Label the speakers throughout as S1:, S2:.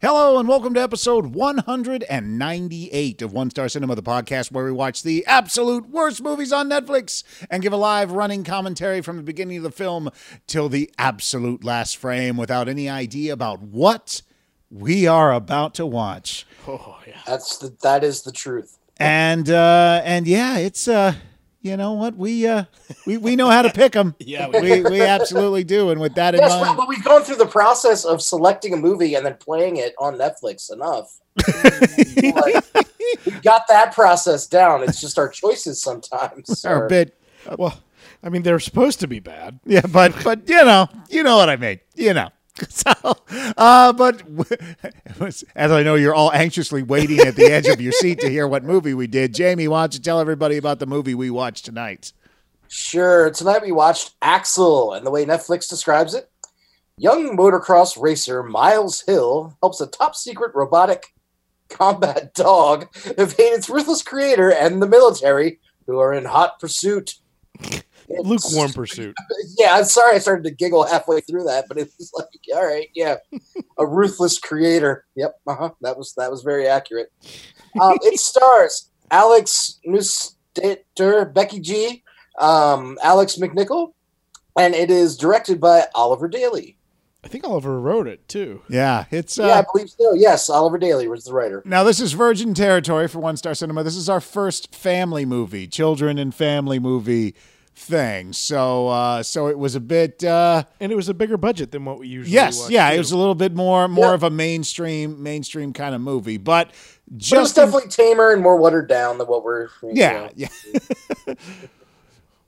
S1: Hello and welcome to episode 198 of One Star Cinema, the podcast where we watch the absolute worst movies on Netflix and give a live running commentary from the beginning of the film till the absolute last frame without any idea about what we are about to watch.
S2: Oh yeah.
S3: That's the that is the truth.
S1: And uh and yeah, it's uh you know what? We uh we, we know how to pick them.
S2: Yeah, we-
S1: we, we absolutely do. And with that in
S3: Yes,
S1: mind,
S3: well, but we've gone through the process of selecting a movie and then playing it on Netflix enough. Like, we've got that process down. It's just our choices sometimes.
S1: our
S3: are-
S1: bit
S2: Uh, Well, I mean, they're supposed to be bad.
S1: Yeah, but but you know, you know what I mean. You know. So, uh, but as I know, you're all anxiously waiting at the edge of your seat to hear what movie we did. Jamie, why don't you tell everybody about the movie we watched tonight?
S3: Sure. Tonight we watched Axel, and the way Netflix describes it, young motocross racer Miles Hill helps a top secret robotic combat dog evade its ruthless creator and the military, who are in hot pursuit. It's-
S2: Lukewarm pursuit.
S3: yeah, I'm sorry I started to giggle halfway through that, but it's like, all right, yeah, a ruthless creator. Yep, uh-huh. that was that was very accurate. Um, it stars Alex Neustadt, Becky G, um, Alex McNichol, and it is directed by Oliver Daly.
S2: I think Oliver wrote it too.
S1: Yeah, it's uh,
S3: yeah, I believe so. Yes, Oliver Daly was the writer.
S1: now this is Virgin Territory for One Star Cinema. This is our first family movie, children and family movie thing. So uh, so it was a bit. Uh,
S2: And it was a bigger budget than what we usually
S1: yes,
S2: watch,
S1: yeah, it
S2: too.
S1: was a little bit more more
S3: Yeah.
S1: of a mainstream mainstream kind of movie, but
S3: But it was
S1: just
S3: definitely tamer and more watered down than what we're. you
S1: Yeah,
S3: know.
S1: yeah.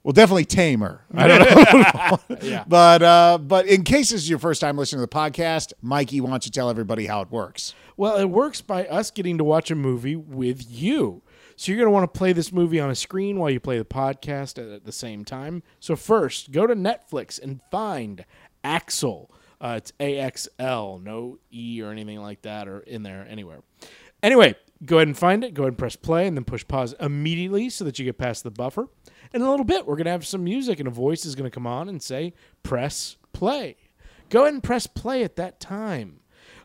S1: well, definitely tamer. I don't know.
S2: Yeah.
S1: But uh, but in case this is your first time listening to the podcast, Mikey, why don't you tell everybody how it works?
S2: Well, it works by us getting to watch a movie with you. So you're going to want to play this movie on a screen while you play the podcast at, at the same time. So first, go to Netflix and find Axel. Uh, it's A X L, no E or anything like that, or in there anywhere. Anyway, go ahead and find it. Go ahead and press play, and then push pause immediately so that you get past the buffer. In a little bit, we're going to have some music, and a voice is going to come on and say, "Press play." Go ahead and press play at that time.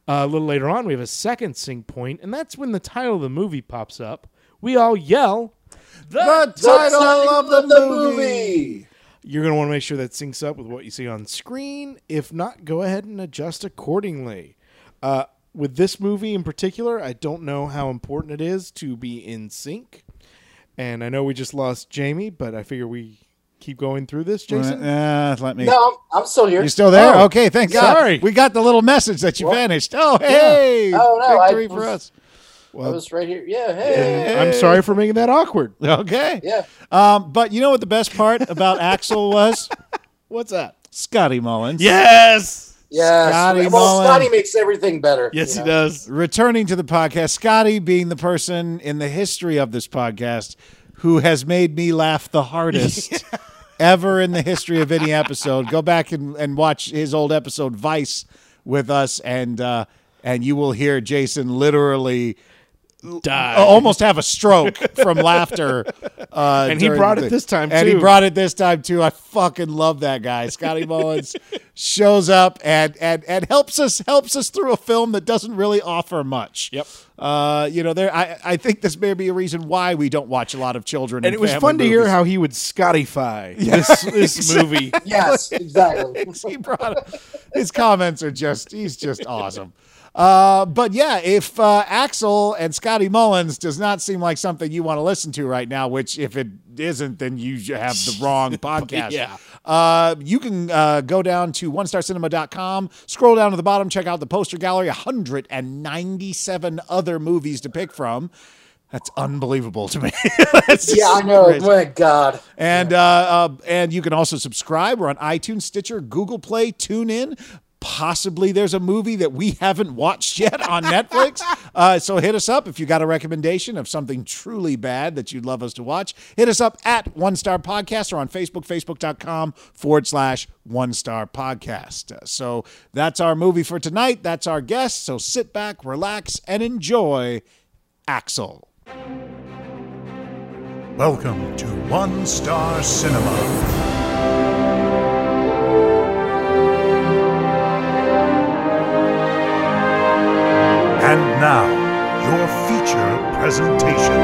S2: Uh, a little later on, we have a second sync point, and that's when the title of the movie pops up. We all yell,
S1: The title of the, movie.
S2: You're going to want to make sure that syncs up with what you see on screen. If not, go ahead and adjust accordingly. Uh, with this movie in particular, I don't know how important it is to be in sync. And I know we just lost Jamie, but I figure we keep going through this, Jason.
S1: Uh, let me.
S3: No, I'm, I'm still here.
S1: You still there?
S2: Oh,
S1: okay, thank God.
S2: sorry.
S1: We got the little message that you
S3: Well,
S1: vanished. Oh, hey.
S3: Oh, no, I
S1: Victory for
S3: was-
S1: us.
S3: I was right here. Yeah. Hey.
S2: And I'm sorry for making that awkward.
S1: Okay.
S3: Yeah.
S1: Um, but you know what the best part about Axel was?
S2: What's that?
S1: Scotty Mullins.
S2: Yes.
S3: Yeah,
S1: Scotty
S3: Scotty well,
S1: Mullen.
S3: Scotty makes everything better. you know?
S2: does.
S1: returning to the podcast, Scotty being the person in the history of this podcast who has made me laugh the hardest ever in the history of any episode. Go back and, and watch his old episode Vice with us and uh and you will hear Jason literally
S2: Die.
S1: almost have a stroke from laughter. Uh,
S2: And he
S1: during
S2: brought
S1: the
S2: it
S1: thing.
S2: this time,
S1: And he
S2: too.
S1: brought it this time too. I fucking love that guy. Scotty Mullins shows up and and and helps us helps us through a film that doesn't really offer much.
S2: Yep.
S1: Uh, you know, there. I I think this may be a reason why we don't watch a lot of children.
S2: And it was
S1: family
S2: fun to hear
S1: movies.
S2: how he would Scottify this, this movie.
S3: Yes, exactly.
S1: he brought his comments are just he's just awesome. Uh, but yeah, if uh, Axel and Scotty Mullins does not seem like something you want to listen to right now, which if it isn't, then you have the wrong podcast.
S2: Yeah.
S1: Uh, you can uh, go down to onestarcinema.com, scroll down to the bottom, check out the poster gallery, 197 other movies to pick from. That's unbelievable to me. That's just
S3: Yeah, I know.
S1: crazy.
S3: My God.
S1: And uh, uh, and you can also subscribe. We're on iTunes, Stitcher, Google Play, TuneIn. Possibly there's a movie that we haven't watched yet on Netflix. Uh, so hit us up if you got a recommendation of something truly bad that you'd love us to watch. Hit us up at One Star Podcast or on Facebook, facebook.com forward slash One Star Podcast. Uh, so that's our movie for tonight. That's our guest. So sit back, relax, and enjoy Axel.
S4: Welcome to One Star Cinema.
S5: And now, your feature presentation.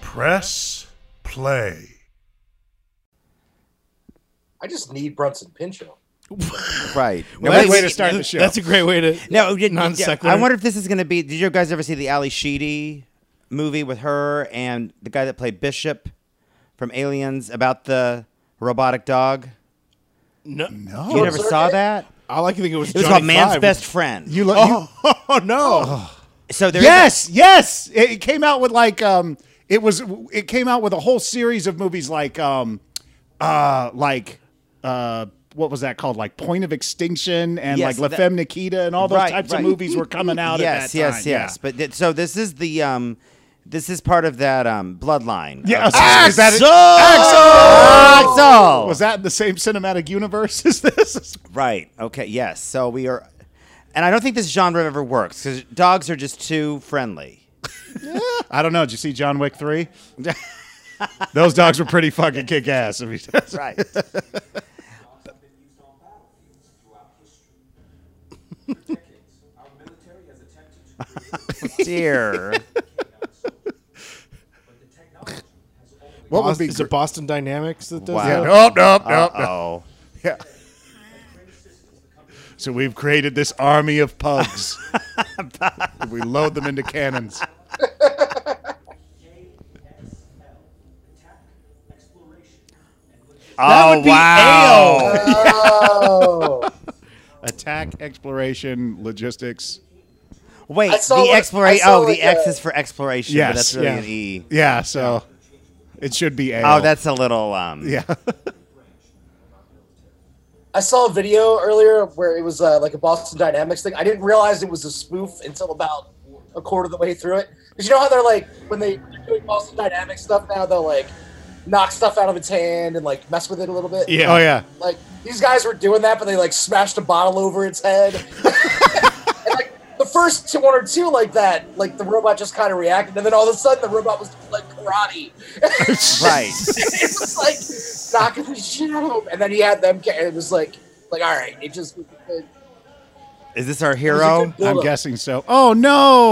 S5: Press play.
S3: I just need Brunson Pinchot.
S6: Right.
S1: Well,
S6: Nobody-
S1: that's- way to start the show.
S7: That's a great way to
S6: No, did,
S7: non sequitur.
S6: I wonder if this is going to be. Did you guys ever see the Ali Sheedy movie with her and the guy that played Bishop from Aliens about the robotic dog?
S7: No,
S6: You never saw that?
S7: All I can think of was
S6: It was
S7: Johnny
S6: called Man's
S7: Five.
S6: Best Friend.
S1: You look. you-
S7: Oh no!
S6: so there is a-
S1: yes, yes. It it came out with like um, it was. It came out with a whole series of movies like um, uh, like uh, what was that called? Like Point of Extinction and
S6: Yes,
S1: like La
S6: that-
S1: Femme Nikita and all those
S6: Right,
S1: types
S6: right.
S1: of movies were coming out.
S6: yes,
S1: at that
S6: yes,
S1: time.
S6: yes. But th- so this is the um, this is part of that um bloodline.
S1: yeah.
S6: of-
S1: Yes, is that it?
S6: Axel! Axel!
S1: Was that in the same cinematic universe as this?
S6: Right. Okay. Yes. So we are, and I don't think this genre ever works because dogs are just too friendly.
S1: I don't know. Did you see John Wick three? Those dogs were pretty fucking kick ass. I mean,
S6: Right. Dear.
S1: what would
S7: Boston,
S1: be?
S7: is it Boston Dynamics that does
S6: Wow.
S1: yeah,
S7: that?
S1: nope, nope, nope, nope.
S6: Oh.
S1: Yeah. So we've created this army of pugs. we load them into cannons.
S6: Oh wow.
S3: Oh,
S1: Attack, exploration, logistics.
S6: Wait.
S3: I saw
S6: The
S3: what- I
S6: exploration.
S3: saw
S6: Oh,
S3: what,
S6: the X
S3: uh,
S6: is for exploration.
S1: Yes,
S6: But that's really
S1: yeah.
S6: an E.
S1: Yeah, so it should be ale.
S6: Oh, that's a little um.
S1: yeah.
S3: I saw a video earlier where it was uh, like a Boston Dynamics thing. I didn't realize it was a spoof until about a quarter of the way through it. Because you know how they're like when they are doing Boston Dynamics stuff now, they'll like knock stuff out of its hand and like mess with it a little bit.
S1: Oh yeah.
S3: Like these guys were doing that, but they like smashed a bottle over its head. and, like, the first two, one or two like that, like the robot just kind of reacted, and then all of a sudden the robot was like karate.
S6: Right.
S3: it was like knocking the shit out of him, and then he had them. ca- It was like, like all right, it just. It,
S6: Is this our
S3: it was a
S6: hero?
S3: good build
S1: I'm
S3: up.
S1: guessing so. Oh no.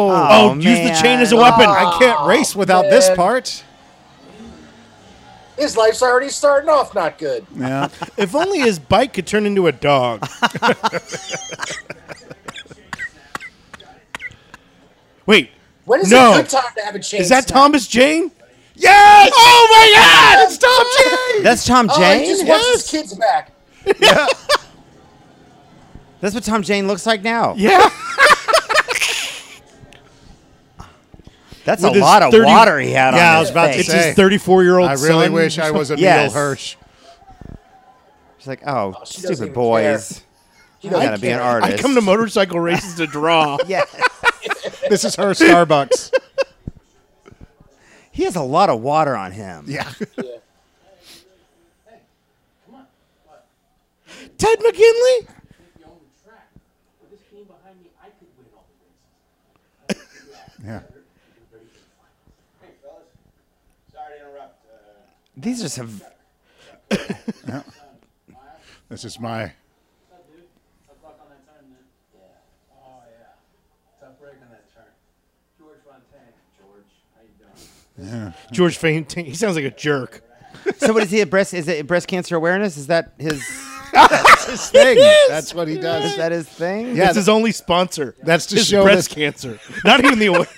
S6: Oh, Ah. use the chain as a
S1: weapon. I can't race without this
S3: man.
S1: part.
S3: His life's already starting off not good.
S1: Yeah.
S7: If only his bike could turn into a dog. Wait,
S3: When is
S7: No.
S3: a good time to have a chance?
S7: is that Thomas Jane?
S1: yes! Oh my god! It's Tom Jane!
S6: That's Tom
S3: Oh,
S6: Jane.
S3: he just wants his kids back.
S6: That's what Tom Jane looks like now.
S7: Yeah.
S6: That's
S7: With
S6: a
S7: his
S6: lot of
S7: 30
S6: water he had
S1: Yeah,
S6: on
S1: I
S6: his
S1: was about to
S6: face.
S7: It's
S1: say.
S7: his 34 year old
S1: I really wish I was a
S6: Yes.
S1: Neil Hirsch.
S6: She's like, oh,
S3: Oh, she doesn't
S6: stupid
S3: even
S6: boys.
S3: He
S6: I
S3: doesn't
S6: gotta be an
S3: care.
S6: artist.
S7: I come to motorcycle races to draw.
S6: yeah.
S1: This is her Starbucks.
S6: He has a lot of water on him.
S1: yeah.
S7: Ted McKinley?
S1: Yeah.
S6: These are some.
S1: This is my
S8: Tough luck on that turn, man. Yeah. Oh yeah. Tough break on that turn. George Fontaine. George, how you doing?
S7: George Fainting. He sounds like a jerk.
S6: So, what is he at breast? Is it breast cancer awareness? Is that his?
S1: thing. That's what he does.
S6: Is that his thing?
S1: Yeah,
S7: That's his only sponsor.
S1: That's to
S7: his
S1: show
S7: breast
S1: that-
S7: cancer. Not even the award.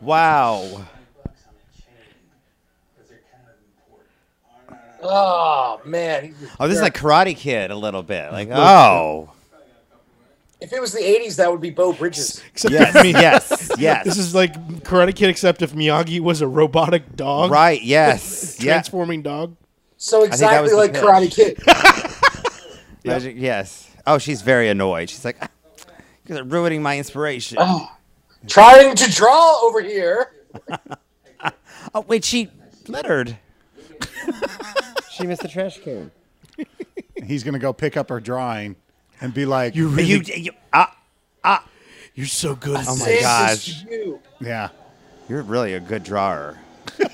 S6: Wow.
S3: Oh man. he's a
S6: Oh, this is
S3: jerk.
S6: like Karate Kid a little bit. Like, oh,
S3: if it was the '80s, that would be Bo Bridges.
S7: Except
S6: yes,
S7: for me.
S6: yes, yes.
S7: This is like Karate Kid, except if Miyagi was a robotic dog.
S6: right. Yes, yes,
S7: Transforming dog.
S3: So
S6: think that was
S3: exactly
S6: the
S3: like
S6: pitch.
S3: Karate Kid.
S6: Magic- yes. Oh, she's very annoyed. She's like, "Ah, you guys are ruining my inspiration. Oh,
S3: Trying to draw over here.
S6: Oh, wait, she littered. she missed the trash can.
S1: He's gonna go pick up her drawing and be like,
S7: You really,
S6: You,
S7: you,
S6: you,
S2: uh,
S6: ah,
S7: are so good. at
S6: Oh my
S7: this.
S3: This is
S6: gosh.
S3: you.
S1: "Yeah,
S6: you're really a good drawer.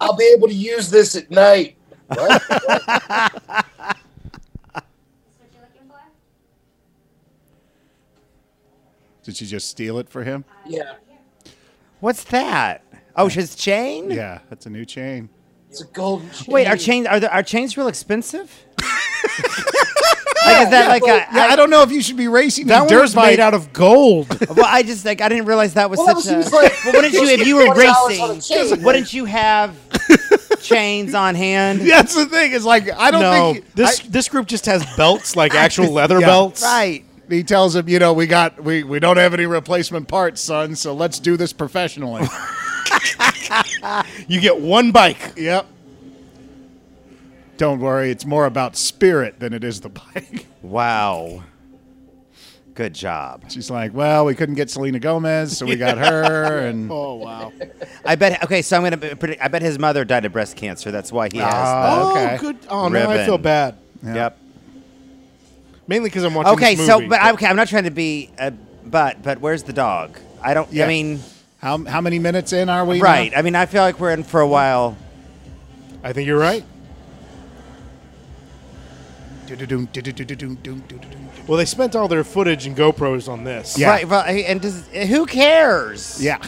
S3: I'll be able to use this at night. What?
S1: Did she just steal it for him?
S3: Yeah,
S6: What's that? Oh, his chain?
S1: Yeah, that's a new chain.
S3: it's a golden. Chain.
S6: Wait, are chains are, there, are chains real expensive? like is that like
S1: Well,
S6: a,
S1: yeah, I, don't know if you should be racing
S7: That
S1: the
S7: one
S1: dirt
S7: was
S1: bike.
S7: made out of gold.
S6: well, I just like I didn't realize that was
S3: Well, that
S6: such
S3: was- he was
S6: a.
S3: like-
S6: well, wouldn't you if you were
S3: $1,000 on a
S6: racing?
S3: chain.
S6: Wouldn't you have chains on hand?
S1: That's the thing. It's like I don't
S2: No,
S1: think
S2: this this group just has belts like actual leather
S1: Yeah.
S2: belts.
S6: Right.
S1: he tells him, you know, we got we we don't have any replacement parts, son. So let's do this professionally.
S2: You get one bike.
S1: yep. Don't worry, it's more about spirit than it is the bike.
S6: Wow. Good job.
S1: She's like, well, we couldn't get Selena Gomez, so we got her, and
S7: oh wow.
S6: I bet. Okay, so I'm gonna be- predict. I bet his mother died of breast cancer. That's why he has.
S1: Ah. Okay.
S7: Oh good. Oh no, I feel
S6: Uh, Ribbon.
S7: bad.
S6: that. Yep.
S2: Mainly because I'm watching.
S6: Okay,
S2: this
S6: so
S2: movie,
S6: but I, okay, I'm not trying to be a but, but where's the dog? I don't.
S1: Yeah.
S6: I mean,
S1: how how many minutes in are we? now?
S6: right? I mean, I feel like we're in for a while.
S2: I think you're right.
S1: Du-du-dum, du-du-du-du-dum, du-du-du-du-dum.
S7: Well, they spent all their footage and GoPros on this.
S1: Yeah.
S6: Right. Well, and does who cares?
S1: Yeah.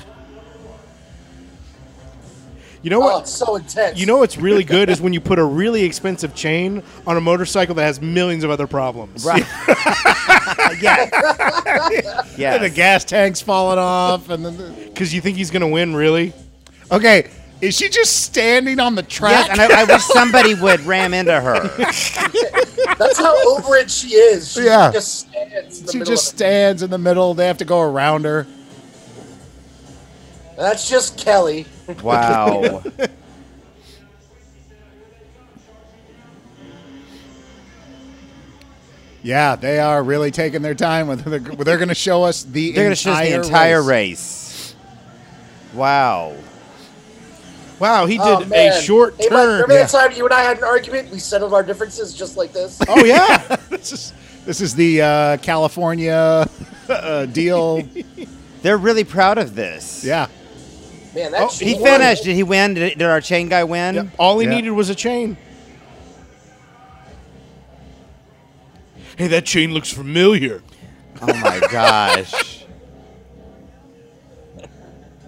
S7: You know
S3: Oh,
S7: what?
S3: it's so intense.
S7: You know what's really good is when you put a really expensive chain on a motorcycle that has millions of other problems.
S6: Right. yeah. yeah.
S1: The gas tank's falling off, and then the,
S7: Because you think he's going to win, really?
S1: okay, is she just standing on the track?
S6: Yes, and I, I wish somebody would ram into her.
S3: that's how over it she is. She
S1: Yeah.
S3: just stands. In the
S1: she
S3: middle
S1: just
S3: of it.
S1: stands in the middle. They have to go around her.
S3: That's just Kelly.
S6: Wow.
S1: Yeah, they are really taking their time. With they're, they're going to show us the
S6: They're gonna
S1: entire
S6: show us the entire
S1: race.
S6: race. Wow.
S7: Wow, he did
S3: Oh,
S7: a
S3: man.
S7: short
S3: Hey, Mike,
S7: turn.
S3: Remember that time you and I had an argument? We settled our differences just like this.
S7: Oh, yeah.
S1: This is this is the uh, California uh, deal.
S6: They're really proud of this.
S1: yeah,
S3: man, that shit
S6: oh, He
S3: was-
S6: finished. Did he win? Did, did our chain guy win?
S7: Yep. All he
S1: Yeah.
S7: needed was a chain. Hey, that chain looks familiar.
S6: Oh my gosh.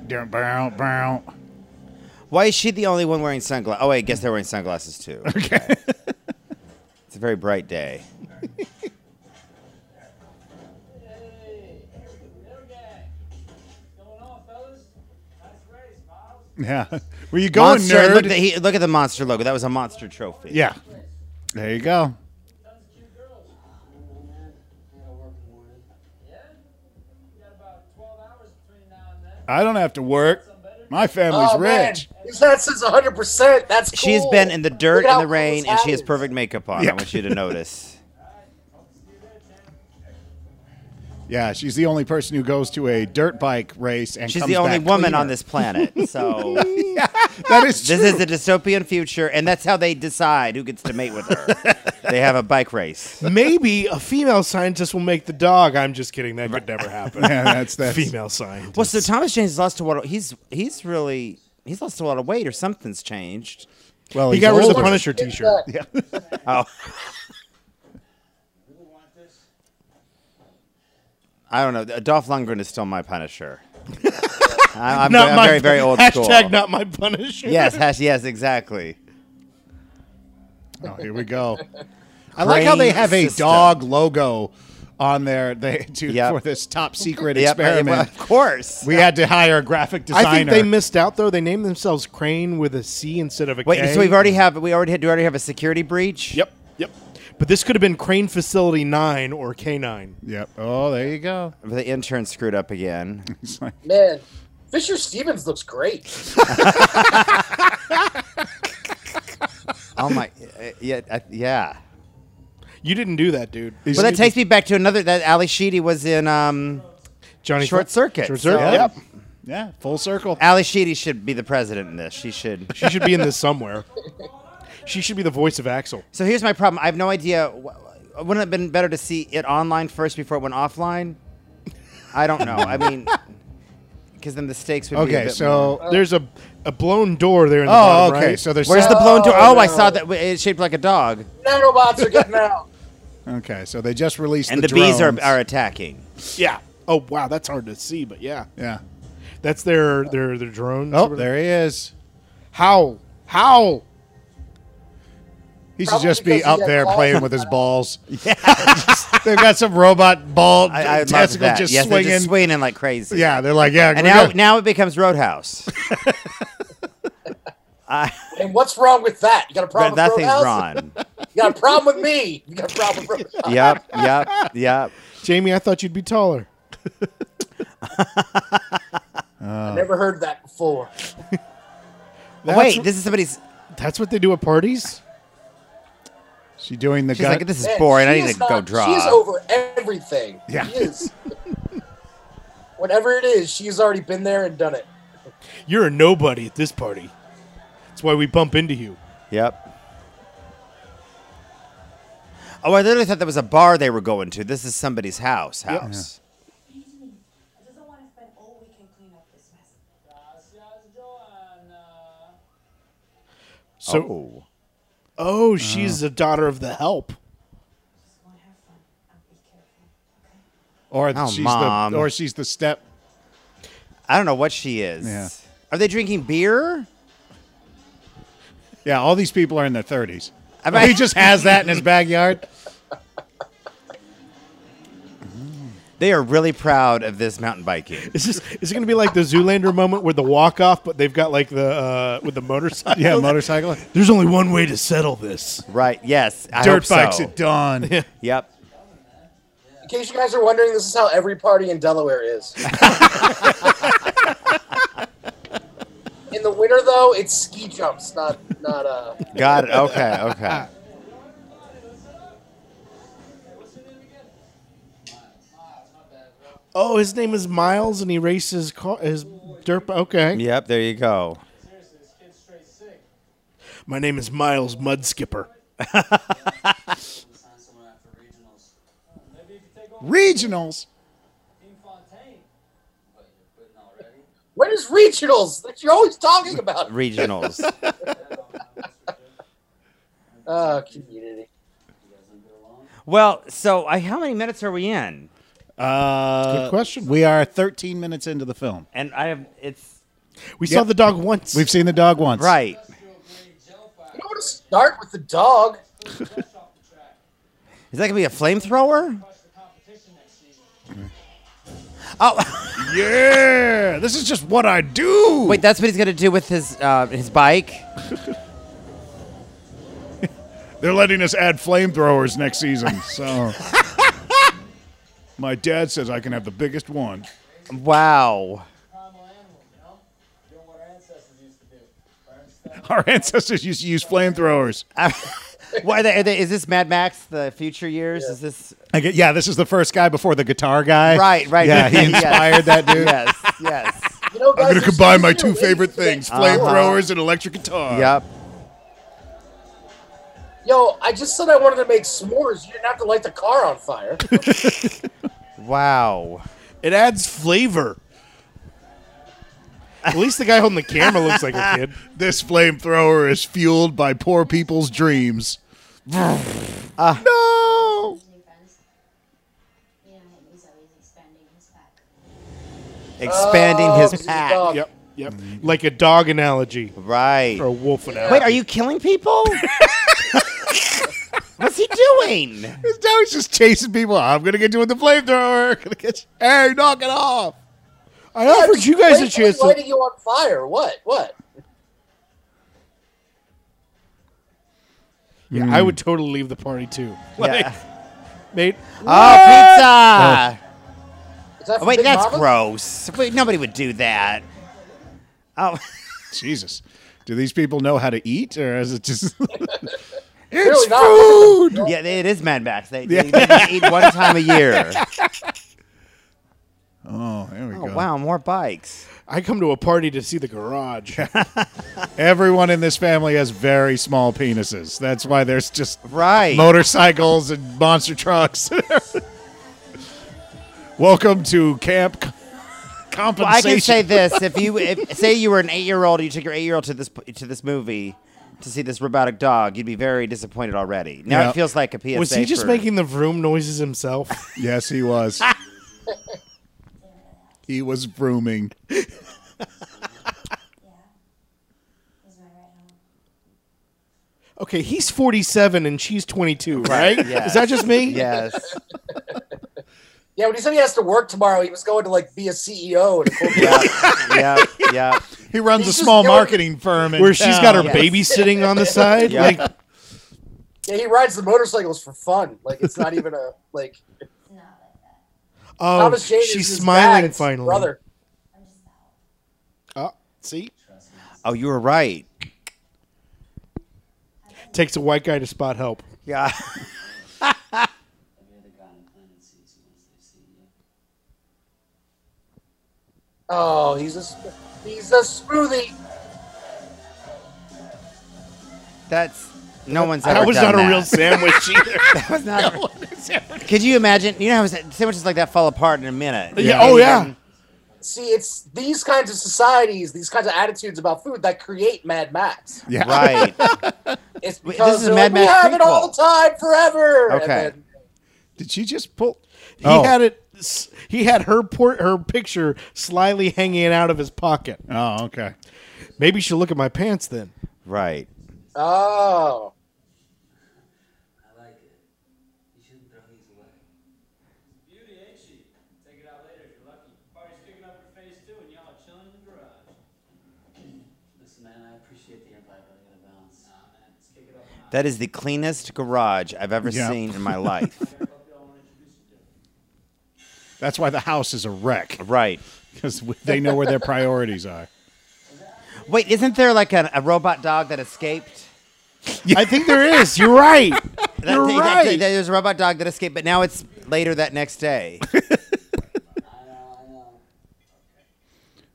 S1: Dun, bow, bow.
S6: Why is she the only one wearing sunglasses? Oh, wait, I guess they're wearing sunglasses too. Okay. it's a very bright day.
S8: Little gang. Going on, fellas? Nice race, Miles.
S1: yeah. Where you going,
S6: monster,
S1: nerd?
S6: Look at, the, he, look at the monster logo. That was a monster trophy.
S1: yeah, there you go.
S8: Tons of cute girls. man. I gotta work in the morning. Yeah? You got about 12 hours between now and then.
S1: I don't have to work. My family's
S3: Oh, man.
S1: rich.
S3: His hat says 100%. That's cool.
S6: She's been in the dirt
S3: Look at
S6: and
S3: how
S6: the
S3: cool
S6: rain,
S3: his
S6: and
S3: hat
S6: she has
S3: is.
S6: perfect makeup on.
S1: Yeah.
S6: I want you to notice.
S1: Yeah, she's the only person who goes to a dirt bike race and
S6: She's
S1: comes
S6: the only
S1: back
S6: woman
S1: cleaner.
S6: on this planet. So
S1: That is
S6: this
S1: true.
S6: is the dystopian future, and that's how they decide who gets to mate with her. they have a bike race.
S7: Maybe a female scientist will make the dog. I'm just kidding. That could never happen.
S1: yeah, that's that's
S7: Female scientist.
S6: Well, so Thomas James has lost a lot. Of, he's he's really he's lost a lot of weight, or something's changed.
S1: Well,
S7: He
S1: he's
S7: got rid of the
S1: older.
S7: Punisher
S3: Get
S7: T-shirt.
S3: that.
S6: Oh,
S8: Really want this?
S6: I don't know. Uh, Dolph Lundgren is still my Punisher. I, I'm,
S7: Not
S6: I'm
S7: my-
S6: very very old
S7: hashtag
S6: school.
S7: not my Punisher.
S6: yes, hash, yes, exactly.
S1: Oh, here we go. I like how they have a
S6: system.
S1: dog logo on there they, to,
S6: Yep.
S1: for this top secret
S6: Yep, I- well,
S1: experiment.
S6: of course.
S1: we had to hire a graphic designer.
S7: I think they missed out though. They named themselves Crane with a C instead of a K.
S6: Wait, so we've already have we already had, do we already have a security breach?
S7: Yep, yep. But this could have been Crane Facility Nine or K Nine.
S1: Yep. Oh, there you go.
S6: The intern screwed up again.
S1: It's like,
S3: Man, Fisher Stevens looks great.
S6: Oh my, uh, yeah, uh, yeah.
S7: You didn't do that, dude.
S6: Well, that takes me back to another that Ali Sheedy was in. Um,
S7: Johnny
S6: Short
S7: Fl-
S6: Circuit,
S7: Short Circuit.
S6: so-
S7: Yep.
S1: yeah, full circle.
S6: Ali Sheedy should be the president in this. She should.
S7: she should be in this somewhere. She should be the voice of Axel.
S6: So here's my problem. I have no idea. wh- Wouldn't it have been better to see it online first before it went offline? I don't know. I mean, because then the stakes would be. a
S1: Okay,
S6: bit
S1: so
S6: more.
S7: There's a a blown door there in the
S1: oh,
S7: bottom
S1: okay,
S7: right.
S1: so there's
S6: Where's the blown door? Oh,
S3: Oh,
S6: I
S3: no.
S6: saw that. w- It's shaped like a dog,
S3: Nanobots are getting out.
S1: okay, so they just released
S6: and
S1: the,
S6: the, bees are,
S1: drones.
S6: are attacking.
S7: yeah.
S2: Oh wow, that's hard to see, but yeah,
S1: Yeah.
S2: that's their their their drone.
S1: Oh,
S2: sort of-
S1: there he is.
S2: Howl, howl.
S1: He should
S3: Probably
S1: just be
S3: because he
S1: up
S3: had
S1: there
S3: balls
S1: playing
S3: on
S1: with his balls. They've got some robot ball
S6: I, I love
S1: testicle
S6: that.
S1: just
S6: yes, they're
S1: swinging.
S6: just swinging like crazy.
S1: yeah, they're like, yeah.
S6: And
S1: we're
S6: now,
S1: good.
S6: now it becomes Roadhouse.
S3: And what's wrong with that? You got a problem
S6: That
S3: with
S6: thing's
S3: Roadhouse?
S6: wrong.
S3: You got a problem with me. You got a problem with Roadhouse.
S6: yep, yep, yep.
S2: Jamie, I thought you'd be taller.
S6: Uh.
S3: I never heard that before.
S6: Oh, wait, this is somebody's.
S2: That's what they do at parties.
S1: she doing the
S6: She's
S1: gut.
S6: like, this is
S3: Man,
S6: boring. I
S3: she
S6: need
S3: is
S6: to
S3: not-
S6: go draw.
S3: She's over everything.
S1: Yeah.
S3: She is. Whatever it is, she's already been there and done it.
S2: You're a nobody at this party. That's why we bump into you.
S6: Yep. Oh, I literally thought that was a bar they were going to. This is somebody's house. House.
S9: I just don't want to spend all weekend cleaning up this mess.
S8: Gracias, Joanna.
S2: So, oh,
S6: oh.
S2: she's the daughter of the help.
S9: Just want to have fun and be careful, okay?
S1: Or
S6: Oh,
S1: she's
S6: Mom.
S1: the or she's the step.
S6: I don't know what she is.
S1: Yeah.
S6: Are they drinking beer?
S1: Yeah, all these people are in their thirties.
S6: I mean-
S1: he just has that in his backyard.
S6: They are really proud of this mountain biking.
S2: Is this is it going to be like the Zoolander moment where the walk off, but they've got like the uh, with the motorcycle?
S1: Yeah, motorcycle.
S2: There's only one way to settle this.
S6: Right. Yes. I hope
S1: Dirt
S6: so.
S1: bikes at dawn.
S6: Yep.
S3: In case you guys are wondering, this is how every party in Delaware is. in the winter, though, it's ski jumps, not not uh.
S6: Got it. Okay. Okay.
S2: Oh, his name is Miles, and he races car, his dirt. bi- Okay,
S6: yep. There you go.
S2: my name is Miles Mudskipper.
S8: Sign someone after regionals. Maybe you could take over
S1: Regionals.
S8: Team Fontaine. But you're quitting already?
S3: When is regionals? That you're always talking about.
S6: Regionals.
S3: Oh, community.
S6: well, so I, how many minutes are we in?
S1: Uh,
S2: Good question.
S1: We are 13 minutes into the film.
S6: And I have. It's
S2: We saw the dog once.
S1: We've seen the dog once.
S6: right.
S3: You don't want to start with the dog.
S6: Is that gonna be a flamethrower?
S1: Yeah, this is just what I do.
S6: Oh, Wait, that's what he's gonna do with his uh, his bike.
S1: They're letting us add flamethrowers next season. So my dad says I can have the biggest one.
S6: Wow.
S8: Primal animal, you know? Doing what our ancestors used to do. Burn stuff.
S1: Our ancestors used to use flamethrowers.
S6: What are they, are they, is this Mad Max the future years? Is this
S1: I get, yeah, this is the first guy before the guitar guy.
S6: right? Right.
S1: Yeah, he
S6: yes,
S1: inspired that dude.
S6: Yes. Yes.
S3: You know, guys,
S1: I'm gonna
S3: there's
S1: combine my
S3: easier
S1: two
S3: ways
S1: favorite
S3: to make-
S1: things:
S6: Uh-huh.
S1: flamethrowers and electric guitar.
S6: yep.
S3: Yo, I just said I wanted to make s'mores. You didn't have to light the car on fire.
S6: Wow.
S2: It adds flavor. At least the guy holding the camera looks like a kid.
S1: This flamethrower is fueled by poor people's dreams.
S6: Uh.
S1: no.
S9: New friends. You know, he's always expanding his pack.
S6: Expanding
S3: Oh,
S6: his
S3: this is a
S6: pack.
S3: dog.
S2: Yep, yep. Like a dog analogy
S6: Right.
S2: or a wolf analogy.
S6: Wait, are you killing people? What's he doing?
S1: Now he's just chasing people. I'm gonna get you with the flamethrower. Gonna get you. Hey, knock it off.
S2: I offered you guys a
S3: Wait,
S2: chance. To,
S3: Lighting you on fire? What? What?
S2: yeah, I would totally leave the party too. Like,
S6: Yeah.
S2: mate.
S6: Oh,
S3: Is that
S6: pizza! Oh,
S3: from
S6: wait,
S3: Big
S6: that's
S3: Mama?
S6: gross. Wait, nobody would do that. Oh,
S1: Jesus. Do these people know how to eat, or is it just?
S3: Clearly not.
S6: yeah, it is Mad Max. They, they, they eat one time a year.
S1: oh, there we
S6: Oh,
S1: go.
S6: wow, more bikes.
S2: I come to a party to see the garage.
S1: Everyone in this family has very small penises. That's why there's just
S6: Right.
S1: motorcycles and monster trucks. Welcome to camp c- compensation.
S6: Well, I can say this: if you if, say you were an eight-year-old, you took your eight-year-old to this p- to this movie to see this robotic dog, you'd be very disappointed already. Now
S1: Yeah.
S6: it feels like a PSA.
S2: Was he just
S6: for-
S2: making the vroom noises himself?
S1: yes, he was. He was brooming.
S10: Yeah. He's my right home.
S2: Okay, he's 47 and she's 22, right? Is that just me?
S6: Yes.
S3: Yeah, when he said he has to work tomorrow, he was going to like be a CEO. And
S6: yeah. Yeah. Yeah.
S1: He runs
S3: He's
S1: a small
S3: just doing-
S1: marketing firm. in
S2: Where she's got her
S1: town.
S6: Yes.
S2: babysitting on the side?
S6: Yeah.
S2: Like
S3: yeah, he rides the motorcycles for fun. Like it's not even a like.
S10: It's not like that.
S2: oh,
S3: Thomas Jane is
S2: she's
S3: his dad,
S2: smiling
S3: it's his
S2: finally.
S3: Brother,
S10: I'm just the help.
S2: Oh, see?
S6: Oh, you were right.
S2: Takes a white guy to spot help.
S6: Yeah.
S8: Every other guy on the planet sees you once they see you.
S3: oh, he's a sp- he's a smoothie.
S6: That's no one's ever
S2: That was not
S6: done
S2: a
S6: that.
S2: real sandwich either.
S6: That was not. a- Could you imagine? You know how sandwiches like that fall apart in a minute.
S2: Yeah, oh, yeah.
S3: See, it's these kinds of societies, these kinds of attitudes about food that create Mad Max.
S1: Yeah.
S6: Right.
S3: It's
S6: Wait,
S3: because
S6: this is a
S3: they're like,
S6: Mad Max
S3: we have it all
S6: prequel."
S3: the time forever. And
S6: Okay.
S3: then-
S1: Did she just pull?
S2: He
S1: Oh.
S2: had it s- he had her port her picture slyly hanging out of his pocket.
S1: Oh, okay.
S2: Maybe she'll look at my pants then.
S6: Right.
S3: oh,
S8: I like it. You shouldn't throw these away. Beauty, ain't she? Take it out later if you're lucky. Party's picking up her face too, and y'all are chilling in the garage. Listen, man, I appreciate the invite, but I gotta bounce. Nah, man, let's kick it up. a notch.
S6: That is the cleanest garage I've ever
S1: Yeah.
S6: seen in my life.
S8: I hope y'all want to introduce each other.
S1: That's why the house is a wreck
S6: right.
S1: because they know where their priorities are.
S6: Wait, isn't there like a, a robot dog that escaped?
S2: I think there is. You're right.
S6: That,
S2: You're
S6: that- that-
S2: right.
S6: there's a robot dog that escaped, but now it's later that next day.
S8: I know, I know.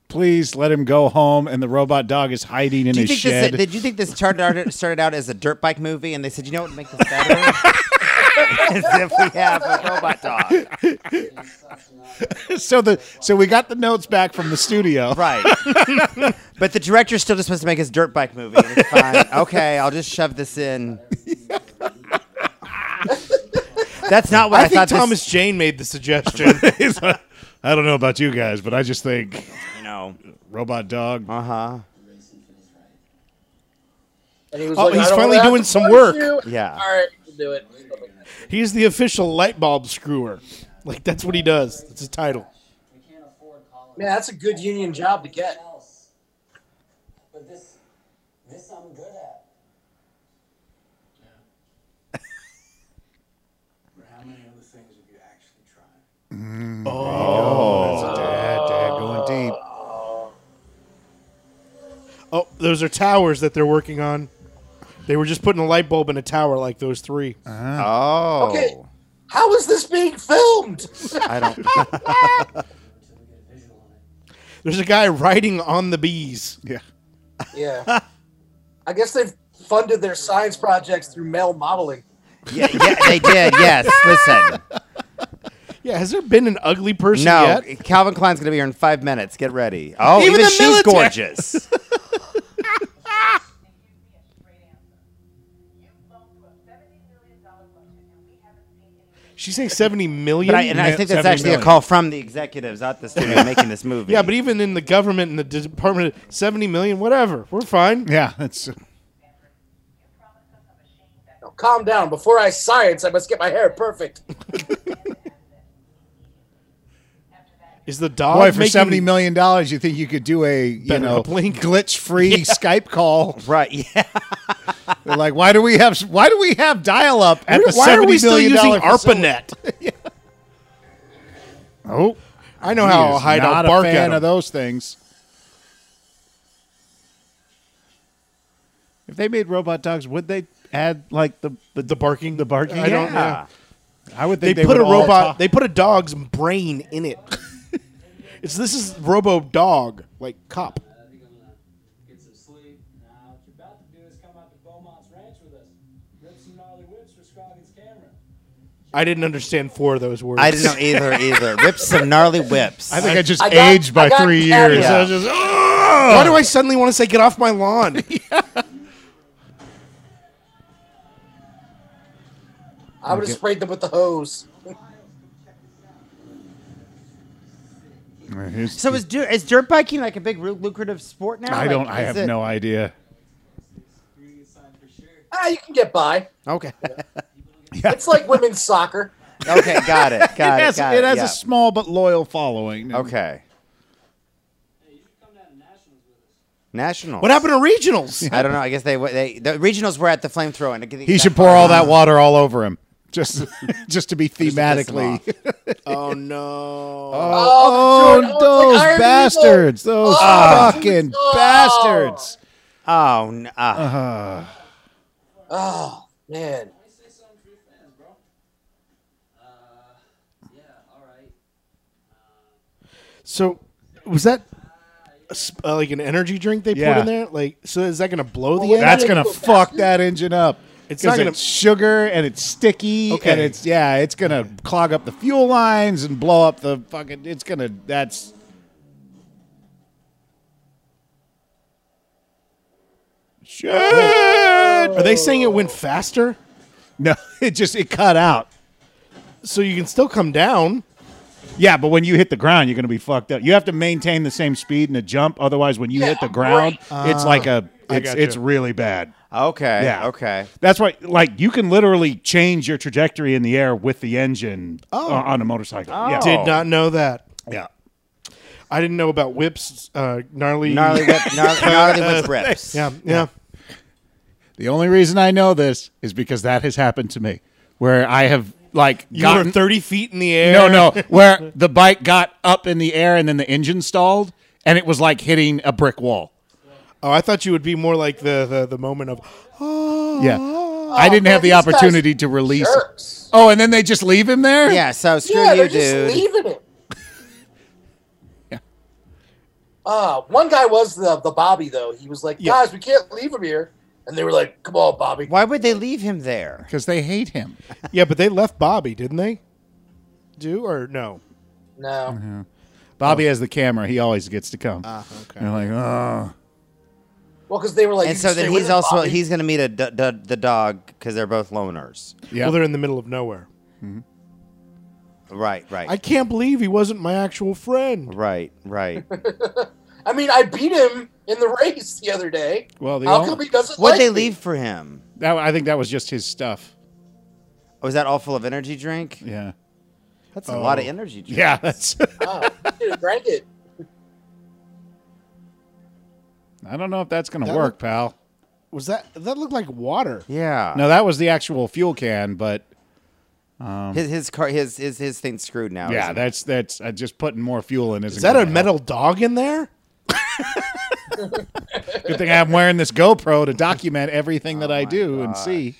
S1: Please let him go home. And the robot dog is hiding in
S6: Do you
S1: his
S6: think this,
S1: shed.
S6: did you think this started out, started out as a dirt bike movie, and they said, you know what would make this better? As if we have a robot dog.
S1: so the so we got the notes back from the studio.
S6: Right. but the director still just wants to make his dirt bike movie. and It's fine. Okay, I'll just shove this in. That's not what I,
S2: I, think
S6: thought this-
S2: Thomas Jane made the suggestion.
S1: He's like, I don't know about you guys, but I just think
S6: you know.
S1: robot dog.
S6: Uh huh.
S3: and he was
S2: Oh,
S3: like,
S2: he's
S3: I don't
S2: finally
S3: really have
S2: doing
S3: to
S2: some
S3: force
S2: work.
S3: you.
S6: Yeah.
S3: All right, we'll do it.
S2: He's the official light bulb screwer. Like that's what he does. That's his title.
S8: We can't afford college.
S3: Man, that's a good union job to get.
S8: Else. But this, this I'm good at. Yeah. but how many other things have you actually tried?
S1: Dad, dad, going deep.
S2: Oh, those are towers that they're working on. They were just putting a light bulb in a tower like those three.
S6: Oh.
S3: Okay. How is this being filmed?
S6: I don't.
S2: There's a guy riding on the bees.
S1: Yeah.
S3: yeah, I guess they've funded their science projects through male modeling.
S6: Yeah, yeah, they did. Yes. Listen.
S2: Yeah, has there been an ugly person
S6: No,
S2: yet?
S6: Calvin Klein's gonna be here in five minutes. Get ready. Oh,
S2: Even
S6: even,
S2: the
S6: she's
S2: military.
S6: gorgeous.
S9: Now give me a straight answer. You loaned to a seventy million dollar budget and we haven't seen any.
S2: She's saying 70 million.
S6: But I, and I think that's
S1: 70
S6: actually a
S1: million.
S6: call from the executives at the studio making this movie.
S2: yeah, but even in the government and the department, 70 million, whatever. We're fine.
S1: Yeah. That's
S9: You promised us a machine that
S3: Now, calm down. Before I science, I must get my hair perfect.
S2: Is the dog
S1: boy for
S2: making-
S1: seventy million dollars. You think you could do a you
S2: Better
S1: know
S2: uplink.
S1: glitch free Skype call?
S6: right. Yeah.
S1: They're like, why do we have why do we have dial up at the
S2: Why are
S1: seventy
S2: we still
S1: million
S2: using
S1: dollar
S2: ARPANET?
S1: Oh,
S2: I know how I'll
S1: high
S2: hide.
S1: not
S2: I'll bark
S1: a
S2: at
S1: fan
S2: him.
S1: of those things. If they made robot dogs, would they add like the the, the barking? The barking.
S2: I don't
S1: yeah. I would
S2: they,
S1: think
S2: put
S1: would
S2: a
S1: all
S2: robot.
S1: talk.
S2: They put a dog's brain in it. it's this is Robo Dog, like cop.
S8: I think I'm gonna get some sleep. Now, what you're about to do is come out to Beaumont's ranch with us. Rip some gnarly whips for Scroggins' camera.
S2: I didn't understand four of those words.
S6: I didn't know either. Either ripped some gnarly whips.
S1: I think I, just
S3: I got-
S1: aged by
S3: I got
S1: three
S3: cat-
S1: years.
S6: Yeah.
S1: I was just,
S2: Why do I suddenly want to say "get off my lawn"?
S3: I would have sprayed them with the hose.
S1: He's-
S6: So is du- is dirt biking like a big ru- lucrative sport now?
S1: I
S6: Like,
S1: don't. I
S6: is
S1: have
S6: it-
S1: no idea.
S8: You're gonna get signed for sure.
S3: Ah, you can get by.
S6: Okay.
S3: It's like women's soccer.
S6: okay. Got it. Got it.
S1: it has,
S6: got
S1: it has
S6: yeah.
S1: a small but loyal following.
S6: okay.
S8: Hey, you should come down to nationals with us.
S6: National.
S11: What happened to regionals?
S6: I don't know. I guess they they the regionals were at the flamethrower. and I think
S1: He
S6: that-
S1: should pour all that water all over him, just just to be
S6: Just to piss them
S1: thematically.
S6: off.
S2: Oh no!
S1: Oh,
S3: Jordan Owens,
S1: those
S3: like Iron
S1: bastards! Those fucking
S3: Oh.
S1: bastards!
S6: Oh, no. uh,
S3: Oh man,
S8: Why say something for your fans, bro? Uh, yeah, alright.
S2: So was that a sp- uh, like an energy drink they
S1: Yeah.
S2: put in there? Like, so is that Oh, gonna blow the?
S3: Well,
S2: engine?
S1: That's gonna fuck that engine up.
S2: It's
S1: It's
S2: not
S1: not
S2: gonna-
S1: it's sugar and it's sticky
S2: Okay.
S1: and it's yeah, it's gonna clog up the fuel lines and blow up the fucking. It's gonna. That's shit.
S2: Are they saying it went faster?
S1: No, it just it cut out.
S2: So you can still come down.
S1: Yeah, but when you hit the ground, you're going to be fucked up. You have to maintain the same speed in a jump. Otherwise, when you hit the ground, it's like a
S2: Ah, I
S1: it's
S2: gotcha.
S1: it's really bad.
S6: okay.
S1: Uh, Yeah.
S6: Okay.
S1: That's why, like, you can literally change your trajectory in the air with the engine uh, on a motorcycle. Yeah.
S2: Did not know that.
S1: Yeah.
S2: I didn't know about whips. Uh, gnarly.
S6: Gnarly whip. Gnarly, gnarly whip rips.
S2: Yeah, yeah.
S1: The only reason I know this is because that has happened to me, where I have like
S2: You were
S1: gotten
S2: thirty feet in the
S1: no
S2: air.
S1: no where the bike got up in the air and then the engine stalled and it was like hitting a brick wall.
S2: Oh, I thought you would be more like the the, the moment of. "Ah."
S1: Yeah. I didn't have the
S3: these guys-
S1: opportunity to release. it.
S3: jerks.
S1: Oh, and then they just leave him there?
S6: Yeah. So screw
S3: Yeah,
S6: you,
S3: they're just
S6: dude.
S3: leaving it.
S1: Yeah.
S3: Uh, one guy was the the Bobby though. He was like,
S2: Yeah.
S3: guys, we can't leave him here. And they were like, come on, Bobby.
S6: Why would they leave him there?
S1: Because they hate him.
S2: Yeah, but they left Bobby, didn't they? Do or no?
S3: No.
S6: Mm-hmm.
S1: Bobby has the camera. He always gets to come. They're like, oh.
S3: Well, because they were like,
S6: and
S3: "You
S6: so
S3: can
S6: then
S3: stay with
S6: he's
S3: him,
S6: also
S3: Bobby."
S6: he's gonna meet a d- d- the dog because they're both loners.
S1: Yeah.
S2: Well, they're in the middle of nowhere.
S6: Right. Right.
S2: I can't believe he wasn't my actual friend.
S6: right. Right.
S3: I mean, I beat him in the race the other day.
S1: Well, the
S3: how
S1: all-
S3: come he doesn't? like
S6: What'd they
S3: me?
S6: leave for him?
S1: that, I think that was just his stuff.
S6: Was that all full of energy drink?
S1: Yeah.
S6: That's a lot of energy
S1: Oh.
S6: drink.
S1: Yeah. That's,
S3: Oh, he didn't drank it.
S1: I don't know if that's going to
S2: That
S1: work,
S2: look-
S1: pal.
S2: Was that that looked like water?
S6: Yeah.
S1: No, that was the actual fuel can, but
S6: His his car his his his thing's screwed now.
S1: yeah,
S6: isn't it?
S1: that's that's uh, just putting more fuel in. Isn't
S2: Is that a
S1: gonna help.
S2: metal dog in there?
S1: Good thing I'm wearing this GoPro to document everything
S2: Oh
S1: that I do and see.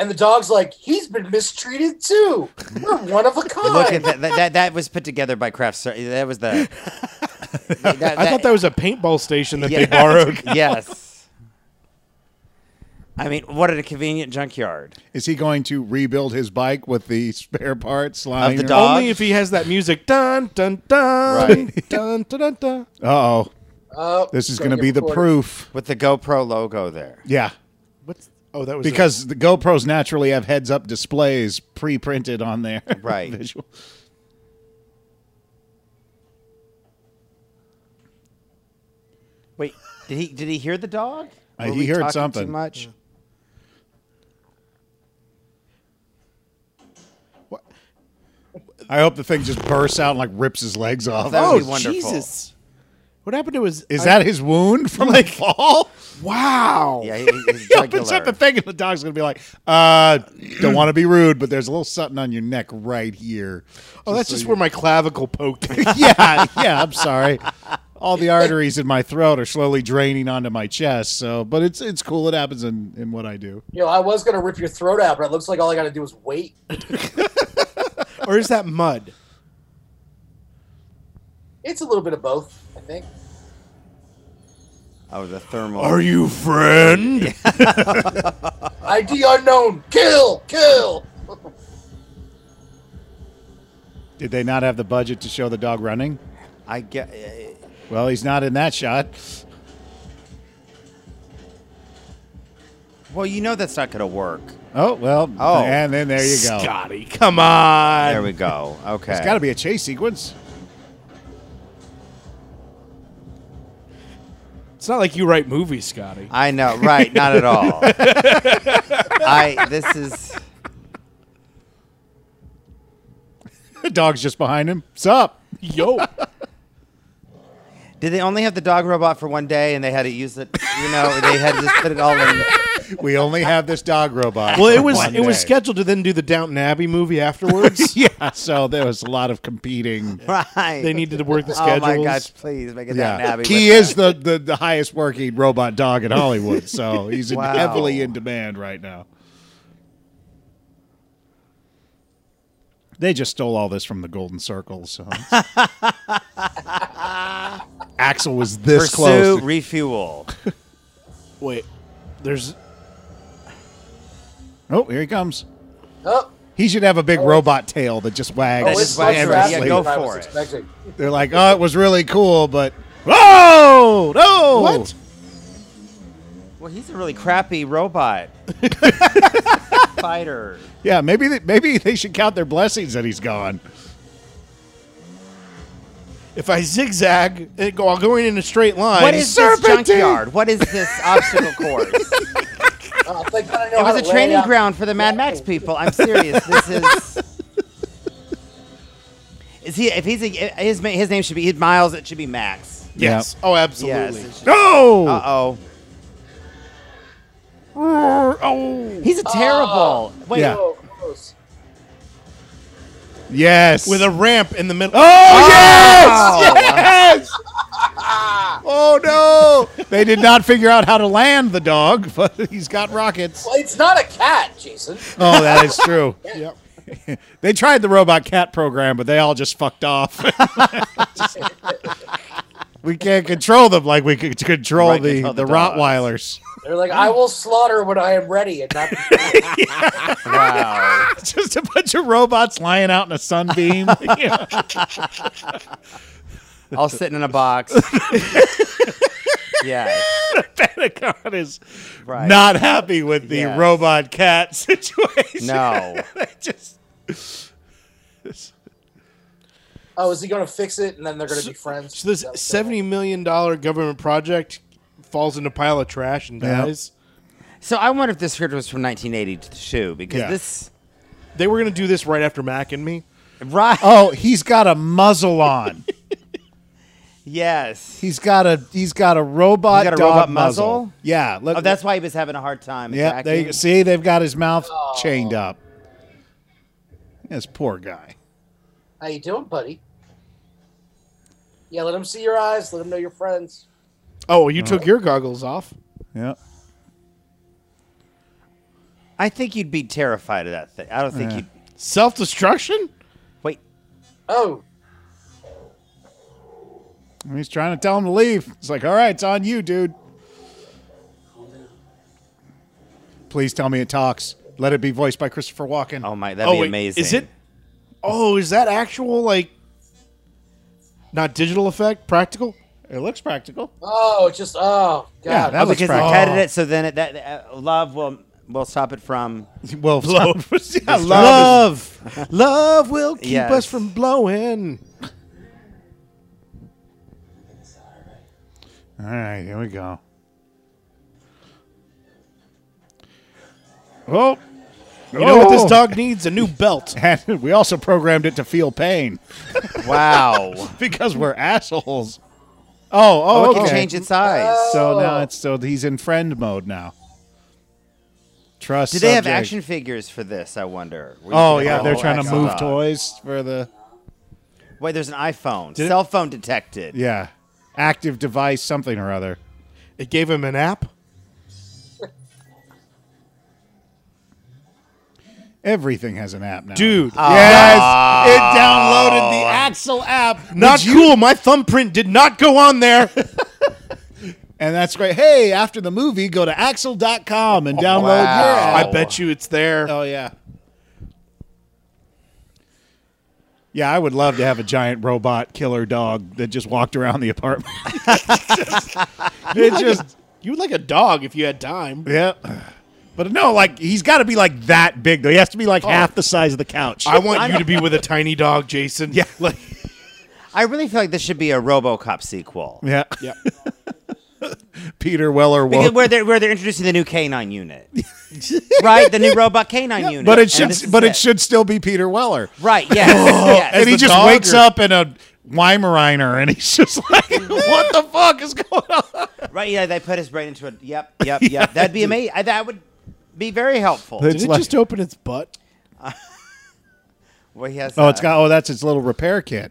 S3: And the dog's like, he's been mistreated too. We're one of a kind.
S6: Look at that, that, that. That was put together by Kraft. Ser- That was the. that,
S2: I thought that was a paintball station that they
S6: Yeah.
S2: borrowed.
S6: Yes. I mean, what at a convenient junkyard.
S1: Is he going to rebuild his bike with the spare parts lying
S6: the dog?
S2: Only if he has that music. Dun dun dun.
S6: Right.
S2: Dun dun dun. dun.
S1: Uh oh.
S3: Oh,
S1: This is
S3: gotta
S1: going to
S3: get
S1: be the
S3: recorded.
S1: proof.
S6: With the GoPro logo there.
S1: Yeah.
S2: What's? Oh, that was a-
S1: because the GoPros naturally have heads-up displays pre-printed on there.
S6: Right.
S1: Visual.
S6: Wait, did he did he hear the dog?
S1: Uh,
S6: Were
S1: he
S6: we
S1: heard
S6: talking
S1: something.
S6: Too much.
S1: I hope the thing just bursts out and like rips his legs off.
S6: That
S2: oh
S6: would be wonderful.
S2: Jesus! What happened to his?
S1: Is that his wound from like fall?
S2: wow?
S6: Yeah, he, he's
S1: He opens up the thing and the dog's gonna be like, uh, don't want to be rude, but there's a little something on your neck right here.
S2: Oh, that's just where my clavicle poked.
S1: yeah, yeah, I'm sorry. All the arteries in my throat are slowly draining onto my chest. So but it's it's cool it happens in, in what I do.
S3: You know, I was gonna rip your throat out, but it looks like all I gotta do is wait.
S2: or is that mud?
S3: It's a little bit of both, I think.
S6: Oh, the thermal.
S2: you friend?
S3: ID unknown. Kill, kill.
S1: Did they not have the budget to show the dog running?
S6: I get. uh,
S1: Well, he's not in that shot.
S6: Well, you know that's not going to work.
S1: Oh well.
S6: Oh.
S1: and then there you go.
S2: Scotty, come on.
S6: There we go. Okay.
S1: It's got to be a chase sequence.
S7: It's not like you write movies, Scotty.
S6: I know, right? Not at all. I this is
S1: The dog's just behind him. Sup?
S7: Yo,
S6: Did they only have the dog robot for one day and they had to use it? You know, they had to just put it all in.
S1: We only have this dog robot.
S2: Well,
S1: for
S2: it was
S1: one
S2: it was
S1: day.
S2: scheduled to then do the Downton Abbey movie afterwards.
S1: Yeah, so there was a lot of competing.
S6: Right.
S2: they needed to work the
S6: Oh
S2: schedules.
S6: my gosh! Please make it that
S1: Yeah,
S6: nabby.
S1: he is the, the the highest working robot dog in Hollywood, so he's in-
S6: Wow.
S1: heavily in demand right now. They just stole all this from the Golden Circle, so Axel was this
S6: pursue
S1: close. to-
S6: refuel.
S7: wait. There's
S1: oh, here he comes.
S3: Oh,
S1: He should have a big robot tail that just wags.
S3: oh,
S6: is
S3: it's
S6: why
S3: much
S6: I'm-
S3: faster
S6: yeah,
S1: endlessly.
S6: go
S3: than I was
S6: for it.
S3: expecting.
S1: They're like, oh, it was really cool, but oh no,
S2: What?
S6: Well, he's a really crappy robot fighter.
S1: Yeah, maybe they, maybe they should count their blessings that he's gone.
S2: If I zigzag, it go, I'll go in in a straight line.
S6: What is
S1: serpentine.
S6: this junkyard? What is this obstacle course? it
S3: Oh, thank God I know how
S6: was
S3: to
S6: a
S3: lay
S6: training
S3: out-
S6: ground for the Mad Max people. I'm serious. This is. Is he? If he's a, his ma- his name should be Miles. It should be Max.
S2: Yes. Oh, absolutely.
S6: Yes.
S1: No.
S6: Uh oh.
S1: Oh.
S6: He's a terrible. Wait,
S1: Yeah.
S3: Oh, close.
S1: Yes.
S2: With a ramp in the middle.
S1: Oh, yes! Yes! oh no! They did not figure out how to land the dog, but he's got rockets.
S3: Well, it's not a cat, Jason.
S1: Oh, that is true.
S2: Yep.
S1: They tried the robot cat program, but they all just fucked off. we can't control them like we could control
S6: Right,
S1: the
S6: control
S1: the,
S6: the dogs.
S1: Rottweilers.
S3: They're like, I will slaughter when I am ready, and not.
S6: Wow.
S1: It's just a bunch of robots lying out in a sunbeam. Yeah.
S6: all sitting in a box. yeah,
S1: Pentagon is
S6: right.
S1: not happy with the
S6: Yes.
S1: robot cat situation.
S6: No.
S1: They just
S3: Oh, is he going to fix it? And then they're going to be friends.
S2: So this
S3: That was so
S2: seventy million dollar government project falls in a pile of trash and
S1: Yeah.
S2: dies.
S6: So I wonder if this script was from 1982 because
S1: Yeah.
S6: this
S2: They were gonna do this right after Mac and me.
S6: right.
S1: Oh, he's got a muzzle on.
S6: Yes.
S1: he's got a he's got a robot
S6: He's got a
S1: dog
S6: robot
S1: muzzle.
S6: muzzle?
S1: Yeah. Let,
S6: Oh, that's why he was having a hard time.
S1: yeah.
S6: attacking.
S1: They see they've got his mouth chained
S6: Oh.
S1: up. This poor guy.
S3: How you doing, buddy? Yeah, let them see your eyes. Let them know you're friends.
S2: Oh, you
S7: Uh-huh.
S2: took your goggles off.
S1: Yeah.
S6: I think you'd be terrified of that thing. I don't think
S1: Yeah.
S6: you'd.
S2: Self destruction?
S6: Wait.
S3: Oh,
S1: He's trying to tell him to leave. It's like, all right, it's on you, dude. Please tell me it talks. Let it be voiced by Christopher Walken.
S6: Oh my, that'd
S2: oh,
S6: be
S2: wait,
S6: amazing.
S2: Is it? Oh, is that actual like? Not digital effect, practical.
S1: It looks practical.
S3: oh, just oh, god.
S1: Yeah, that
S6: Oh,
S1: looks
S6: because they
S1: practical.
S6: edited it, so then it, that uh, love will will stop it from.
S1: Well, love, yeah, love.
S2: Ah, Love, love will keep
S6: Yes.
S2: us from blowing.
S1: All right, here we go. Oh,
S2: You know what this dog needs? A new belt.
S1: And we also programmed it to feel pain
S6: Wow.
S1: because we're assholes. Oh, oh,
S6: oh, it
S1: okay.
S6: can change its size.
S1: So now it's so he's in friend mode now. Trust.
S6: Did they have
S1: subject.
S6: action figures for this? I wonder. Where you
S1: Oh
S6: can
S1: yeah, they're
S6: roll
S1: trying to
S6: Axel
S1: move
S6: up.
S1: toys for the
S6: Wait, there's an iPhone. Cell phone detected.
S1: yeah active device something or other.
S2: It gave him an app.
S1: Everything has an app now,
S2: Dude. Oh.
S1: Yes, it downloaded the Axel app.
S2: Not
S1: Would you-
S2: cool. My thumbprint did not go on there.
S1: and that's great. Hey, after the movie, go to Axel.com and download your app.
S2: I bet you it's there.
S1: Oh yeah. Yeah, I would love to have a giant robot killer dog that just walked around the apartment. it just
S2: You would like a dog if you had time.
S1: yeah. But no, like he's got to be like that big though. He has to be like half the size of the couch.
S2: I want you to be with a tiny dog, Jason.
S1: Yeah.
S2: Like,
S6: I really feel like this should be a RoboCop sequel.
S1: yeah.
S2: yeah.
S1: Peter Weller
S6: Because
S1: woke.
S6: where they're where they're introducing the new canine unit, right? The new robot canine unit.
S1: But it
S6: And this
S1: should,
S6: is
S1: but it should still be Peter Weller.
S6: Right? Yes. yes.
S1: and he
S2: the
S1: just
S2: dog
S1: wakes
S2: or-
S1: up in a Weimaraner, and he's just like, "What the fuck is going on?"
S6: Right? Yeah. They put his brain into it. Yep. Yep. Yep. That'd be amazing. That would be very helpful.
S1: It's
S7: Did it
S1: like-
S7: just open its butt?
S6: Well, he has.
S1: Oh, it's
S6: uh,
S1: got. Oh, that's its little repair kit.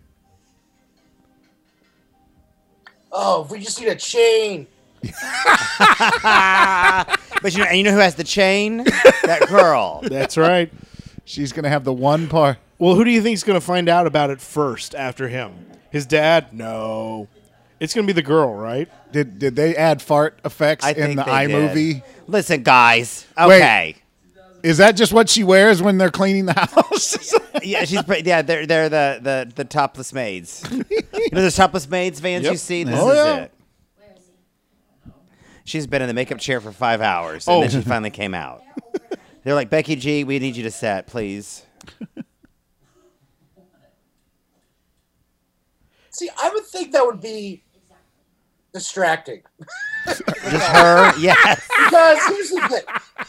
S3: Oh, we just need a chain.
S6: But you know, and you know who has the chain? that girl.
S7: That's right.
S1: She's gonna have the one part.
S2: Well, who do you think's going to find out about it first after him? His dad? No. It's going to be the girl, right?
S1: Did did they add fart effects
S6: I
S1: in
S6: think
S1: the
S6: they did.
S1: iMovie?
S6: Listen, guys. Okay.
S1: Is that just what she wears when they're cleaning the house?
S6: Yeah, she's pretty. Yeah, they're they're the the, the topless maids. you know those topless maids vans you
S1: Yep.
S6: see. This
S1: Oh,
S6: is
S1: yeah.
S6: it. She's been in the makeup chair for five hours, and
S1: Oh.
S6: then she finally came out. They're like Becky G, we need you to set, please.
S3: See, I would think that would be distracting
S6: Just her, yes,
S3: because here's the thing.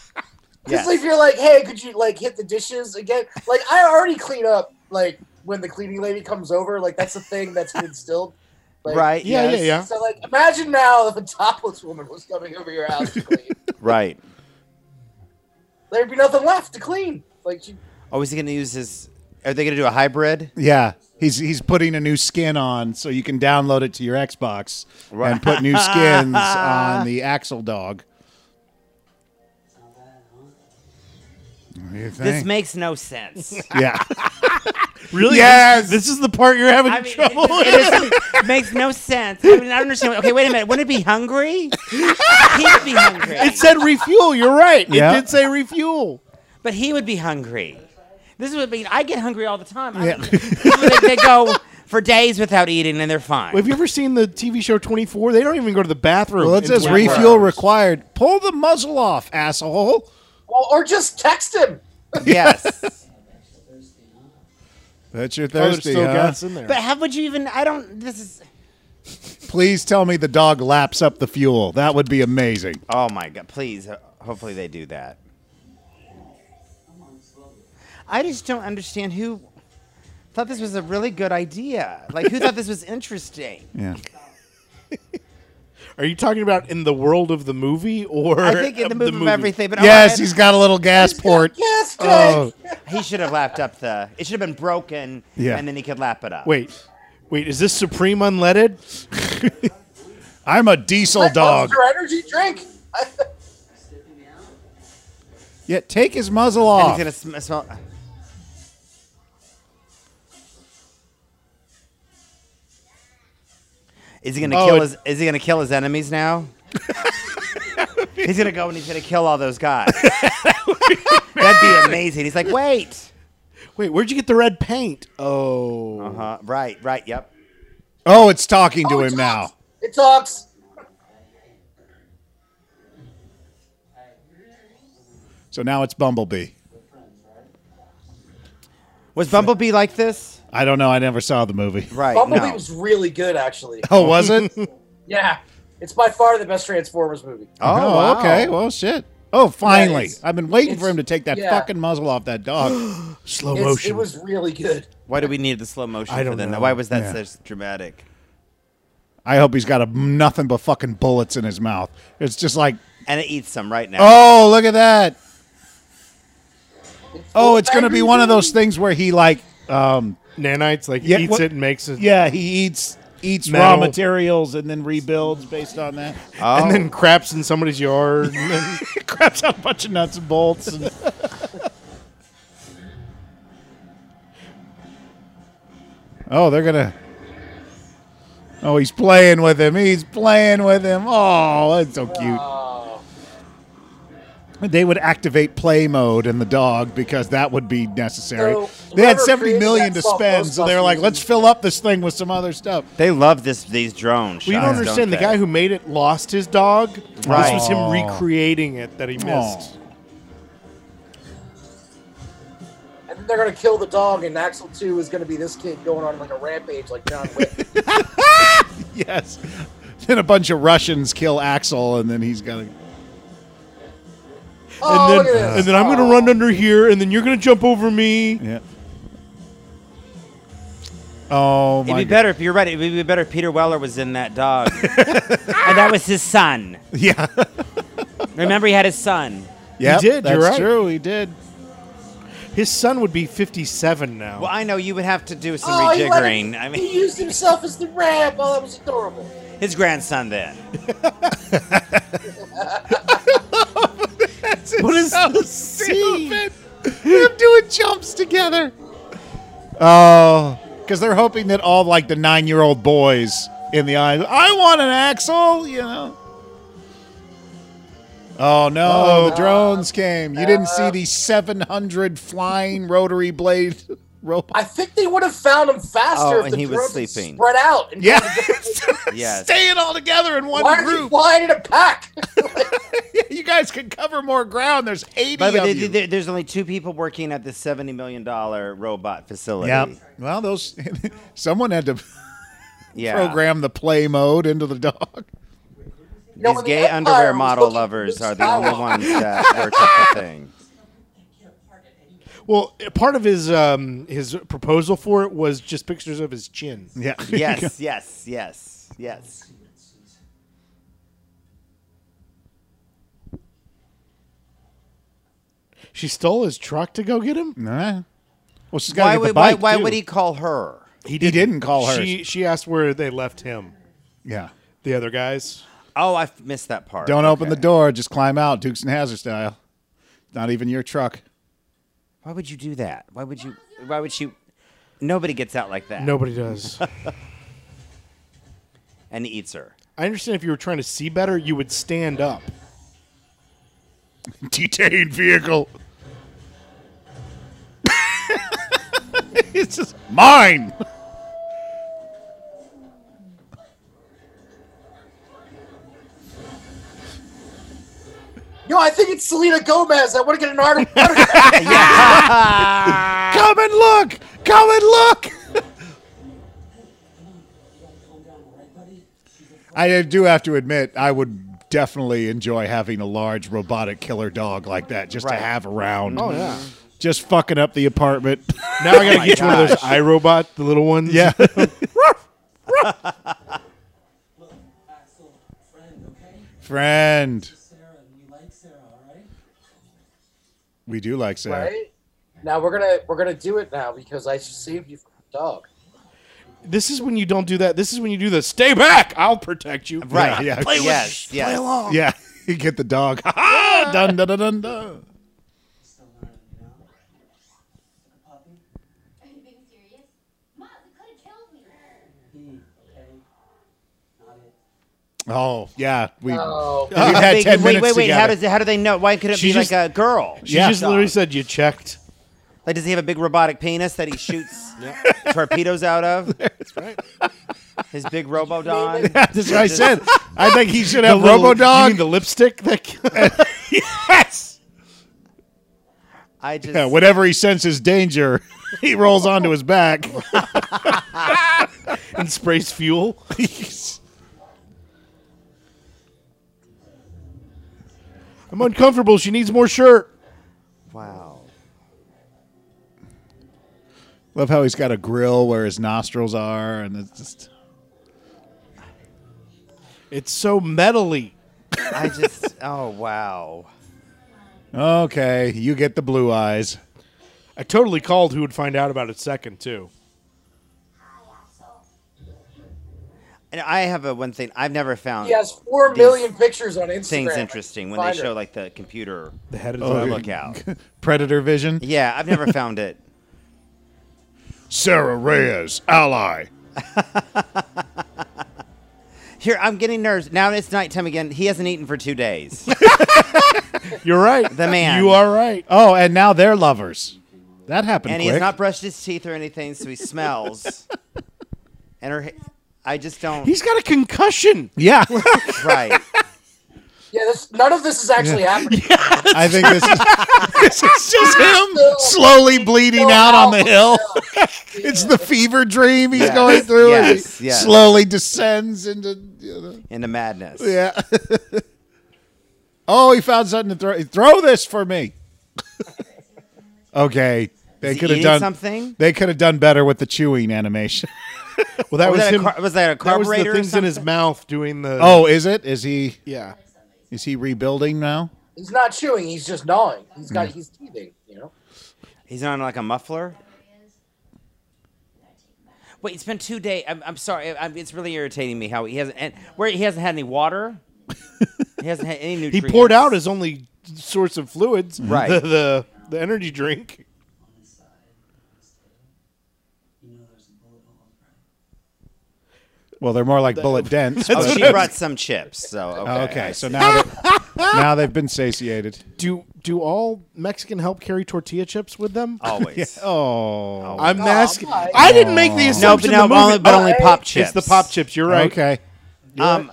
S3: Because
S6: yes.
S3: if you're like, hey, could you like hit the dishes again? Like, I already clean up. Like when the cleaning lady comes over, like that's a thing that's been instilled. Like,
S6: right,
S2: Yeah,
S6: yes.
S2: yeah, yeah.
S3: So like, imagine now if a topless woman was coming over your house to clean.
S6: right.
S3: There'd be nothing left to clean. Like she,
S6: Oh, is he going to use his? Are they going to do a hybrid?
S1: yeah, he's he's putting a new skin on, so you can download it to your Xbox and put new skins on the Axel dog. What do you
S6: This
S1: think?
S6: makes no sense.
S1: yeah,
S2: Really?
S1: Yes.
S2: This, is the part you're having
S6: I mean,
S2: trouble with.
S6: it, it makes no sense. I, mean, I don't understand. Okay, wait a minute. Wouldn't it be hungry? He would be hungry.
S2: It said refuel. You're right. It
S1: Yeah.
S2: did say refuel.
S6: But he would be hungry. This would be. I get hungry all the time. I- they, they go for days without eating and they're fine.
S2: Have you ever seen the TV show 24? They don't even go to the bathroom.
S1: well, it
S2: in
S1: says
S2: 24
S1: refuel
S2: hours.
S1: required. Pull the muzzle off, asshole.
S3: well, or just text him.
S6: yes.
S1: That's your
S2: Oh, there's
S1: thirsty,
S2: still
S1: huh?
S2: gas in there.
S6: but how would you even? I don't. This is.
S1: Please tell me the dog laps up the fuel. That would be amazing.
S6: Oh my god! Please. ho- Hopefully they do that. I just don't understand who thought this was a really good idea. Like who thought this was interesting?
S1: Yeah.
S2: Are you talking about in the world of the movie or
S6: I think in the
S2: of
S6: movie, of everything. But
S1: Yes,
S6: oh,
S1: he's got a little gas port.
S3: Yes,
S1: Oh.
S3: Greg.
S6: he should have lapped up the. It should have been broken.
S1: Yeah.
S6: And then he could lap it up.
S2: Wait. Wait, is this Supreme Unleaded?
S1: I'm a diesel
S3: Like,
S1: dog.
S3: Monster energy drink.
S1: Yeah, take his muzzle
S6: And
S1: off.
S6: he's gonna sm- smell. Is he gonna
S2: Oh,
S6: kill
S2: it-
S6: his? Is he gonna kill his enemies now? he's gonna go and he's gonna kill all those guys. That'd be amazing. He's like, wait.
S2: Wait, where'd you get the red paint? Oh.
S6: Uh huh. Right. Right. Yep.
S1: Oh, it's talking to
S3: Oh, it
S1: him now.
S3: talks. It talks.
S1: So now it's Bumblebee.
S6: Was Bumblebee like this?
S1: I don't know. I never saw the movie.
S6: Right.
S3: Bumblebee
S6: no.
S3: was really good, actually.
S1: Oh, was it? oh,
S3: Yeah, it's by far the best Transformers movie.
S2: Oh,
S6: wow.
S1: Oh, okay. Well, shit. Oh, finally.
S3: it's-
S1: I've been waiting for
S3: it's-
S1: him to take that
S3: yeah.
S1: fucking muzzle off that dog.
S2: Slow
S3: It's,
S2: motion.
S3: it was really good.
S6: Why do we need the slow motion?
S2: I
S6: for
S2: don't
S6: that?
S2: know.
S6: Why was that
S1: Yeah.
S6: so dramatic?
S1: I hope he's got a, nothing but fucking bullets in his mouth. It's just like,
S6: And it eats them right now.
S1: oh, look at that. Oh, it's going to be one of those things where he like, um,
S2: Nanites, like,
S1: Yeah,
S2: eats
S1: what-
S2: it and makes it.
S1: yeah, he eats eats raw
S2: Metal.
S1: materials and then rebuilds based on that.
S6: Oh.
S2: And then craps in somebody's yard. and then-
S1: Craps out a bunch of nuts and bolts. And oh, they're gonna. Oh, he's playing with him. He's playing with him. Oh, that's so cute. They would activate play mode in the dog because that would be necessary.
S3: So,
S1: they had
S3: whoever
S1: 70
S3: created
S1: million
S3: that
S1: to
S3: small
S1: spend, so they were like,
S3: Ghostbusters-
S1: let's fill up this thing with some other stuff.
S6: They love this these drone shots.
S2: Well, you don't understand. the
S6: they?
S2: guy who made it lost his dog.
S6: Right.
S2: This was him
S1: Aw.
S2: recreating it that he missed.
S3: And then they're gonna kill the dog, and Axel Two is gonna be this kid going on like a rampage, like John Wick.
S1: Yes. Then a bunch of Russians kill Axel, and then he's got to.
S3: Oh,
S2: and
S3: look
S2: then,
S3: at this.
S2: and then I'm gonna
S3: Oh.
S2: run under here, and then you're gonna jump over me.
S1: Yeah. Oh
S6: It'd
S1: my!
S6: be
S1: God.
S6: better if you're right. It'd be better if Peter Weller was in that dog, and that was his son.
S1: Yeah.
S6: Remember, he had his son.
S1: yeah.
S2: did,
S1: That's
S2: you're right.
S1: true. He did.
S2: His son would be 57 now.
S6: Well, I know you would have to do some
S3: Oh, he let
S6: rejiggering.
S3: him-
S6: I
S3: he
S6: mean,
S3: used himself as the ramp. Oh, that was adorable.
S6: his grandson then.
S1: What is so this? Stupid. Them doing jumps together. Oh, because they're hoping that all like the nine-year-old boys in the eye. I want an Axel, you know. Oh no! Uh. the drones came. You didn't see the 700 flying rotary blade robot.
S3: I think they would have found him faster
S6: Oh,
S3: if
S6: and
S3: the
S6: he was
S3: drones had
S6: sleeping.
S3: spread out. And
S1: Yeah,
S6: Yes.
S1: staying all together in one
S3: Why are you
S1: group.
S3: flying in a pack?
S1: you guys can cover more ground. There's 80
S6: By the
S1: of
S6: way,
S1: you.
S6: there- there- there's only two people working at the seventy million dollar robot facility.
S1: Yep. Well, those someone had to
S6: Yeah.
S1: program the play mode into the dog.
S3: You know,
S6: These
S3: when the
S6: gay
S3: Empire
S6: underwear
S3: was
S6: model
S3: looking for
S6: lovers
S3: Luke
S6: are the only
S3: Skywalker,
S6: ones that work at the thing.
S2: Well, part of his um, his proposal for it was just pictures of his chin.
S1: Yeah.
S6: Yes, yes, yes, yes.
S2: She stole his truck to go get him.
S1: Nah. Well, she's got
S6: Why
S1: to get the
S6: would why,
S1: bike.
S6: why
S1: too.
S6: would he call her?
S1: He didn't, call her.
S2: She she asked where they left him.
S1: yeah.
S2: The other guys.
S6: Oh, I missed that part.
S1: Don't open
S6: Okay.
S1: the door. Just climb out, Dukes and Hazard style. Not even your truck.
S6: Why would you do that? Why would you? Why would she? Nobody gets out like that.
S2: Nobody does.
S6: And he eats her.
S2: I understand if you were trying to see better, you would stand up.
S1: Detained vehicle. it's just mine.
S3: Yo, I think it's Selena Gomez. I want to get an article.
S1: Come and look. Come and look. I do have to admit, I would definitely enjoy having a large robotic killer dog like that just
S6: Right.
S1: to have around.
S2: Oh yeah.
S1: Just fucking up the apartment.
S2: Now
S6: Oh
S2: I gotta get you one of those iRobot, the little ones.
S1: yeah.
S8: Look, Axel, friend, okay?
S1: Friend.
S8: Sarah, you like Sarah, alright?
S1: We do like Sarah.
S3: right? Now we're gonna we're gonna do it now because I saved you from the dog.
S2: This is when you don't do that. This is when you do the stay back. I'll protect you.
S6: Right.
S1: yeah.
S6: Play yes. yes.
S1: Yeah. You get the dog. Ha ha! Dun dun dun dun dun.
S8: Still learning, you know? Puppy?
S9: Are you being serious? Mom, it could have killed me.
S8: He, okay? Not it.
S1: Oh, yeah. We,
S3: Oh,
S1: we had
S6: Wait,
S1: 10
S6: wait,
S1: minutes
S6: wait, wait. How
S1: together.
S6: does it, how do they know? Why could it
S2: She
S6: be
S2: just-
S6: like a girl?
S2: She
S1: Yeah.
S2: just literally said you checked.
S6: Like, does he have a big robotic penis that he shoots torpedoes out of? That's right. His big Robodon.
S1: That's what I said. I think he should have
S2: Little- You
S1: Robodog.
S2: mean the lipstick that
S1: yes.
S6: I just.
S1: Yeah, whenever he senses danger, he rolls onto his back.
S2: and sprays fuel? I'm uncomfortable. She needs more shirt.
S6: Wow.
S1: Love how he's got a grill where his nostrils are, and it's just
S2: It's so metally.
S6: I just. Oh wow.
S1: okay. You get the blue eyes.
S2: I totally called who would find out about it second too.
S6: And I have a one thing I've never found.
S3: he has four
S6: these
S3: million pictures on Instagram.
S6: Things interesting when they
S3: Find
S6: show
S3: her.
S6: like the computer
S2: The head of the
S1: Oh,
S6: look out.
S1: Predator vision.
S6: Yeah, I've never found it.
S1: Sarah Reyes, ally.
S6: Here, I'm getting nerves. Now it's nighttime again. He hasn't eaten for two days.
S2: You're right.
S6: The man.
S2: You are right.
S1: Oh, and now they're lovers. That happened
S6: and he
S1: quick.
S6: has not brushed his teeth or anything, so he smells. and her, I just don't.
S2: He's got a concussion.
S1: yeah.
S6: right.
S3: Yeah, this, none of this is actually happening.
S1: I think this is this is just him
S3: Still-
S1: slowly bleeding
S3: still
S1: out on
S3: out.
S1: the hill. it's the fever dream he's
S6: Yes,
S1: going through as
S6: yes,
S1: he
S6: yes.
S1: slowly descends into you know,
S6: into madness.
S1: yeah. oh, he found something to throw. Throw this for me. okay, they
S6: he
S1: could have
S6: eating
S1: done
S6: something?
S1: They could have done better with the chewing animation.
S2: Well, that
S6: Was,
S2: was,
S6: Oh, that
S2: him.
S6: a car- was that a
S2: that was
S6: carburetor?
S2: the
S6: or
S2: things in his
S6: something?
S2: mouth doing the.
S1: Oh, is it? Is he?
S2: yeah.
S1: Is he rebuilding now?
S3: He's not chewing. He's just gnawing. He's got. He's teething. You know.
S6: He's on like a muffler. Wait, it's been two days. I'm, I'm sorry. I'm, it's really irritating me how he hasn't and where he hasn't had any water. he hasn't had any
S2: He
S6: nutrients.
S2: poured out his only source of fluids.
S6: Right.
S2: The, the, the energy drink.
S8: You know there's a bullet hole, right?
S1: Well, they're more like bullet dents.
S6: Oh,
S1: but-
S6: she brought some chips. So okay.
S1: okay, so now they- now they've been satiated.
S7: Do do all Mexican help carry tortilla chips with them?
S2: Uh,
S6: Always.
S1: Oh,
S2: I'm asking.
S3: my.
S2: I didn't make the
S6: No, but
S2: assumption.
S6: no,
S2: the
S6: but
S2: movie-
S6: only, but
S2: Oh,
S6: only pop chips.
S2: It's the pop chips. You're right.
S1: okay.
S6: Um,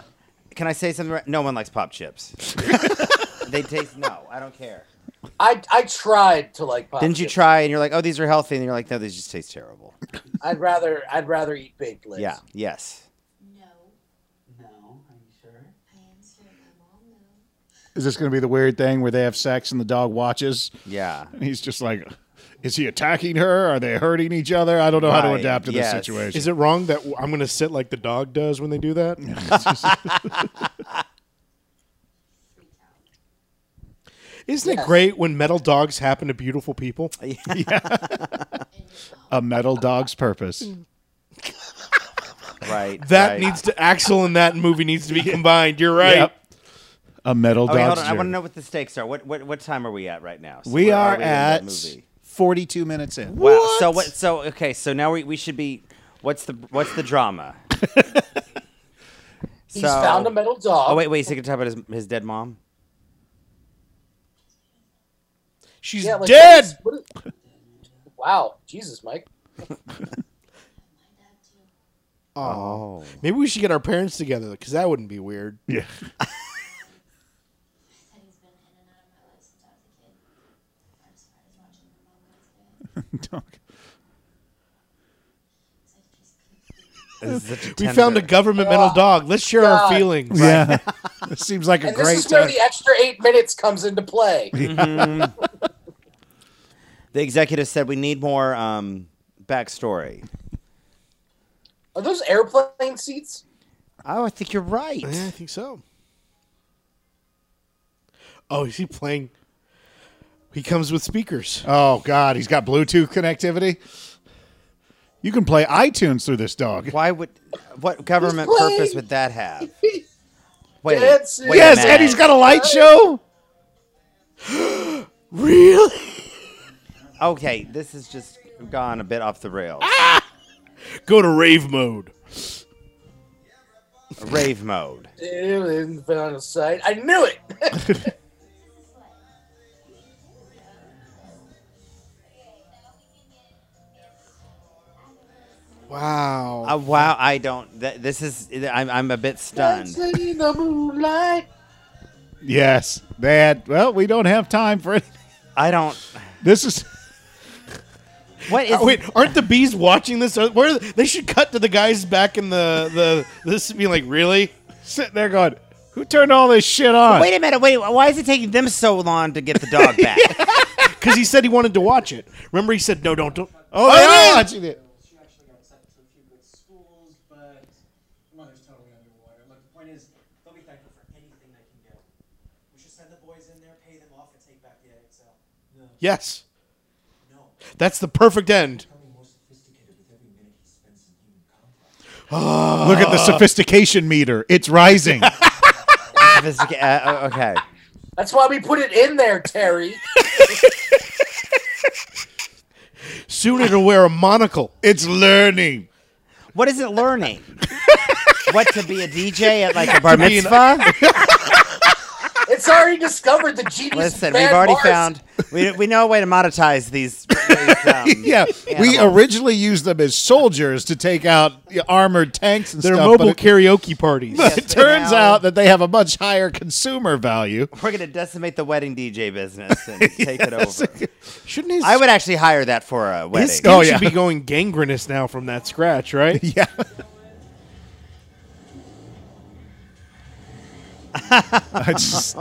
S6: can I say something? right- No one likes pop chips. they taste no. I don't care.
S3: I I tried to like. Pop
S6: Didn't you
S3: chips.
S6: try and you're like, oh, these are healthy, and you're like, no, these just taste terrible.
S3: I'd rather I'd rather eat baked legs.
S6: Yeah. Yes.
S9: No,
S8: No, are you sure?
S9: I am sure my mom knew.
S1: Is this going to be the weird thing where they have sex and the dog watches?
S6: Yeah.
S1: And he's just like, is he attacking her? Are they hurting each other? I don't know how to
S6: Right,
S1: adapt to
S6: yes.
S1: this situation.
S2: Is it wrong that w- I'm going to sit like the dog does when they do that?
S9: Freak out.
S2: Isn't it
S3: Yes.
S2: great when metal dogs happen to beautiful people?
S9: And your mom.
S1: a metal dog's purpose.
S6: Right.
S2: That
S6: right.
S2: needs to Axel and that movie needs to be combined. You're right.
S1: Yep. A metal
S6: Okay, hold
S1: dog's
S6: on. I
S1: journey.
S6: want to Oh, know what the stakes are. What what what time are we at right now? So
S1: We
S6: where
S1: are
S6: in that
S1: at
S6: movie?
S1: 42 minutes in.
S6: Wow. So what? So okay. So now we, we should be. What's the what's the drama?
S3: He's found a metal dog.
S6: Oh wait, wait. So you can talk about his his dead mom.
S2: She's
S3: Yeah, like,
S2: dead.
S3: what is- what is- wow, Jesus, Mike.
S6: Oh.
S2: Maybe we should get our parents together because that wouldn't be weird.
S1: Yeah.
S9: I said he's been in and out of my life since I was a kid. I'm surprised watching my mom go through it.
S1: Dog.
S9: It's like she's
S2: We found a government metal dog. Let's share our
S3: God.
S2: feelings.
S1: Yeah. this seems like a
S3: And
S1: great
S3: this is where
S1: time.
S3: the extra eight minutes comes into play.
S6: The executive said we need more um backstory.
S3: Are those airplane seats?
S6: Oh, I think you're
S2: Yeah, I
S6: right.
S2: think so. Oh, is he playing? He comes with speakers.
S1: Oh, God. He's got Bluetooth connectivity. You can play iTunes through this dog.
S6: Why would what government
S3: He's playing.
S6: purpose would that have? Wait.
S3: Dancing.
S6: wait a
S1: Yes,
S6: minute.
S1: and he's got a light show.
S2: Really?
S6: Okay, this has just gone a bit off the rails.
S2: Go to rave mode.
S6: Rave mode.
S3: Alien found a site. I knew it.
S2: Wow.
S6: Uh, wow, I don't. Th- this is. I'm. I'm a bit stunned.
S3: Dancing in the moonlight.
S1: Yes. They had, well, we don't have time for it.
S6: I don't.
S1: This is.
S6: What is?
S2: Uh, wait, aren't the bees watching this? Uh, Where are they? they should cut to the guys back in the the this being like, really?
S1: sitting there going, "Who turned all this shit on?"
S6: Wait a minute. Wait. Why is it taking them so long to get the dog back?
S2: Because he said he wanted to watch it. Remember, he said no, don't, don't.
S1: oh, they are watching it.
S8: She actually got sent to a few good schools, but her mother's totally underwater. Look, the point is, they'll be thankful for anything they can get. We should send the boys in there, pay them off, and take back the AXL. No,
S2: Yes,
S8: no.
S2: that's the perfect end.
S8: Becoming more sophisticated with every minute he spends in human contact.
S1: Look at the
S2: Uh.
S1: sophistication meter; it's rising.
S6: Sophistica- uh, uh, okay.
S3: That's why we put it in there, Terry.
S2: Soon it'll wear a monocle.
S1: it's learning.
S6: What is it learning? what to be a DJ at like a
S2: To
S6: bar
S2: be an-
S6: mitzvah?
S3: It's already discovered the genius. of
S6: Listen,
S3: Van
S6: we've already
S3: Morrison.
S6: found. We, we know a way to monetize these these, um,
S1: Yeah, we
S6: animals.
S1: originally used them as soldiers to take out yeah, armored tanks and
S2: They're
S1: stuff.
S2: mobile
S1: but it,
S2: karaoke parties.
S1: but
S6: Yes,
S1: it turns
S6: now-
S1: out that they have a much higher consumer value.
S6: We're gonna decimate the wedding DJ business and take it over.
S2: Shouldn't his,
S6: I would actually hire that for a wedding.
S2: his skin
S1: Oh, yeah.
S2: should be going gangrenous now from that scratch, right?
S1: Yeah, I just-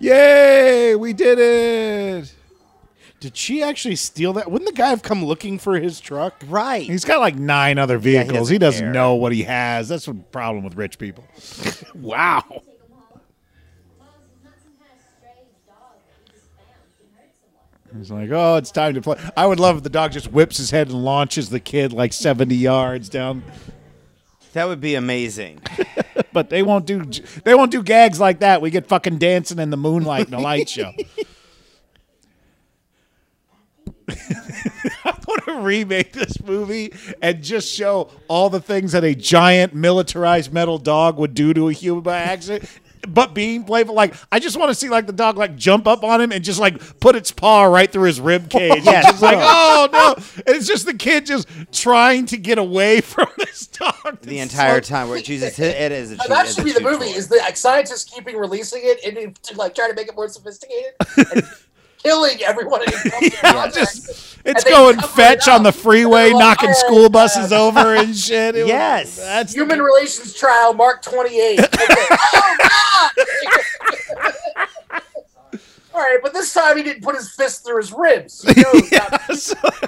S1: Yay! We did it.
S2: Did she actually steal that? Wouldn't the guy have come looking for his truck?
S6: right.
S1: He's got like nine other vehicles.
S6: doesn't
S1: he doesn't
S6: care.
S1: know what he has. That's the problem with rich people.
S2: Wow.
S9: Take him home. Moms is not some kind of stray dog that you just found. He hurt someone.
S1: He's like, oh, it's time to play. I would love if the dog just whips his head and launches the kid like 70 yards down.
S6: That would be amazing.
S1: But they won't do they won't do gags like that. We get fucking dancing in the moonlight in a light show. I want to remake this movie and just show all the things that a giant militarized metal dog would do to a human by accident. But being playful, like I just want to see like the dog like jump up on him and just like put its paw right through his rib cage.
S6: Yes.
S1: It's just like, oh no. And it's just the kid just trying to get away from this dog.
S6: The
S1: It's
S6: entire
S1: so-
S6: time where Jesus hit it is a cheat.
S3: that
S6: it's
S3: should
S6: a
S3: be the
S6: cheat
S3: movie.
S6: toy.
S3: Is the like, scientists keeping releasing it and it- to, like trying to make it more sophisticated, and killing everyone. In yeah,
S1: just it's going fetch on the freeway, knocking school buses over and shit. It was-
S6: "Oh, Yes.
S1: that's
S3: Human relations trial, Mark twenty eight. Okay. oh God! All right, but this time he didn't put his fist through his ribs. He knows not-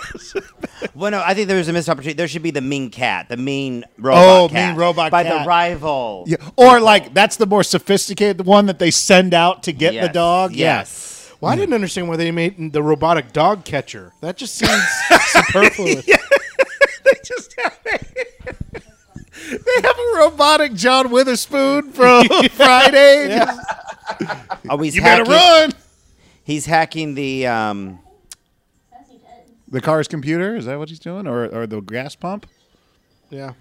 S6: well, no, I think there was a missed opportunity. There should be the mean cat, the mean robot.
S1: Oh, mean
S6: cat
S1: robot
S6: by
S1: cat.
S6: the rival.
S1: yeah. Or like that's the more sophisticated one that they send out to get the
S6: Yes,
S1: dog.
S6: Yes.
S2: Well, I didn't understand why they made the robotic dog catcher. That just seems superfluous.
S1: Yeah. they just have a, they have a robotic John Witherspoon from Friday. Just,
S6: Oh, he's
S1: you better
S6: hacking,
S1: run.
S6: He's hacking the um,
S9: That's what he did.
S1: The car's computer is that what he's doing, or or the gas pump?
S2: Yeah.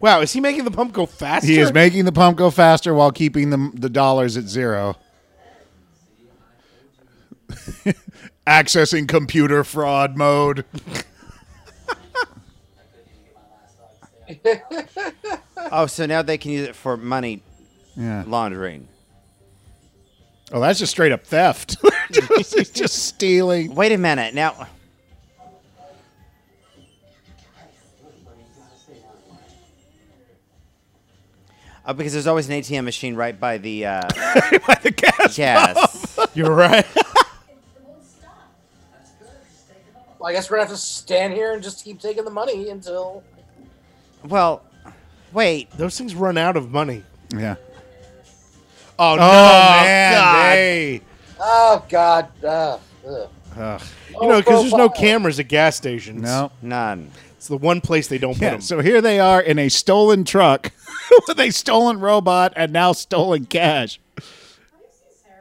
S2: Wow, is he making the pump go faster?
S1: He is making the pump go faster while keeping the, the dollars at zero. Accessing computer fraud mode.
S6: Oh, so now they can use it for money
S1: Yeah.
S6: laundering.
S1: Oh, that's just straight up theft. just, just stealing.
S6: Wait a minute. Now, oh, because there's always an ATM machine right by the uh,
S1: By the gas.
S6: gas.
S2: You're right.
S9: It won't stop.
S3: Well, I guess we're gonna have to stand here and just keep taking the money until.
S6: Well, wait.
S2: Those things run out of money.
S1: Yeah.
S2: Oh,
S1: Oh, man.
S2: God.
S1: they-
S3: Oh God! Uh, ugh. Oh,
S1: Ugh,
S2: You know, because
S1: Oh.
S2: there's no
S3: Profile.
S2: cameras at gas stations.
S1: no.
S6: None.
S2: It's the one place they don't put
S1: Yeah,
S2: them.
S1: so here they are in a stolen truck with a stolen robot and now stolen cash.
S9: Have you seen Sarah?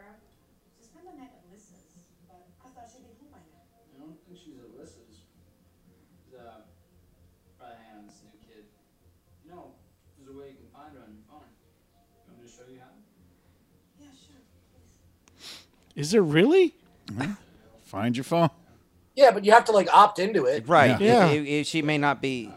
S9: She spent the night at Liz's, but I thought she'd be home by now.
S8: I don't think she's illicit. She's uh, probably hanging on this new kid. You know, there's a way you can find her on your phone. You want me to show you how?
S9: Yeah, sure. Please.
S2: Is there really?
S1: Find your phone.
S3: Yeah, but you have to like opt into it.
S6: Right.
S2: Yeah.
S6: It- it- she may not be.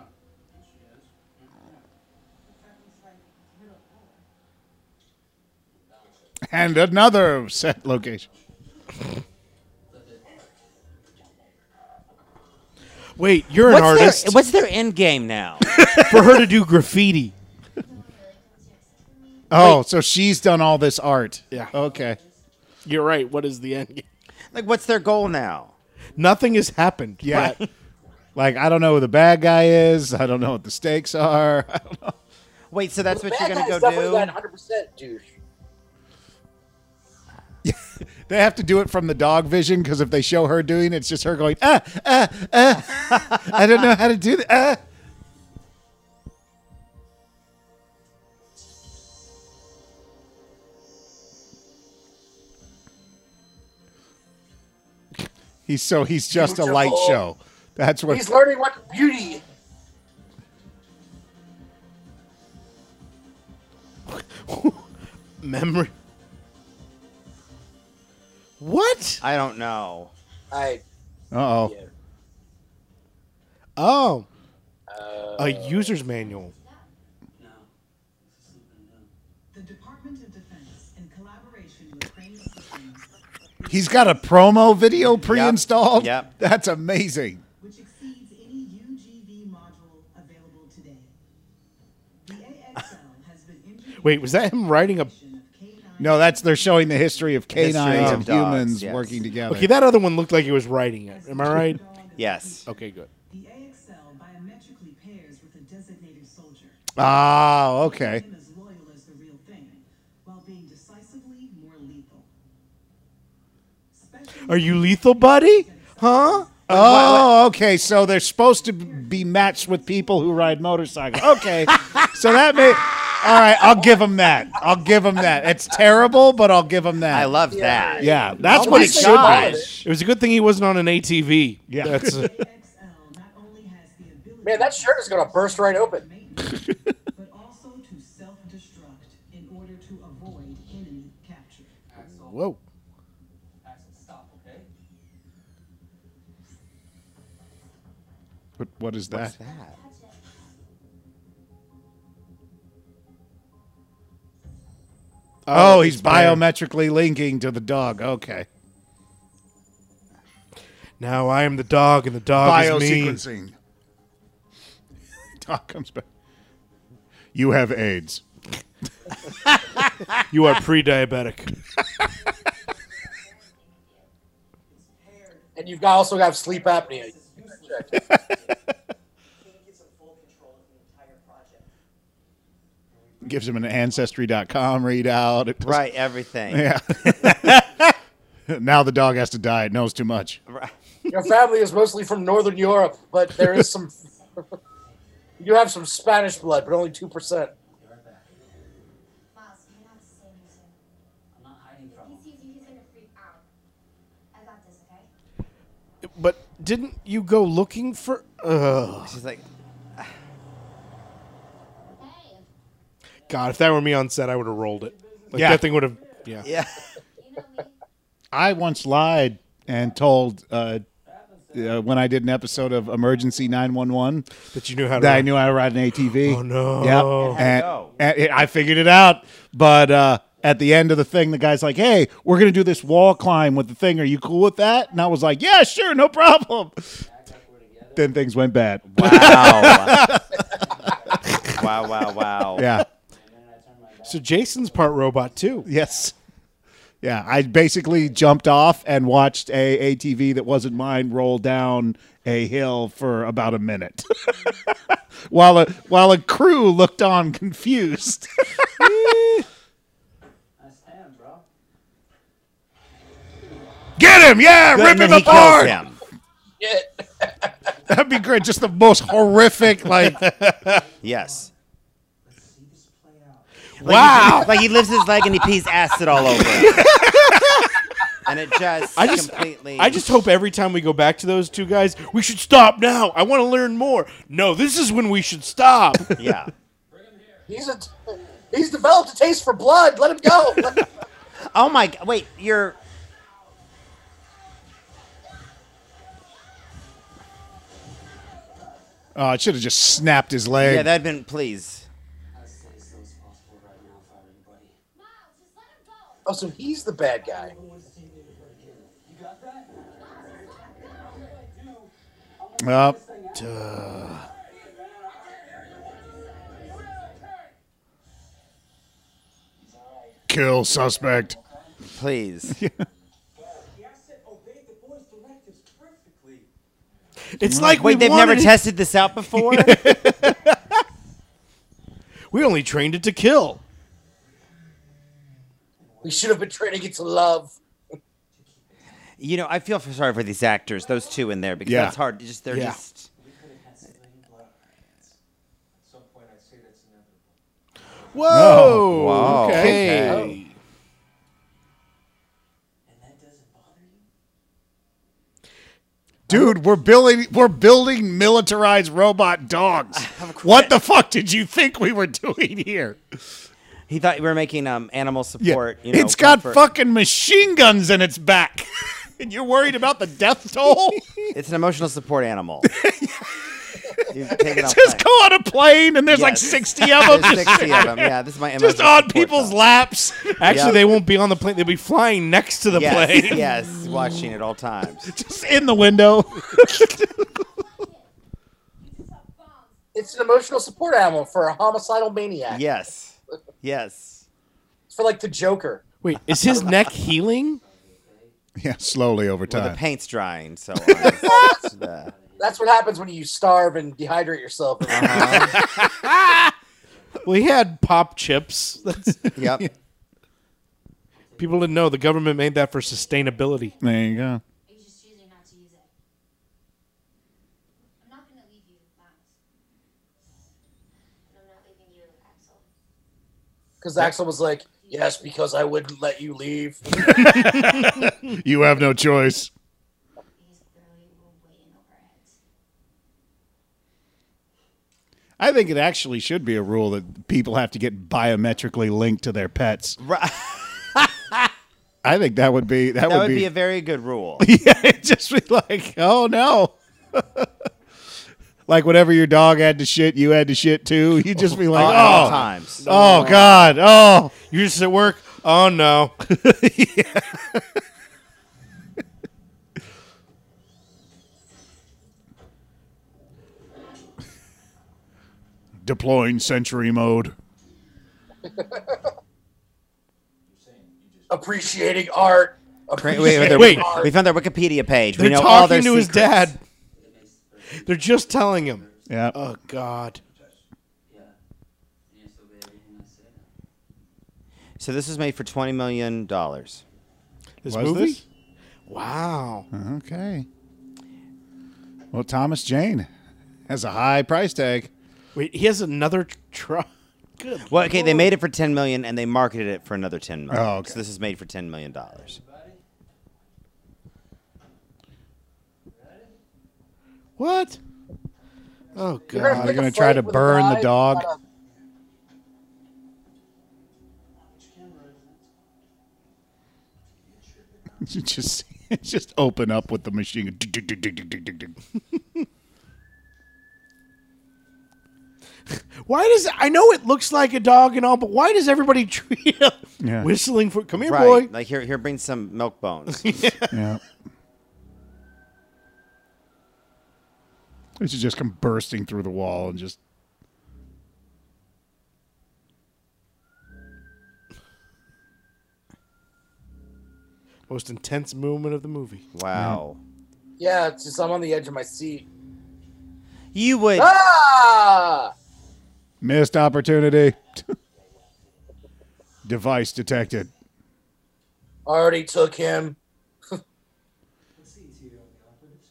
S1: And another set location.
S2: Wait, you're an
S6: What's
S2: artist.
S6: their, what's their end game now?
S2: For her to do graffiti.
S1: Oh, so she's done all this art.
S2: Yeah.
S1: Okay.
S2: You're right. What is the end game?
S6: like, what's their goal now?
S2: Nothing has happened.
S1: Yeah.
S2: But
S1: Like I don't know who the bad guy is. I don't know what the stakes are. I don't know.
S6: Wait, so that's
S3: The
S6: what you're
S3: bad
S6: gonna
S3: guy's
S6: go
S3: definitely
S6: do?
S3: got 100 percent douche.
S1: They have to do it from the dog vision because if they show her doing it, it's just her going ah ah ah. I don't know how to do that. Ah. He's so he's just a light show. That's what
S3: He's learning what beauty.
S2: memory. What?
S6: I don't know.
S3: I
S1: Uh oh.
S3: yeah.
S2: Oh. a user's manual.
S8: No. This is something new.
S12: The Department of Defense, in collaboration with Crane Systems,
S1: He's got a promo video pre-installed.
S6: Yep.
S1: That's amazing.
S12: which exceeds any UGV module available today. The AXL has been introduced.
S2: Wait, was that him writing a?
S1: No, that's they're showing the history of
S6: History
S1: canines
S6: of
S1: and
S6: dogs,
S1: humans
S6: yes.
S1: working together.
S2: Okay, that other one looked like he was writing it. Am I right?
S6: Yes.
S2: Okay, good.
S12: The AXL biometrically pairs with a designated soldier.
S1: oh, okay.
S12: Him as loyal as the real thing, while being decisively more lethal. Special
S2: Are you lethal, buddy? Huh?
S1: Oh, okay. So they're supposed to be matched with people who ride motorcycles. Okay. so that may. All right, I'll give them that. I'll give them that. It's terrible, but I'll give them that.
S6: I love that.
S1: Yeah, that's
S6: Oh
S1: what
S6: my
S1: it should
S6: gosh.
S1: be.
S2: It was a good thing he wasn't on an ATV.
S1: Yeah.
S2: That's uh,
S12: AXL not only has the ability
S3: Man, that shirt is gonna burst right open.
S12: maintenance, but also to self-destruct in order to avoid enemy capture.
S8: Axel.
S2: whoa.
S8: Axel, stop, okay?
S1: But what is that? Oh, he's biometrically linking to the dog. Okay.
S2: Now I am the dog, and the
S1: Oh,
S2: dog is me.
S1: Biosequencing. dog comes back. You have AIDS.
S2: You are pre-diabetic.
S3: And you've got also got sleep apnea.
S8: Can't get some full control of the entire project.
S1: Gives him an ancestry.com readout. It does-
S6: Right, everything.
S1: Yeah. now the dog has to die. It knows too much.
S6: Right.
S3: Your family is mostly from Northern Europe, but there is some. you have some Spanish blood, but only two percent.
S9: Miles, you're not saying you soon.
S8: I'm not hiding
S9: If
S8: from
S9: he
S8: him.
S9: sees you, he's gonna freak out. I got this, okay?
S2: But didn't you go looking for? Ugh.
S6: She's like,
S9: Hey,
S2: God, if that were me on set, I would have rolled it. Like
S1: Yeah.
S2: that thing would have. Yeah.
S6: yeah.
S9: you know me.
S1: I once lied and told uh, uh, when I did an episode of Emergency 911
S2: That you knew how to.
S1: that I knew I ride an ATV.
S2: Oh, no.
S1: Yep.
S6: How'd it
S1: And,
S6: go?
S1: and it- I figured it out, but uh, at the end of the thing, the guy's like, "Hey, we're gonna do this wall climb with the thing. Are you cool with that?" And I was like, "Yeah, sure, no problem." Then things went bad.
S6: Wow. wow, wow, wow.
S1: Yeah.
S2: So Jason's part robot too.
S1: Yes. Yeah, I basically jumped off and watched a ATV that wasn't mine roll down a hill for about a minute, while a while a crew looked on confused.
S8: I stand, bro.
S1: Get him! Yeah,
S6: Good,
S1: rip
S6: and then
S1: him
S6: he kills
S1: apart.
S6: him.
S3: Yeah.
S1: That'd be great. Just the most horrific. Like, oh,
S6: Yes.
S8: See this play out.
S6: Wow. Like he lifts his leg and he pees acid all over him. and it just,
S2: I just
S6: completely.
S2: I just hope every time we go back to those two guys, we should stop now. I want to learn more. No, this is when we should stop.
S6: Yeah.
S3: He's a. He's developed a taste for blood. Let him go. Let-
S6: Oh my. g- Wait, you're.
S1: oh, it should have just snapped his leg.
S6: Yeah, that'd been. Please.
S8: I'd say so as possible right now if I were you, buddy.
S9: Miles, just let him go.
S3: oh, so he's the bad guy.
S8: You got that?
S1: Well, kill suspect.
S6: Please.
S8: Yeah, I said obey the boy's directives perfectly.
S2: It's like
S6: Wait,
S2: we
S6: they've never
S2: wanted it-
S6: tested this out before?
S2: We only trained it to kill.
S3: We should have been training it to love.
S6: you know, I feel for, sorry for these actors, those two in there, because
S1: Yeah.
S6: that's hard. Just They're
S2: Yeah.
S6: just.
S8: We could have had civilian blood on our hands. At some point, I'd say that's inevitable.
S2: Whoa.
S6: Wow,
S2: Okay.
S6: okay.
S8: And that doesn't bother you?
S1: Dude, we're building we're building militarized robot dogs. What the fuck did you think we were doing here?
S6: He thought we were making um, animal
S1: Yeah.
S6: support. You know,
S1: it's got
S6: comfort.
S1: fucking machine guns in its back. and you're worried about the death toll?
S6: It's an emotional support animal. you take it off
S1: Just
S6: plane.
S1: go on a plane and there's like
S6: Yes.
S1: 60 of them
S6: There's
S1: just,
S6: 60 of them. Yeah, this is my
S1: just
S6: emotional
S1: on
S6: support
S1: people's
S6: dog.
S1: laps.
S2: Actually,
S6: Yeah.
S2: they won't be on the plane. They'll be flying next to the
S6: yes,
S2: plane.
S6: Yes, watching at all times.
S1: just in the window.
S3: It's an emotional support animal for a homicidal maniac.
S6: Yes. Yes.
S3: It's for like the Joker.
S7: Wait, is his neck healing?
S1: yeah, slowly over
S6: Well, the
S1: time.
S6: paint's drying, so it's the-
S3: That's what happens when you starve and dehydrate yourself.
S6: Uh-huh.
S7: Well, he had pop chips. That's,
S6: yep.
S2: People didn't know the government made that for sustainability.
S1: There you go.
S9: Are you just choosing not to use it? I'm not gonna leave you, Miles. And I'm not leaving you, Axel.
S3: Because Axel was like, "Yes, because I wouldn't let you leave."
S1: You have no choice.
S9: These really will weigh in over our heads.
S1: I think it actually should be a rule that people have to get biometrically linked to their pets.
S6: Right.
S1: I think that would be that,
S6: That would be a very good rule.
S1: yeah, it'd just be like, oh no. like whatever your dog had to shit, you had to shit too. You'd just be like,
S6: All- at all
S1: oh,
S6: times.
S1: oh god, oh.
S2: You're just at work. Oh no.
S1: Deploying century mode.
S3: Appreciating art.
S6: Wait,
S3: Appreciating
S6: wait, wait,
S3: wait.
S6: wait. We found their Wikipedia page.
S2: They're
S6: we know
S2: talking
S6: all their
S2: to his
S6: secrets.
S2: dad. They're just telling him.
S1: Yeah.
S2: Oh God.
S8: And yes, obey everything I said.
S6: So this was made for twenty million dollars.
S2: This
S1: Was
S2: movie.
S1: this?
S2: Wow.
S1: Okay. Well, Thomas Jane has a high price tag.
S2: Wait, he has another truck. Good.
S6: Well, okay, they made it for ten million and they marketed it for another ten million.
S1: Oh, okay.
S6: So this is made for ten million dollars.
S2: What? Oh
S3: You're
S2: God.
S1: Are
S3: gonna
S1: they
S3: pick a
S1: gonna try
S3: fight
S1: to
S3: with a
S1: burn the
S3: guy,
S1: dog?
S3: uh,
S1: just just open up with the machine. Tick, tick, tick, tick, tick, tick, tick, tick.
S2: Why does I know it looks like a dog and all, but why does everybody treat him
S1: Yeah.
S2: whistling for? Come here, boy.
S6: Right. Like here here bring some milk bones.
S1: Yeah. It should just come bursting through the wall and just
S2: Most intense movement of the movie.
S6: Mm, wow.
S3: Yeah, it's just I'm on the edge of my seat.
S6: You would
S3: Ah!
S1: missed opportunity. Device detected.
S3: Already took him.
S8: What's easier on the operatives?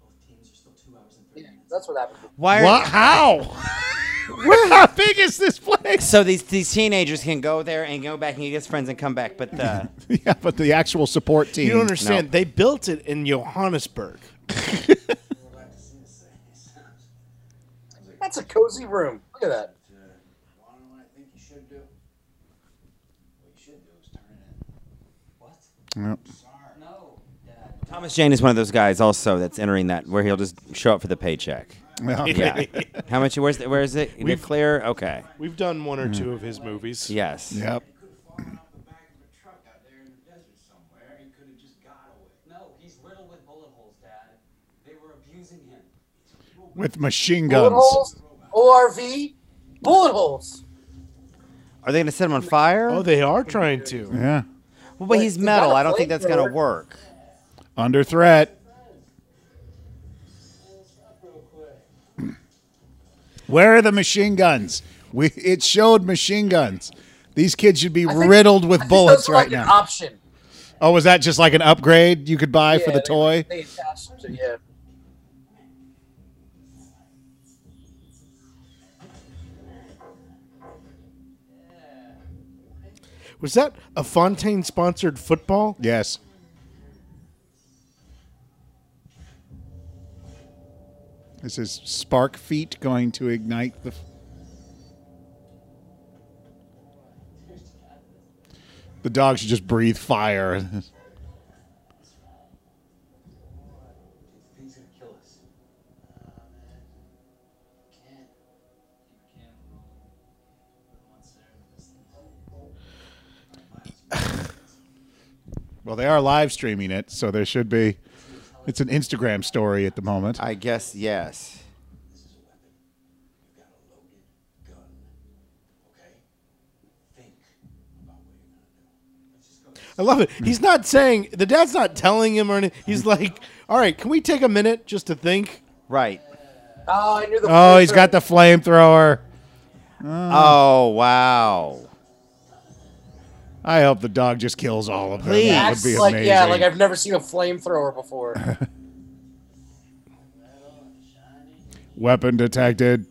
S8: Both teams are still two hours and thirty
S3: Yeah, that's what happened.
S6: why are,
S1: What? How? How big is this place?
S6: so these these teenagers can go there and go back and get his friends and come back, but uh, the
S1: Yeah, but the actual support team.
S2: You don't understand. They built it in Johannesburg.
S3: That's a cozy room. Look at that.
S8: Wanna know what I think you should do? What you should do is turn it in. What?
S1: Yep.
S8: Sorry. No, Dad.
S6: Thomas Jane is one of those guys also that's entering that where he'll just show up for the paycheck.
S1: Well,
S6: Yeah. How much? Where's the, where is it? we clear. Okay.
S2: We've done one or two of his movies.
S6: Yes.
S1: Yep.
S8: could have fallen off the back of a truck out there in the desert somewhere. He could have just got away. No, he's riddled with bullet holes, Dad. They were abusing him.
S1: With machine
S3: Bullet
S1: guns.
S3: holes. ORV. Bullet holes.
S6: Are they going to set him on fire?
S2: Oh, they are trying to.
S1: Yeah.
S6: well, but he's
S3: Like, is
S6: metal.
S3: that a
S6: I don't think that's going
S3: flamethrower?
S6: to work.
S1: Under threat. Where are the machine guns? We it showed machine guns. These kids should be
S3: I think-
S1: riddled
S3: I
S1: with
S3: think
S1: bullets
S3: those are
S1: right
S3: like an
S1: now.
S3: Option.
S1: oh, was that just like an upgrade you could buy for
S3: Yeah,
S1: the
S3: they-
S1: toy?
S3: They attached them to, yeah.
S2: Was that a Fontaine sponsored football?
S1: yes. This is spark feet going to ignite the. The dog should just breathe fire.
S8: Things gonna kill us. Can't. Keep your cannon rolling. Once there, this
S1: well, they are live streaming it, so there should be. It's an Instagram story at the moment.
S6: I guess yes.
S8: is a weapon. You've got a loaded gun. Okay? Think about what you're gonna do. Let's just go.
S2: I love it. He's not saying the dad's not telling him or anything. He's like, "All right, can we take a minute just to think?"
S6: Right.
S3: Oh, I knew the.
S1: Oh, he's got the flamethrower.
S3: Uh.
S6: Oh wow.
S1: I hope the dog just kills all of them. That would
S3: That's
S1: be amazing.
S3: like yeah, like I've never seen a flamethrower before.
S1: Weapon detected.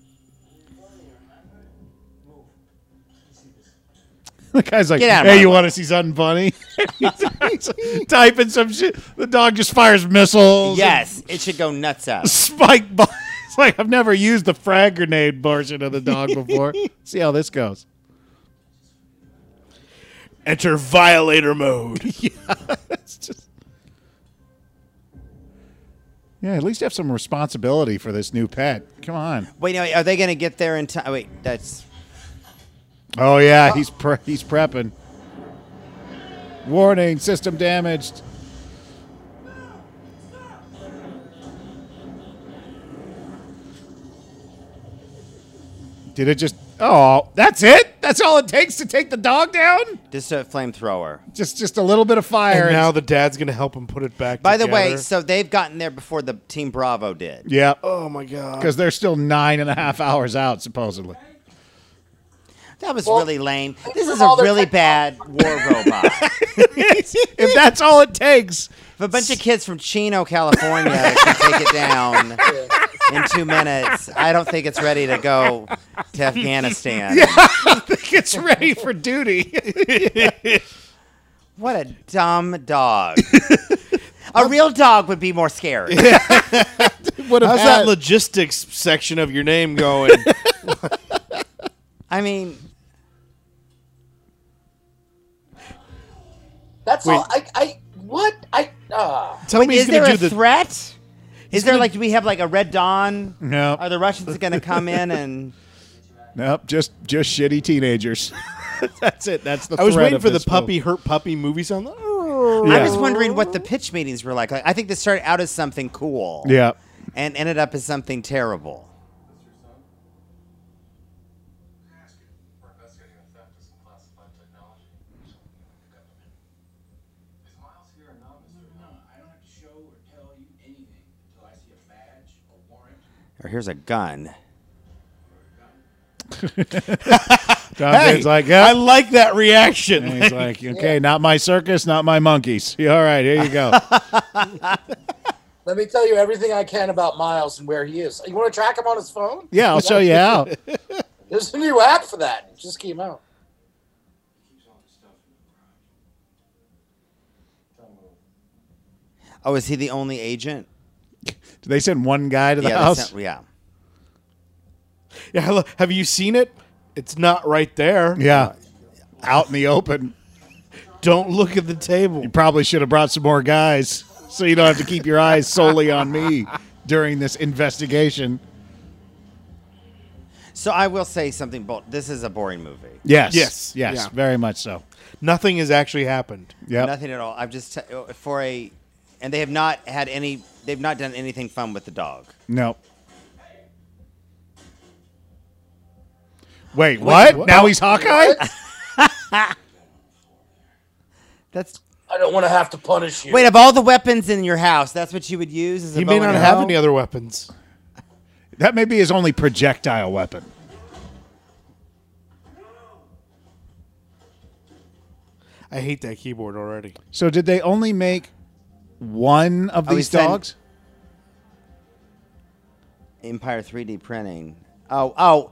S1: The guy's like,
S6: Get out of
S1: "Hey,
S6: my
S1: you
S6: way."
S1: want to see something funny?" He's typing some shit. The dog just fires missiles.
S6: Yes, it should go nuts out.
S1: spike bomb. It's like I've never used the frag grenade version of the dog before. See how this goes.
S2: Enter violator mode.
S1: It's just. Yeah, at least have some responsibility for this new pet. Come on.
S6: Wait, no, are they gonna get there in time? Wait, that's
S1: Oh yeah, he's pre- he's prepping. Warning: system damaged. Did it just? Oh, that's it. That's all it takes to take the dog down.
S6: just a flamethrower.
S1: Just just a little bit of fire.
S2: And
S1: and-
S2: now the dad's gonna help him put it back.
S6: By the way,
S2: together.
S6: so they've gotten there before the Team Bravo did.
S1: yeah,
S2: oh my god,
S1: because they're still nine and a half hours out supposedly.
S6: That was
S3: Well,
S6: really lame. This is a
S3: all their
S6: really
S3: tech-
S6: bad war robot.
S1: if that's all it takes.
S6: If a bunch of kids from Chino, California can take it down in two minutes, I don't think it's ready to go to Afghanistan.
S1: It's ready for duty.
S6: What a dumb dog. a real dog would be more scary.
S1: Would have
S2: how's that logistics section of your name going?
S6: I mean,
S3: That's all. I, I what I uh,
S2: Tell me he's
S6: is there
S2: gonna
S6: a
S2: do the.
S6: threat? Is there like, do we have like a Red Dawn?
S1: No.
S6: Are the Russians going to come in and.
S1: Nope, just just shitty teenagers. that's it. That's the.
S2: I was
S1: threat
S2: waiting
S1: of
S2: for the
S1: this
S2: puppy
S1: movie.
S2: hurt puppy movie sound.
S1: Yeah.
S6: I was wondering what the pitch meetings were like. like. I think this started out as something cool.
S1: Yeah.
S6: And ended up as something terrible.
S8: We're investigating the theft of some classified technology. The government. Is Miles here or not, Mr. No, no, I don't have to show or tell you anything until I see a badge, a warrant,
S6: Or here's a gun.
S1: Tom
S2: Hey,
S1: Green's like, yeah.
S2: I like that reaction.
S1: And he's like, okay, not my circus, not my monkeys. Yeah, all right, here you go.
S3: let me tell you everything I can about Miles and where he is. You want to track him on his phone?
S1: yeah, I'll show you how.
S3: There's a new app for that. It just came out.
S6: Oh, is he the only agent?
S1: Do they send one guy to the
S6: yeah, that's
S1: house?
S6: not- yeah.
S2: Yeah, hello. Have you seen it? It's not right there.
S1: yeah, out in the open.
S2: Don't look at the table.
S1: You probably should have brought some more guys so you don't have to keep your eyes solely on me during this investigation.
S6: So I will say something bold. This is a boring movie.
S1: Yes,
S2: Yes,
S1: yes,
S2: yeah.
S1: very much so.
S2: Nothing has actually happened.
S1: Yeah,
S6: Nothing at all. I've just t- for a, and they have not had any. They've not done anything fun with the dog.
S1: No. Wait, what?
S2: what?
S1: Now he's Hawkeye?
S6: That's
S3: I don't want to have to punish you.
S6: wait. Of all the weapons in your house, that's what you would use. Is a
S2: He may
S6: bow and
S2: not
S6: arrow?
S2: have any other weapons.
S1: That may be his only projectile weapon.
S2: I hate that keyboard already.
S1: So did they only make one of
S6: Oh, he
S1: these
S6: said-
S1: dogs?
S6: Empire 3D printing. Oh, oh,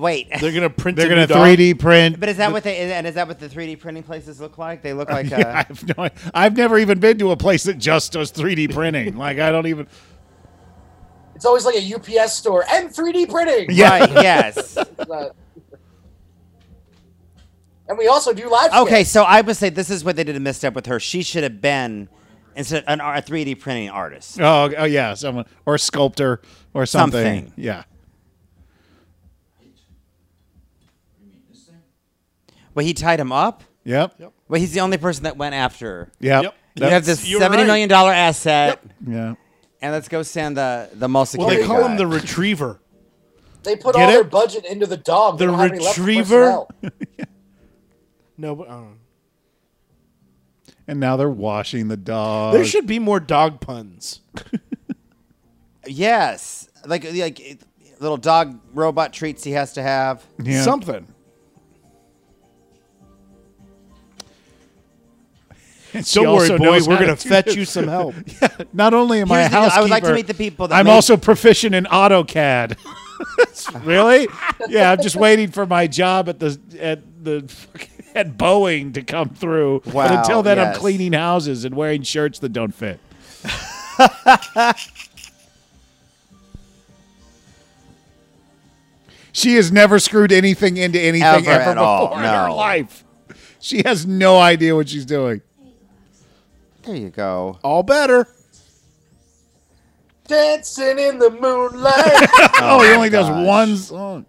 S6: wait.
S2: They're gonna print.
S1: They're
S2: a
S1: going
S2: new
S1: to
S2: dog.
S1: 3D print.
S6: But is that what they? And is that what the 3D printing places look like? They
S2: Uh,
S6: look like uh,
S1: I
S6: a.
S1: have no, I've never even been to a place that just does 3D printing. Like I don't even.
S3: It's always like a UPS store and 3D printing.
S6: Right. Yes.
S3: Uh, and we also do live.
S6: Okay,
S3: skits.
S6: so I would say this is what they did a misstep with her. She should have been instead an, ar- a 3D printing artist.
S1: Oh, oh yeah, someone or a sculptor or something.
S6: Something.
S1: Yeah.
S6: Well, he tied him up.
S1: Yep. Yep.
S6: Well, he's the only person that went after. her.
S1: Yep.
S2: Yep.
S6: You have this seventy million dollar asset,
S1: Yeah.
S6: and let's go send the the mall
S2: Well,
S6: security.
S2: they call
S6: guy.
S2: him the retriever.
S3: they put
S2: Get
S3: all their
S2: it?
S3: budget into the dog. They
S2: The
S3: don't have any left for
S2: retriever?
S3: personnel.
S2: No, but um,
S1: And now they're washing the dog.
S2: there should be more dog puns.
S6: yes, like like it- little dog robot treats he has to have.
S1: Yeah.
S2: Something.
S1: And she
S2: Don't worry,
S1: also
S2: boy.
S1: knows
S2: We're
S1: how to
S2: gonna
S1: do
S2: fetch
S1: this.
S2: you some help.
S1: Not only am I a
S6: Here's the deal,
S1: housekeeper,
S6: I would like to meet the people that
S1: I'm
S6: make-
S1: also proficient in AutoCAD. really? Yeah, I'm just waiting for my job at the at the at Boeing to come through. but
S6: Wow,
S1: until then,
S6: yes.
S1: I'm cleaning houses and wearing shirts that don't fit. she has never screwed anything into anything ever,
S6: Ever at
S1: before
S6: all,
S1: in her
S6: no.
S1: life. She has no idea what she's doing.
S6: There you go.
S2: All better.
S3: Dancing in the moonlight.
S1: Oh, he only
S6: gosh.
S1: does one song.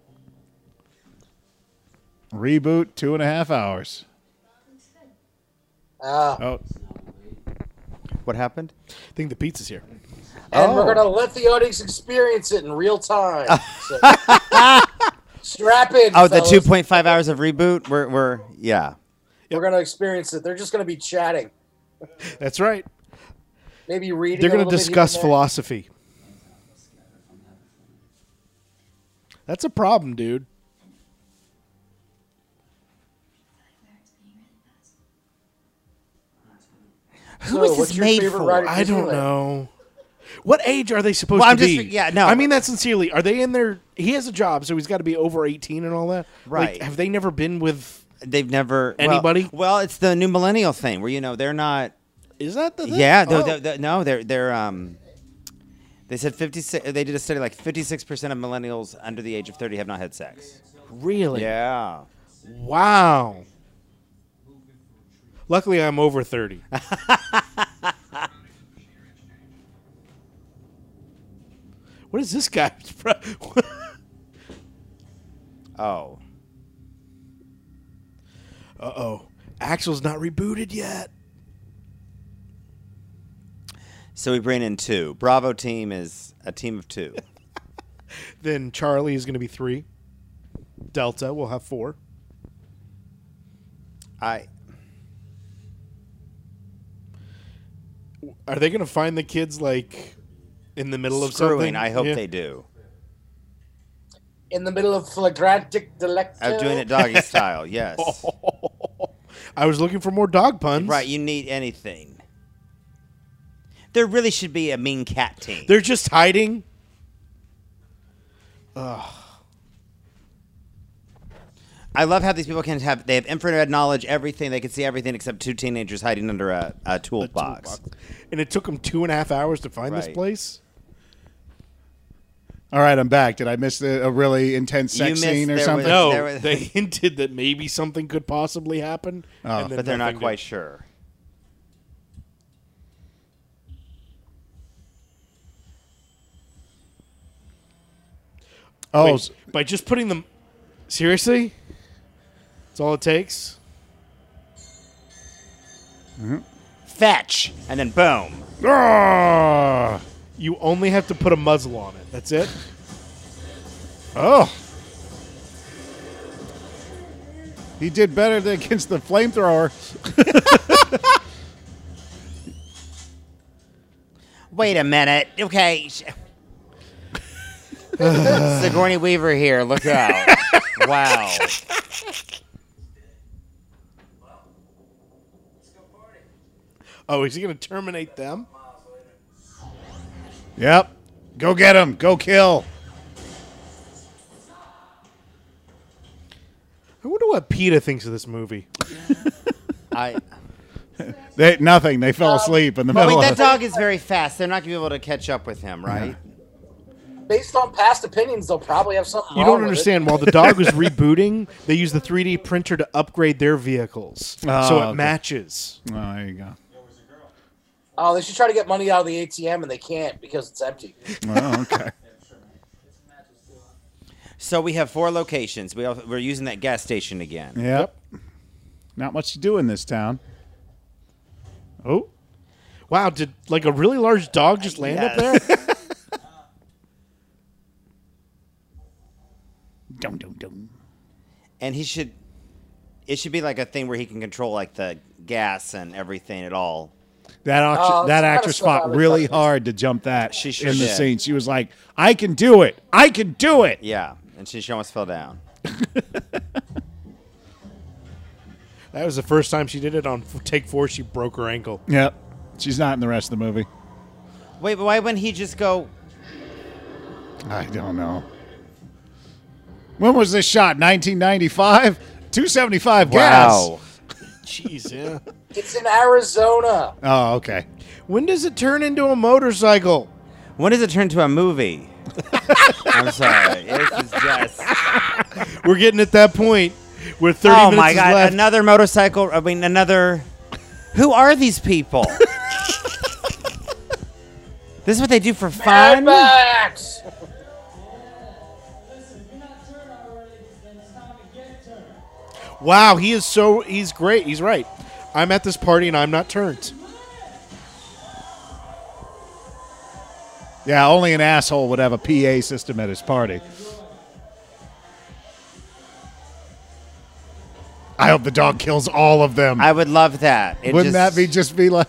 S1: Reboot two and a half hours.
S3: Ah,
S1: Oh,
S6: What happened?
S2: I think the pizza's here.
S3: and we're
S6: Oh.
S3: gonna let the audience experience it in real time. So- Strap in.
S6: Oh, the
S3: fellas.
S6: two point five hours of reboot. We're we're yeah.
S3: We're gonna experience it. They're just gonna be chatting,
S2: That's right.
S3: maybe reading.
S2: They're
S3: going to
S2: discuss philosophy. That's a problem, dude.
S6: Who is this made for?
S2: I don't know. What age are they supposed
S6: Well,
S2: to
S6: I'm just-
S2: be?
S6: yeah, no.
S2: I mean that sincerely. Are they in their? He has a job, so he's got to be over eighteen and all that. Like,
S6: Right.
S2: have they never been with?
S6: They've never well-
S2: Anybody?
S6: Well, it's the new millennial thing where you know they're not.
S2: Is that the? Thing?
S6: Yeah, no,
S2: Oh.
S6: they're, they're- no, they're they're um. They said fifty six. They did a study like fifty six percent of millennials under the age of thirty have not had sex.
S2: really?
S6: Yeah.
S2: Wow. Luckily, I'm over thirty. what is this guy?
S6: Oh.
S2: Uh oh. Axel's not rebooted yet.
S6: So we bring in two. Bravo team is a team of two.
S2: Then Charlie is going to be three. Delta will have four.
S6: I.
S2: Are they going to find the kids like in the middle of
S6: Screwing.
S2: something?
S6: I hope
S2: Yeah.
S6: they do.
S3: In the middle of flagrantic delecto.
S6: I'm doing it doggy style. Yes.
S2: Oh. I was looking for more dog puns.
S6: Right. You need anything. There really should be a mean cat team.
S2: They're just hiding.
S6: I love how these people can have they have infrared knowledge, everything they can see everything except two teenagers hiding under a, a toolbox.
S2: And it took them two and a half hours to find this
S6: Right.
S2: place.
S1: all right. I'm back. Did I miss the, a really intense
S6: You
S1: sex
S6: missed-
S1: scene or
S6: there was-
S1: something?
S6: No.
S2: No,
S6: There was-
S2: Oh, they hinted that maybe something could possibly happen. and then
S6: Oh, But they're not
S2: nothing
S6: quite
S2: did.
S6: sure.
S1: oh,
S2: Wait,
S1: s-
S2: by just putting them. Seriously? That's all it takes?
S6: Mm-hmm. Fetch. And then boom.
S1: ah,
S2: You only have to put a muzzle on it. That's it?
S1: oh. He did better than against the flamethrower.
S6: Wait a minute. Okay. sh- Sigourney Weaver here. Look out. wow.
S2: Oh, is he going to terminate them?
S1: Yep. Go get him. Go kill.
S2: I wonder what PETA thinks of this movie.
S6: I
S1: They nothing. They fell asleep in the
S6: Um, But
S1: middle.
S6: wait,
S1: of
S6: that
S1: it.
S6: dog is very fast. They're not gonna be able to catch up with him, right?
S3: based on past opinions, they'll probably have something.
S2: You don't
S3: wrong with it.
S2: understand. While the dog was rebooting, they used the 3D printer to upgrade their vehicles, so it
S1: okay.
S2: matches.
S1: Oh, there you go.
S3: Oh, they should try to get money out of the ATM and they can't because it's empty.
S1: Oh, okay.
S6: So we have four locations. We all, we're using that gas station again.
S1: Yep. Not much to do in this town.
S2: Oh, wow! Did like a really large dog just land up there?
S1: Dum dum dum.
S6: And he should. It should be like a thing where he can control like the gas and everything at all.
S1: That act-
S3: Oh,
S1: that
S3: it's
S1: actress
S3: kinda
S1: fought
S3: slow.
S1: really hard to jump that
S6: She sure
S1: in the
S6: did.
S1: scene. She was like, "I can do it. I can do it."
S6: Yeah, and she, she almost fell down.
S2: That was the first time she did it on f- take four. She broke her ankle.
S1: Yep. She's not in the rest of the movie.
S6: Wait, but why wouldn't he just go?
S1: I don't know. When was this shot? 1995, 275 gas.
S6: Wow.
S2: Jeez, yeah.
S3: It's in Arizona.
S1: Oh, okay.
S2: when does it turn into a motorcycle?
S6: When does it turn to a movie? I'm sorry. This is just.
S2: We're getting at that point. We're 30
S6: Oh
S2: minutes
S6: my god!
S2: left.
S6: Another motorcycle. I mean, another. Who are these people? this is what they do for fun.
S3: Max.
S8: Listen, if you're not turned already, then it's time to get turned.
S2: Wow, he is so he's great. He's right. I'm at this party and I'm not turned.
S1: Yeah, only an asshole would have a PA system at his party. I hope the dog kills all of them.
S6: I would love that. It
S1: Wouldn't
S6: just-
S1: that be just be like?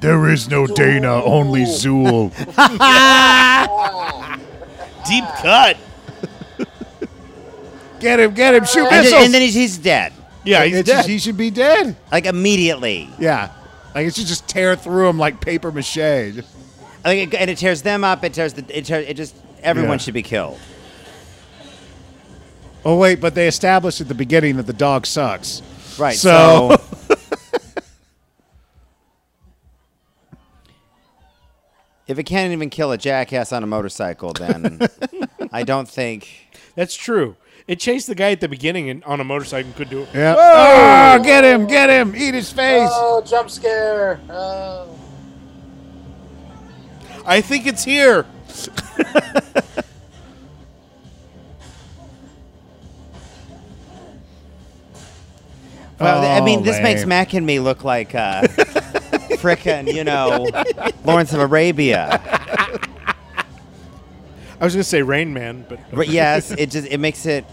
S1: There is no Dana, only Zool.
S2: Deep cut.
S1: get him, get him, shoot
S6: And, then-
S1: missiles.
S6: and then he's, he's dead,
S2: Yeah, he's
S1: It's just-
S2: dead.
S1: He should be dead.
S6: like immediately.
S1: Yeah, like it should just tear through him like paper mache. Just-
S6: Like, it- and it tears them up. It tears the. It, tears, it just. Everyone
S1: Yeah.
S6: should be killed.
S1: Oh wait, but they established at the beginning that the dog sucks.
S6: Right.
S1: So-
S6: So. if it can't even kill a jackass on a motorcycle, then I don't think.
S2: That's true. It chased the guy at the beginning and on a motorcycle and couldn't do it.
S1: Yeah. Oh, get him, get him, eat his face.
S3: Oh, jump scare. Oh.
S2: I think it's here.
S6: Well, I mean,
S1: Oh,
S6: this makes
S1: lame.
S6: Mac and me look like uh, frickin', you know, Lawrence of Arabia.
S2: I was gonna say Rain Man, but
S6: But yes, it just it makes it.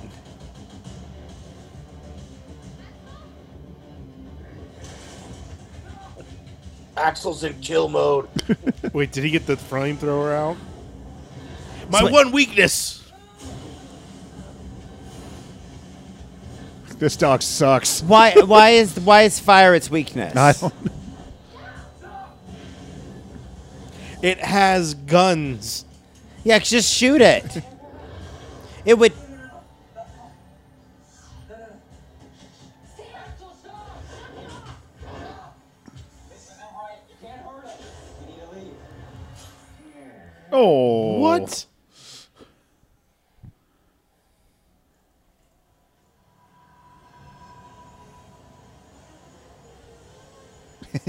S3: Axel's in kill mode.
S2: wait, did he get the flamethrower out? My
S6: Sweat.
S2: one weakness.
S1: This dog sucks.
S6: Why why is why is fire its weakness?
S1: I don't know.
S2: It has guns.
S6: Yeah, just shoot it. It would.
S8: This isn't right. You can't hurt us. You need to leave.
S1: Oh,
S2: What?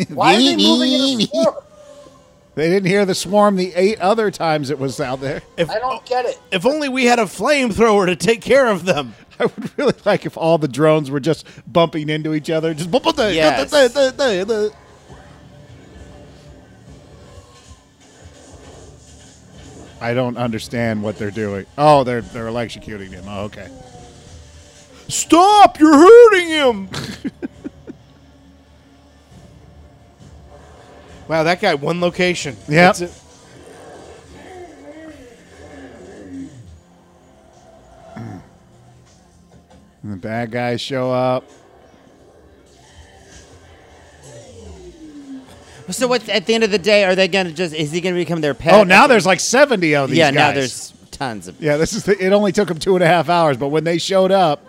S3: Why are they moving in a swarm?
S1: They didn't hear the swarm the eight other times it was out there.
S2: If
S3: I don't get it.
S2: if only we had a flamethrower to take care of them.
S1: I would really like if all the drones were just bumping into each other. Just bump bump,
S6: Yes.
S1: da- da- da- da- da. I don't understand what they're doing. Oh, they're they're electrocuting him. Oh, okay.
S2: Stop! You're hurting him. wow, that guy one location.
S1: Yep.
S2: That's it.
S1: And the bad guys show up.
S6: So what's at the end of the day? Are they gonna just? Is he gonna become their pet?
S1: Oh, now there's like seventy of these
S6: yeah.
S1: guys.
S6: Now there's tons of.
S1: Yeah, this is the, it. Only took them two and a half hours, but when they showed up,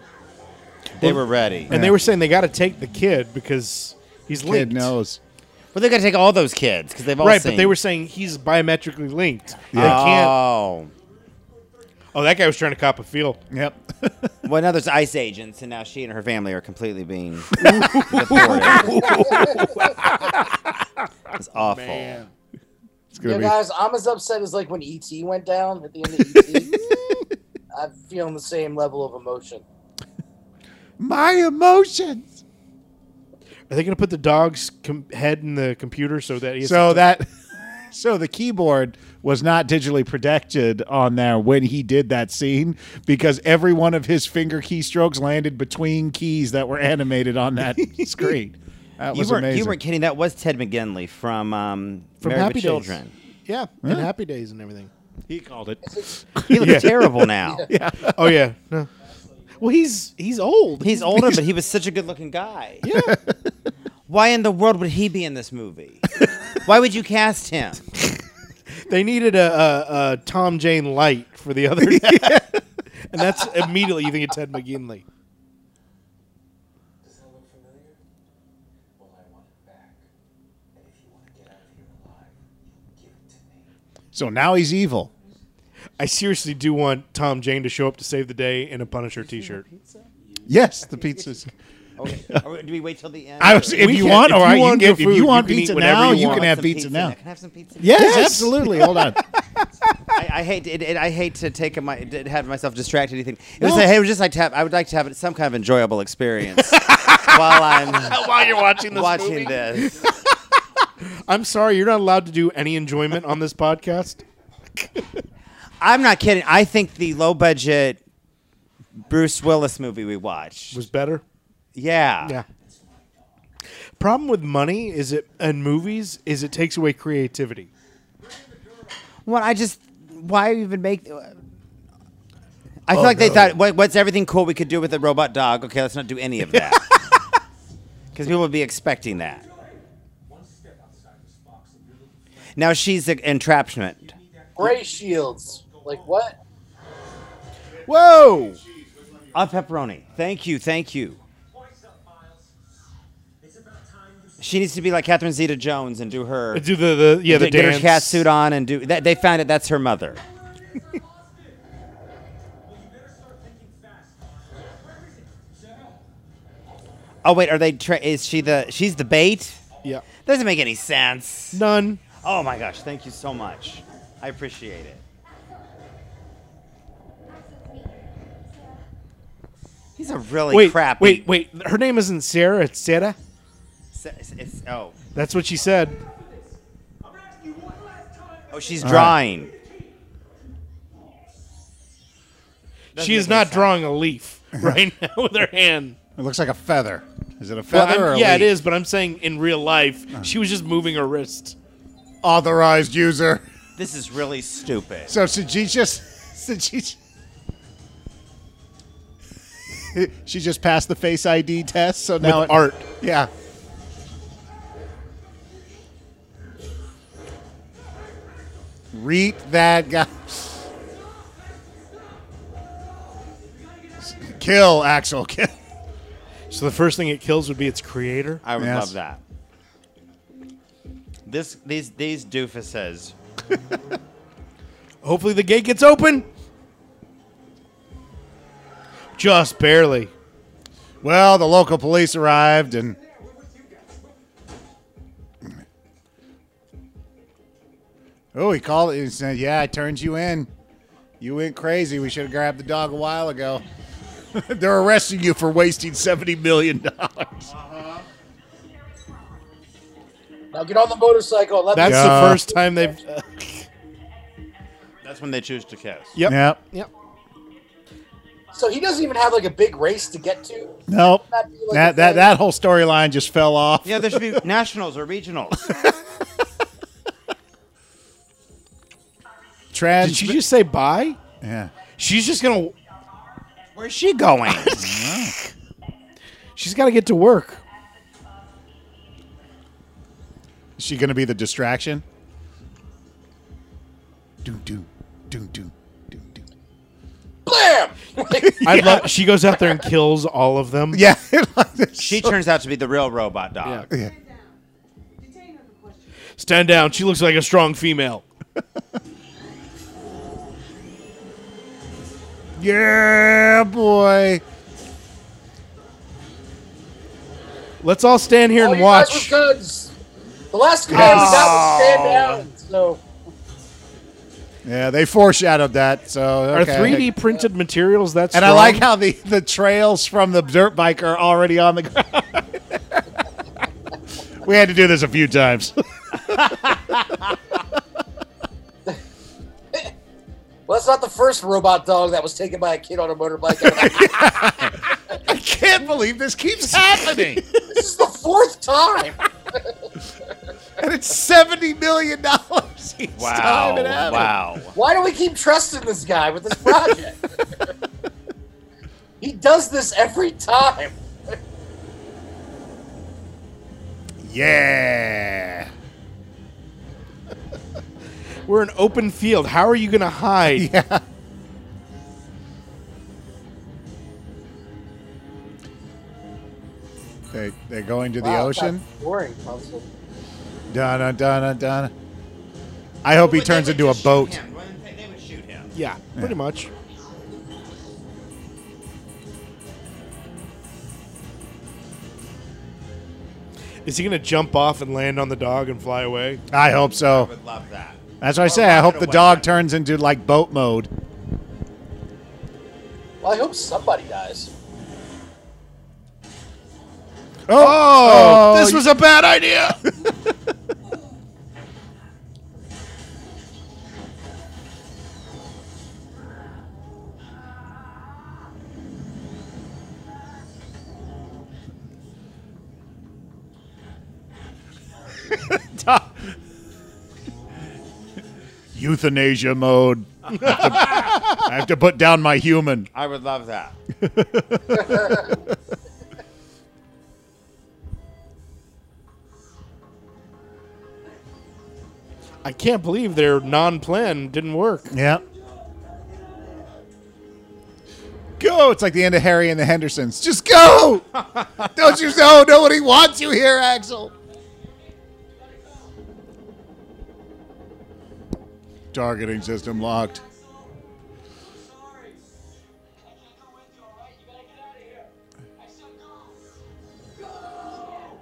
S6: They were ready.
S2: And they were saying they got to take the kid because He's linked.
S1: Kid knows.
S6: Well, they got to take all those kids because they've all
S2: Right,
S6: seen.
S2: but they were saying he's biometrically linked. They can't.
S6: Oh,
S2: Oh, that guy was trying to cop a feel.
S1: Yep.
S6: well, now there's ICE agents, and now she and her family are completely being deported. it's awful.
S1: It's
S3: Yeah,
S1: gonna be.
S3: guys, I'm as upset as like when ET went down at the end of ET. I'm feeling the same level of emotion.
S1: My emotions.
S2: Are they going to put the dog's com- head in the computer so that he has
S1: So
S2: to-
S1: that, so the keyboard was not digitally protected on there when he did that scene because every one of his finger keystrokes landed between keys that were animated on that screen. That
S6: You
S1: was
S6: weren't,
S1: amazing.
S6: you weren't kidding. That was Ted McGinley from um,
S2: from
S6: Married
S2: Happy
S6: with
S2: Days?
S6: Children.
S2: Yeah, and Happy Days and everything.
S1: he called it.
S6: He looks terrible now.
S2: Oh yeah, no. Well, he's he's old.
S6: He's older, but he was such a good-looking guy. Yeah. Why in the world would he be in this movie? Why would you cast him?
S2: They needed a, a, a Tom Jane light for the other, guy. and that's immediately you think of Ted McGinley.
S8: Does that look familiar? Well, I want it back. And if you want to get out of here alive, you give it to me.
S1: So now he's evil.
S2: I seriously do want Tom Jane to show up to save the day in a Punisher T-shirt.
S1: Yes, the pizza's.
S6: Or, or do we wait till the end?
S1: I was,
S6: or-
S1: if
S2: We
S1: you
S2: can-
S1: want,
S2: if
S1: all
S2: you
S1: right,
S2: want
S1: you can,
S2: good
S1: if you
S2: food,
S1: want
S2: you can eat
S1: pizza
S2: whatever
S1: now,
S2: you
S1: you,
S2: want.
S1: can have
S6: Some
S1: pizza now.
S6: Can I have some pizza?
S1: Yes, absolutely. Hold on.
S6: I, I hate it, it- I hate to take my to have myself distracted. Anything. It was like, hey, it was just like to have, I would like to have some kind of enjoyable experience while I'm
S2: While you're watching
S6: watching this.
S2: I'm sorry, you're not allowed to do any enjoyment on this podcast.
S6: I'm not kidding. I think the low budget Bruce Willis movie we watched.
S2: Was better.
S6: Yeah.
S2: Yeah. Problem with money is it and movies is it takes away creativity.
S6: Well, I just why even make. I feel like they thought, what, what's everything cool we could do with a robot dog? Okay, let's not do any of that. Because people would be expecting that.
S8: One step outside this box and you're looking for
S6: Now she's an entrapment.
S3: Gray shields. Like what?
S2: Whoa!
S6: Of pepperoni. Thank you, thank you.
S8: points up, Miles. It's about time you
S6: She needs to be like Catherine Zeta Jones and do her
S2: Do the, the yeah the
S6: get, get
S2: dance
S6: her cat suit on and do that. They found it. That's her mother.
S8: Well, you better start thinking fast. Where is it? Cheryl.
S6: Oh wait, are they? Tra- is she the? She's the bait.
S2: Yeah.
S6: Doesn't make any sense.
S2: None.
S6: Oh my gosh! Thank you so much. I appreciate it. He's a really
S2: wait,
S6: crappy.
S2: wait, wait. Her name isn't Sarah. It's Sarah.
S6: It's, it's- oh,
S2: That's what she said.
S8: I'm gonna ask you one last time.
S6: oh, she's drawing.
S2: she is not drawing a leaf right now with her hand.
S1: It looks like a feather. Is it a
S2: Well,
S1: feather
S2: I'm-
S1: or a
S2: yeah, it
S1: leaf?
S2: is. But I'm saying in real life, she was just moving her wrist.
S1: Authorized user.
S6: This is really stupid.
S1: So should she just should she She just passed the face ID test, so now it,
S2: art.
S1: Yeah. Read that guy. Kill Axel. Kill.
S2: So the first thing it kills would be its creator.
S6: I would
S1: Yes.
S6: love that. This these these doofuses.
S2: Hopefully the gate gets open. Just barely.
S1: Well, the local police arrived and Oh, he called it and said, Yeah, I turned you in. You went crazy. We should have grabbed the dog a while ago. They're arresting you for wasting seventy million dollars.
S3: Now get on the motorcycle. Let
S2: That's
S3: me.
S1: Yeah.
S2: the first time they've.
S6: That's when they choose to kiss.
S2: yep.
S1: Yep.
S2: Yep.
S3: So he doesn't even have like a big race to get to.
S1: Nope.
S3: That'd be like
S1: That
S3: a
S1: that
S3: thing.
S1: that whole storyline just fell off.
S6: Yeah, there should be nationals or regionals.
S1: Trans-
S2: Did she just say bye?
S1: yeah.
S2: She's just gonna.
S6: Where's she going?
S2: She's got to get to work.
S1: Is she gonna be the distraction? Doom doom doom doom doom doom.
S3: Blam! Like,
S2: I love. She goes out there and kills all of them.
S1: Yeah.
S6: She turns out to be the real robot dog.
S12: Stand down. Detain her for questioning.
S2: Stand down. She looks like a strong female.
S1: yeah, boy.
S2: Let's all stand here
S3: all
S1: Oh,
S2: and
S3: you guys
S2: watch.
S3: were goods. The last command we got was stand down. So
S1: Yeah, they foreshadowed that. So
S2: Are
S1: okay.
S2: 3D printed materials that
S1: And
S2: strong?
S1: I like how the, the trails from the dirt bike are already on the ground. we had to do this a few times.
S3: well, that's not the first robot dog that was taken by a kid on a motorbike.
S1: I can't believe this keeps happening.
S3: this is the fourth time.
S1: and it's seventy million dollars each time it happens.
S6: Wow.
S3: Why do we keep trusting this guy with this project? he does this every time.
S1: Yeah.
S2: We're an open field. How are you going to hide?
S1: They they're going to the
S3: Wow, it's
S1: ocean.
S3: not Boring. puzzle.
S1: Donna Donna Donna. I hope he turns into a boat.
S6: They would shoot him.
S2: Yeah, pretty much. Is he going to jump off and land on the dog and fly away?
S1: I hope so.
S6: would love that.
S1: That's what I
S6: Or
S1: say. I
S6: rocket
S1: hope the
S6: away.
S1: dog turns into like boat mode.
S3: Well, I hope somebody dies.
S1: Oh,
S2: this was a bad idea.
S1: euthanasia mode. I have to- I have to put down my human.
S6: I would love that.
S2: I can't believe their non-plan didn't work.
S1: Yeah. Go! It's like the end of Harry and the Hendersons. Just go! Don't you know? Nobody wants you here, Axel. Targeting system locked.
S8: Sorry. I can't go with you, alright? You gotta get out of here. I said go. Go!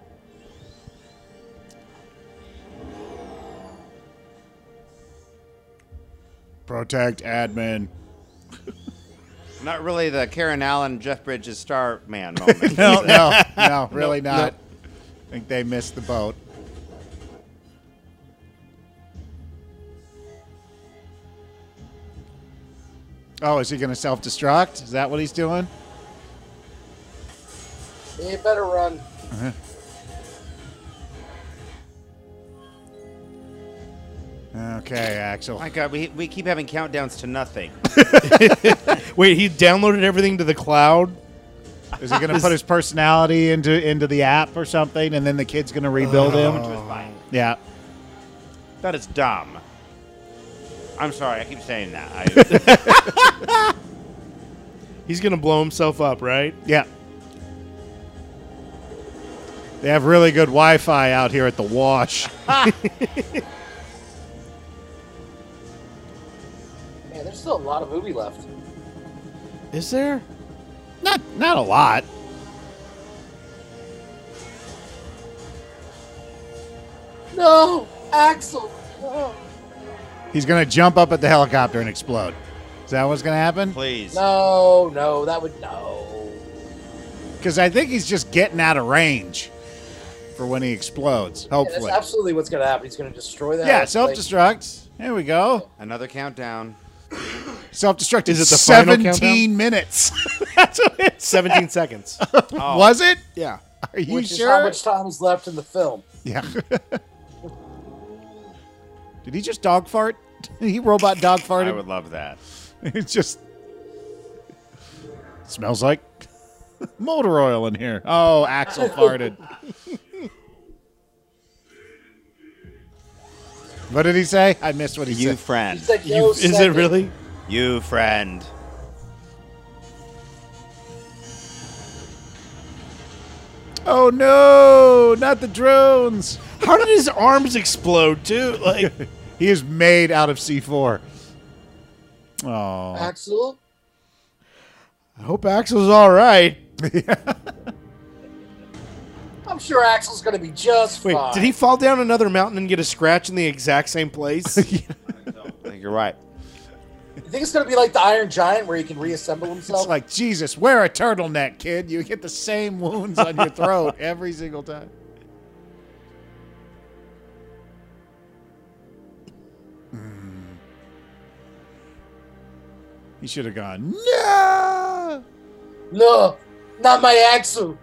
S1: Protect admin.
S6: Not really the Karen Allen, Jeff Bridges star man moment.
S1: No, Oh, no, no, really not. I think they missed the boat. Oh, is he going to self destruct? Is that what he's doing?
S3: You better run.
S1: Okay, Axel.
S6: My God, we, we keep having countdowns to nothing.
S2: Wait, he downloaded everything to the cloud.
S1: Is he going to put his personality into into the app or something, and then the kid's going to rebuild
S6: Oh,
S1: him? Yeah.
S6: That is dumb. I'm sorry, I keep saying that. I,
S2: He's going to blow himself up, right?
S1: Yeah. They have really good Wi Fi out here at the wash.
S3: Man, there's still a lot of movie left.
S2: Is there?
S1: Not not a lot.
S3: No, Axel. No,
S1: He's going to jump up at the helicopter and explode. Is that what's going to happen?
S6: please.
S3: no, no that would no.
S1: Because I think he's just getting out of range for when he explodes,
S3: Yeah, that's
S1: hopefully.
S3: absolutely what's going to happen. He's going to destroy that.
S1: Yeah, self destruct. There we go.
S6: Another countdown.
S1: Self destruct
S2: Is it the final
S1: 17
S2: countdown?
S1: minutes? that's what it
S2: 17 seconds.
S1: was. it?
S2: Yeah.
S1: Are you
S3: Which is how
S1: sure?
S3: much time is left in the film?
S1: Yeah. Did he just dog fart? he robot dog
S6: I
S1: farted.
S6: would love that.
S1: It's just smells like motor oil in here. Oh, Axel farted. what did he say? I missed what he
S6: You
S1: said.
S6: friend.
S3: He's like, no
S2: You- is it
S3: second.
S2: really?
S6: You friend.
S1: Oh no, not the drones.
S2: How did his arms explode too? Like
S1: He is made out of C4. Oh.
S3: Axel?
S2: I hope Axel's all right.
S3: I'm sure Axel's going to be just
S2: Wait,
S3: fine.
S2: did he fall down another mountain and get a scratch in the exact same place?
S6: I think you're right.
S3: You think it's going to be like the Iron Giant where he can reassemble himself?
S1: It's like, Jesus, wear a turtleneck, kid. You get the same wounds on your throat every single time. Mm. He should have gone, no!
S3: no, not my Axel.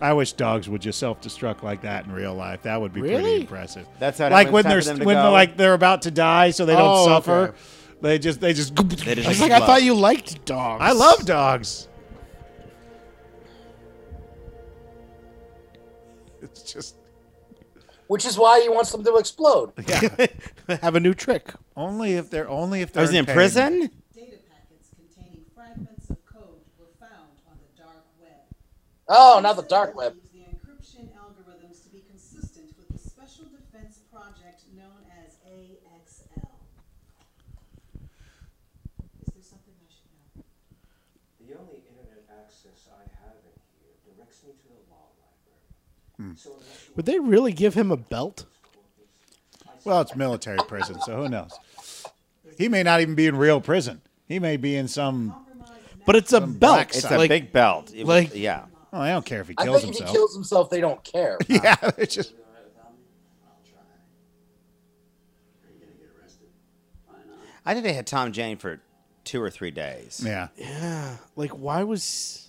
S1: I wish dogs would just self-destruct like that in real life. That would be
S7: Really?
S1: pretty impressive.
S6: That's how it
S1: like
S6: is
S1: when
S6: time
S1: they're
S6: for them to
S1: when
S6: go.
S1: they're like they're about to die, so they don't
S7: Oh,
S1: suffer.
S7: okay.
S1: They just they just.
S6: They just
S7: I was like, I thought you liked dogs.
S1: I love dogs. It's just
S3: Which is why he wants them to explode.
S2: Have a new trick.
S1: only if they're only if
S6: I
S1: they're
S6: was Oh, in
S1: pain.
S6: prison.
S12: Data packets containing fragments of code were found on the dark web.
S3: Oh, not the dark web.
S12: Use the encryption algorithms to be consistent with the special defense project known as AXL. Is there something I should know?
S8: The only internet access I have in here directs me to the law library. So unless you
S7: Would they really give him a belt?
S1: Well, it's military prison, so who knows? He may not even be in real prison. He may be in some.
S7: But it's a belt.
S1: black
S6: It's
S1: side.
S6: a big belt. It was-
S7: like-
S6: yeah.
S1: Well, I don't care if he
S3: I
S1: kills
S3: think if
S1: himself.
S3: he kills himself, they don't care.
S1: yeah, it's just
S6: I think they had Tom Jane for two or three days.
S1: yeah.
S7: Yeah. Like, why was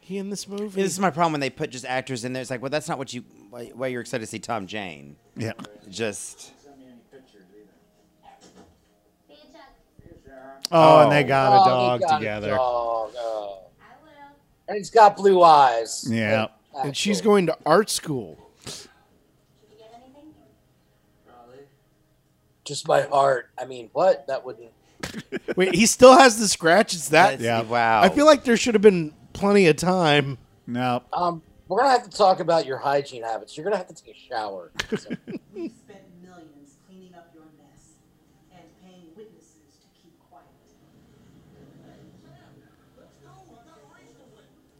S7: he in this movie?
S6: This is my problem when they put just actors in there. It's like, well, that's not what you why, why you're excited to see Tom Jane.
S1: Yeah.
S6: Just
S9: Be a jug.
S1: Oh,
S6: Oh.
S1: and they got
S3: Oh,
S1: a
S3: he
S1: dog
S3: got a
S1: together.
S3: dog, oh.
S9: I will.
S3: And he's got blue eyes.
S1: Yeah.
S7: and she's going to art school.
S9: Did you get anything?
S8: probably
S3: Just my heart. I mean, what? That wouldn't.
S7: Wait, he still has the scratch. It's that.
S6: that's-
S1: Yeah.
S6: Wow.
S7: I feel like there should have been plenty of time.
S1: No.
S3: Um, we're gonna have to talk about your hygiene habits. You're gonna have to take a shower.
S12: We've spent millions cleaning up your mess and paying witnesses to keep quiet.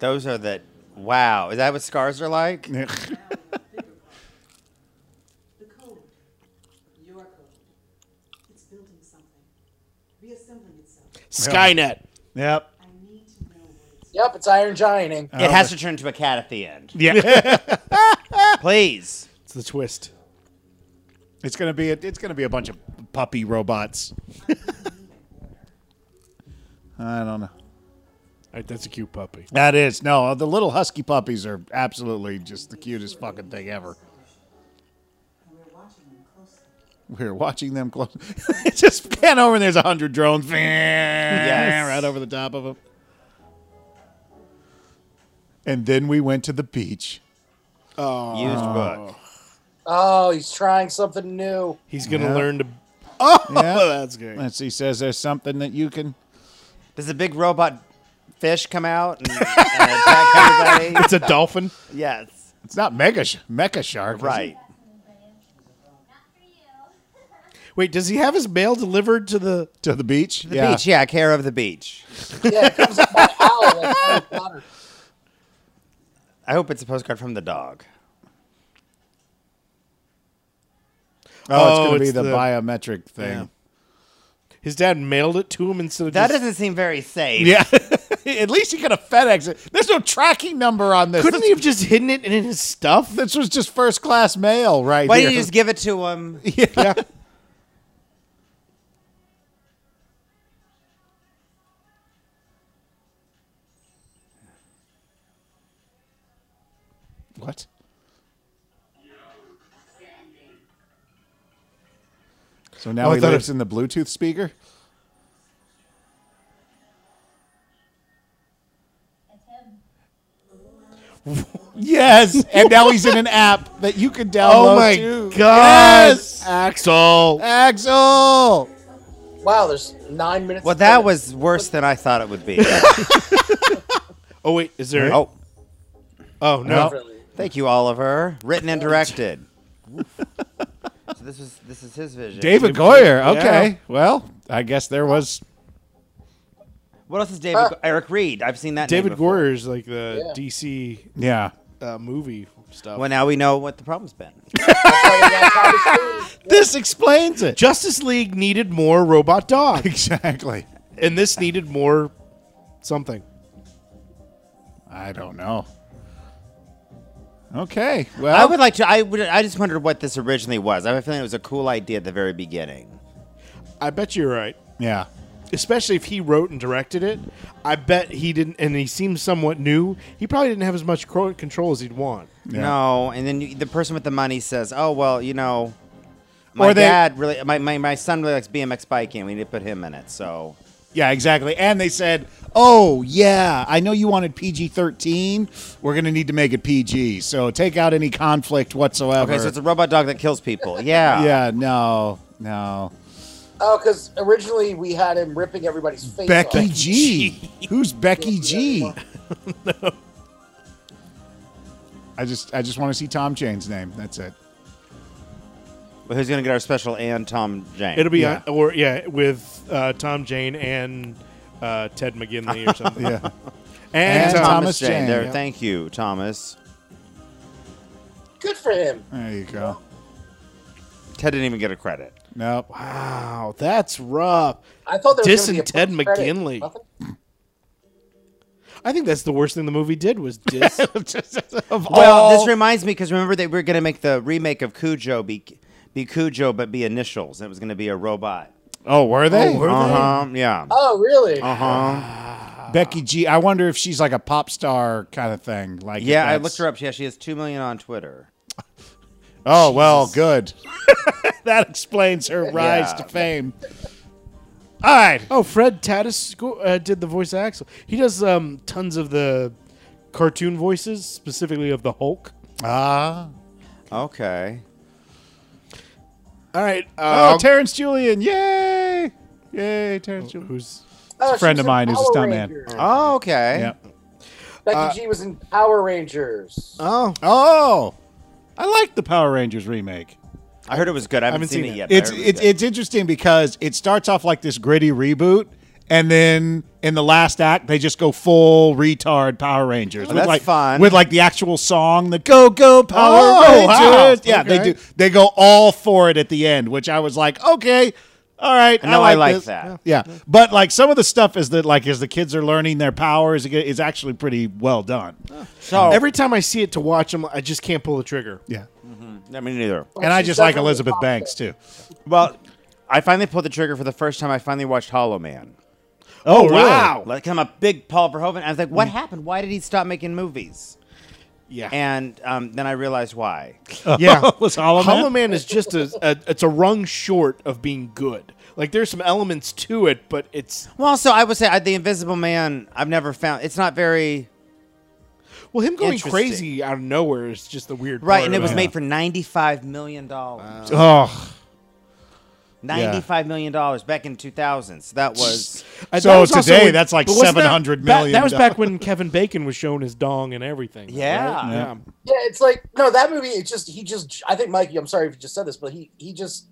S6: those are the wow. Is that what scars are like?
S12: Now we have a bigger problem. The code, your code, it's building something, reassembling itself.
S7: Skynet.
S1: Yep.
S12: I need to know what it's.
S3: yep, it's Iron Gianting.
S6: It has to turn to a cat at the end.
S1: Yeah.
S6: Please.
S7: It's the twist.
S1: It's gonna be a, it's gonna be a bunch of puppy robots. I don't know.
S7: All right, that's a cute puppy.
S1: That is no. The little husky puppies are absolutely just the cutest fucking thing ever.
S12: And we're watching them closely.
S1: We were watching them close. It just pan over and there's a hundred drones.
S6: Yes.
S1: right over the top of them. And then we went to the beach.
S6: Used book.
S3: Oh, he's trying something new.
S2: He's gonna
S1: Yeah.
S2: learn to. Oh,
S1: Yeah.
S2: that's good.
S1: Let's see. Says there's something that you can.
S6: Does a big robot fish come out and, and attack everybody?
S2: It's a dolphin.
S6: yes.
S1: It's not mega sh- mecha shark, is it?
S6: Right.
S9: Not for you.
S2: Wait, does he have his mail delivered to the?
S1: To the beach.
S6: The beach, yeah, care of the beach.
S3: Yeah, it comes up by owl like Harry Potter.
S6: I hope it's a postcard from the dog.
S1: Oh, it's
S2: Oh,
S1: gonna be
S2: it's
S1: the,
S2: the-
S1: biometric thing.
S2: His dad mailed it to him instead of
S6: That
S2: just.
S6: doesn't seem very safe.
S1: Yeah. At least he could have FedEx it. There's no tracking number on this.
S2: Couldn't
S1: this,
S2: he have just hidden it in his stuff?
S1: this was just first class mail right
S6: Why
S1: here.
S6: didn't you just give it to him?
S2: yeah.
S1: what? So now
S2: Oh, I
S1: he
S2: thought it-
S1: lives in the Bluetooth speaker?
S9: It's him.
S1: Yes. Oh and now he's in an app that you can download
S2: Oh my
S1: too.
S2: God,
S1: Yes.
S2: Axel!
S1: Axel.
S3: Wow, there's nine minutes.
S6: Well,
S3: of
S6: that
S3: credits.
S6: was worse than I thought it would be.
S2: Oh wait, is there?
S6: oh,
S2: oh no.
S6: thank you, Oliver. Written and directed. so this was this is his vision.
S1: David Goyer. Okay. Well, I guess there was.
S6: What else is David? Go- Eric Reed. I've seen that. name
S2: Ah. David
S6: before.
S2: Goyer is like the
S3: Yeah.
S2: DC
S1: Yeah.
S2: uh, movie stuff.
S6: Well, now we know what the problem's been.
S1: This explains it.
S2: Justice League needed more robot dog,
S1: Exactly.
S2: and this needed more something.
S1: I don't know. Okay. Well,
S6: I would like to. I would. I just wondered what this originally was. I have a feeling it was a cool idea at the very beginning.
S2: I bet you're right.
S1: yeah.
S2: Especially if he wrote and directed it, I bet he didn't. And he seemed somewhat new. He probably didn't have as much cro- control as he'd want.
S6: No, and then you, the person with the money says, "Oh well, you know, my
S1: Or they-
S6: dad really, my, my my son really likes BMX biking. We need to put him in it." So
S1: Yeah, exactly. And they said, "Oh, yeah, I know you wanted PG-13. We're going to need to make it PG. So take out any conflict whatsoever."
S6: okay, so it's a robot dog that kills people. Yeah,
S1: yeah, no. No.
S3: Oh, because originally we had him ripping everybody's face
S1: Becky
S3: off.
S1: G. Who's Becky G? I
S3: Yeah,
S1: just I just want to see Tom Jane's name. That's it.
S6: But who's gonna get our special and Tom Jane?
S2: It'll be
S1: Yeah.
S2: uh, or yeah with uh, Tom Jane and uh, Ted McGinley or something.
S1: Yeah.
S2: and,
S1: And
S2: Tom.
S1: Tom- Thomas Jane,
S6: There,
S1: yeah.
S6: thank you, Thomas.
S3: Good for him.
S1: There you go.
S6: Ted didn't even get a credit.
S1: Nope.
S2: Wow, that's rough.
S3: I thought there was
S2: Dissing
S3: gonna be a
S2: Ted
S3: post credit.
S2: McGinley.
S3: Nothing?
S2: I think that's the worst thing the movie did was diss.
S6: Well, this reminds me because remember they were gonna make the remake of Cujo be be Cujo but be initials. It was gonna be a robot.
S1: Oh, were they? Oh.
S6: Uh huh. Yeah.
S3: Oh, really?
S1: Becky G. I wonder if she's like a pop star kind of thing. Like,
S6: Yeah, I
S1: that's-
S6: looked her up. Yeah, she has two million on Twitter.
S1: Oh well, good. that explains her rise
S6: Yeah.
S1: to fame. All right.
S2: oh, Fred Tatis go- uh, did the voice of Axel. He does um, tons of the cartoon voices, specifically of the Hulk.
S1: Ah.
S6: Okay.
S2: All right,
S1: oh,
S2: uh,
S1: Terrence Julian! Yay! Yay, Terrence Julian.
S2: who's
S3: Oh,
S1: a
S3: she
S1: friend
S3: was
S1: of
S3: in
S1: mine who's a
S3: Power
S1: stuntman. Uh,
S3: Rangers.
S6: Oh, okay.
S1: Yeah.
S3: Becky G was in Power Rangers.
S2: oh
S1: Oh, I like the Power Rangers remake.
S6: I heard it was good. I haven't,
S2: haven't
S6: seen,
S2: seen
S6: it
S2: it.
S6: yet. but I
S1: It's
S6: heard
S1: it's
S6: good.
S1: it's interesting because it starts off like this gritty reboot, and then in the last act they just go full retard Power Rangers. with
S6: that's
S1: like,
S6: fun.
S1: With like the actual song, the Go Go Power
S2: Oh, wow.
S1: Rangers. Yeah, they
S2: Okay.
S1: do. They go all for it at the end, which I was like, okay. All right,
S6: I know I like
S1: this.
S6: that.
S1: Yeah. but like some of the stuff is that like as the kids are learning their powers, it is actually pretty well done.
S6: so.
S2: Oh. every time I see it to watch him, I just can't pull the trigger.
S1: Yeah,
S6: I mean, neither.
S1: and I
S3: she's
S1: just like
S3: definitely
S1: Elizabeth
S3: a pop
S1: Banks too.
S6: Well, I finally pulled the trigger for the first time. I finally watched Hollow Man.
S1: Oh,
S2: wow.
S6: Like I'm a big Paul Verhoeven. I was like, what happened? Why did he stop making movies?
S2: Yeah,
S6: And um, then I realized why.
S2: yeah.
S1: Was Hollow Man?
S2: Hollow Man is just a, a it's a rung short of being good. Like there's some elements to it, but it's
S6: Well, also I would say I, the Invisible Man. I've never found. It's not very
S2: well him going
S6: Interesting.
S2: crazy out of nowhere is just the weird
S6: right,
S2: part
S6: and it was
S2: about
S6: made for ninety five million dollars.
S1: Oh,
S6: Ninety five million dollars back in two thousand. So that was.
S2: Uh,
S1: So
S2: was also
S1: today, that's like
S2: but wasn't that-
S1: 700
S2: that-
S1: million
S2: That, was back when Kevin Bacon was showing his dong and everything.
S6: Yeah.
S2: right?
S1: Yeah.
S3: Yeah, it's like no, that movie. It's just he just. I think Mikey. I'm sorry if you just said this, but he he just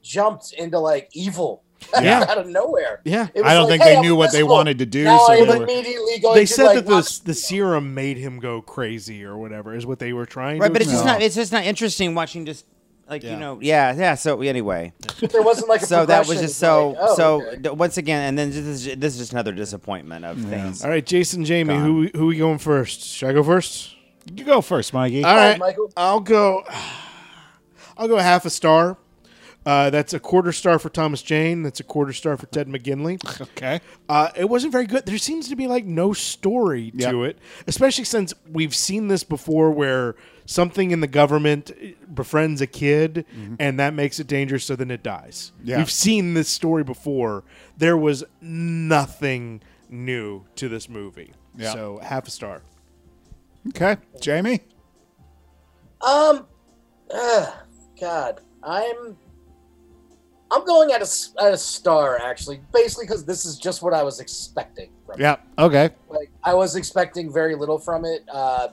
S3: jumped into like evil.
S1: Yeah.
S3: out of nowhere.
S2: Yeah.
S3: It was
S1: I don't
S3: like,
S1: think
S3: hey,
S1: they
S3: I'm
S1: knew what they
S3: invisible.
S1: wanted to do,
S3: Now
S1: so
S3: I'm
S1: they were-
S3: immediately going
S2: They
S3: to,
S2: said
S3: like,
S2: that the
S3: watch-
S2: the serum made him go crazy or whatever is what they were trying.
S6: Right,
S2: to
S6: but it's just
S1: No.
S6: not. It's just not interesting watching just like you
S2: Yeah.
S6: know. Yeah, yeah. So anyway,
S3: there wasn't like a
S6: so that was
S3: progression.
S6: just so
S3: Like, oh,
S6: so.
S3: okay.
S6: d- Once again, and then this is this is just another disappointment of things.
S2: All right, Jason, Jamie, who who we going first? Should I go first?
S1: you go first, Mikey.
S2: All
S3: ahead,
S2: right,
S3: Michael.
S2: I'll go. I'll go half a star. Uh, that's a quarter star for Thomas Jane. That's a quarter star for Ted McGinley.
S1: okay.
S2: Uh, it wasn't very good. There seems to be like no story to
S1: Yeah.
S2: it, especially since we've seen this before, where something in the government uh, befriends a kid, and that makes it dangerous. So then it dies.
S1: Mm-hmm. Yeah.
S2: We've seen this story before. There was nothing new to this movie.
S1: Yeah.
S2: So half a star.
S1: Okay. Jamie?
S3: Um, ugh, God, I'm I'm going at a, s- at a star actually, basically because this is just what I was expecting. From
S1: Yeah.
S2: uh,
S1: Okay.
S3: It. Like I was expecting very little from it. Uh,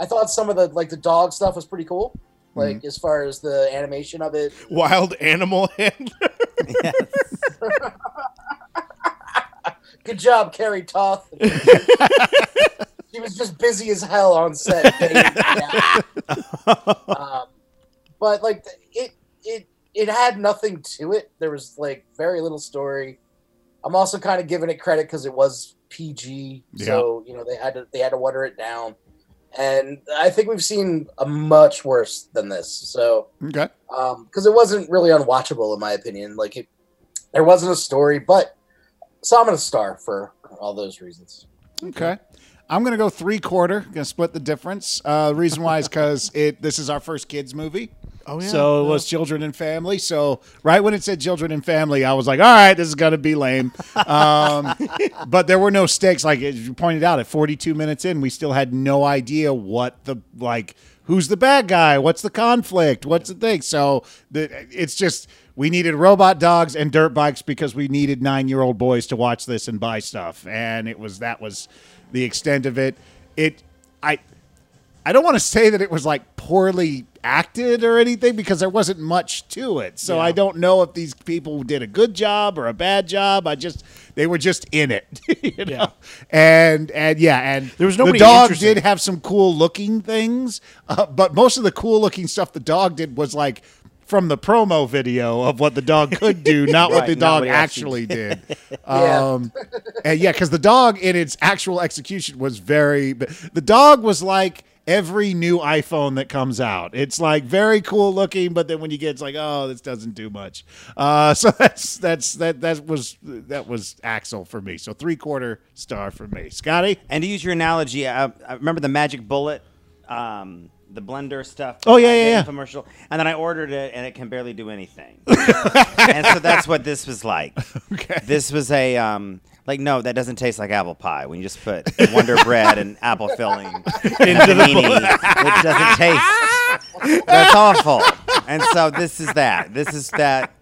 S3: I thought some of the like the dog stuff was pretty cool, like as far as the animation of it.
S2: Wild animal handler.
S3: Good job, Carrie Toth. she was just busy as hell on set. Yeah. um, but like it, it, it had nothing to it. There was like very little story. I'm also kind of giving it credit because it was PG, so you know they had to they had to water it down. And I think we've seen a much worse than this. So
S1: Okay.
S3: because it wasn't really unwatchable in my opinion. Like it, there wasn't a story, but so I'm gonna star for all those reasons.
S1: Okay. I'm gonna go three quarter. Gonna split the difference. Uh, reason why is because it. This is our first kids movie. Oh yeah. So it was children and family. So right when it said children and family, I was like, all right, this is gonna be lame. Um, but there were no stakes. Like as you pointed out, at 42 minutes in, we still had no idea what the like. Who's the bad guy? What's the conflict? What's the thing? So the, it's just we needed robot dogs and dirt bikes because we needed nine-year-old boys to watch this and buy stuff, and it was that was the extent of it. It I I don't want to say that it was like poorly acted or anything because there wasn't much to it. So I don't know if these people did a good job or a bad job. I just they were just in it. you know? And and yeah, and
S2: There was
S1: the
S2: nobody
S1: dog
S2: interesting.
S1: did have some cool looking things, uh, but most of the cool looking stuff the dog did was like from the promo video of what the dog could do, not what
S6: Right,
S1: the
S6: not
S1: dog
S6: what he
S1: actually
S6: actually
S1: did.
S3: Yeah.
S1: Um, and yeah, because the dog in its actual execution was very. The dog was like every new iPhone that comes out. It's like very cool looking, but then when you get, it's like, oh, this doesn't do much. Uh, so that's that's that that was that was Axel for me. So three quarter star for me, Scotty.
S6: And to use your analogy, I, I remember the Magic Bullet, um, the blender stuff.
S1: Oh, yeah, yeah,
S6: the
S1: yeah.
S6: Infomercial, and then I ordered it, and it can barely do anything. and so that's what this was like.
S1: Okay.
S6: This was a um, like no, that doesn't taste like apple pie. When you just put Wonder Bread and apple filling into the it doesn't taste. That's awful. And so this is that. This is that.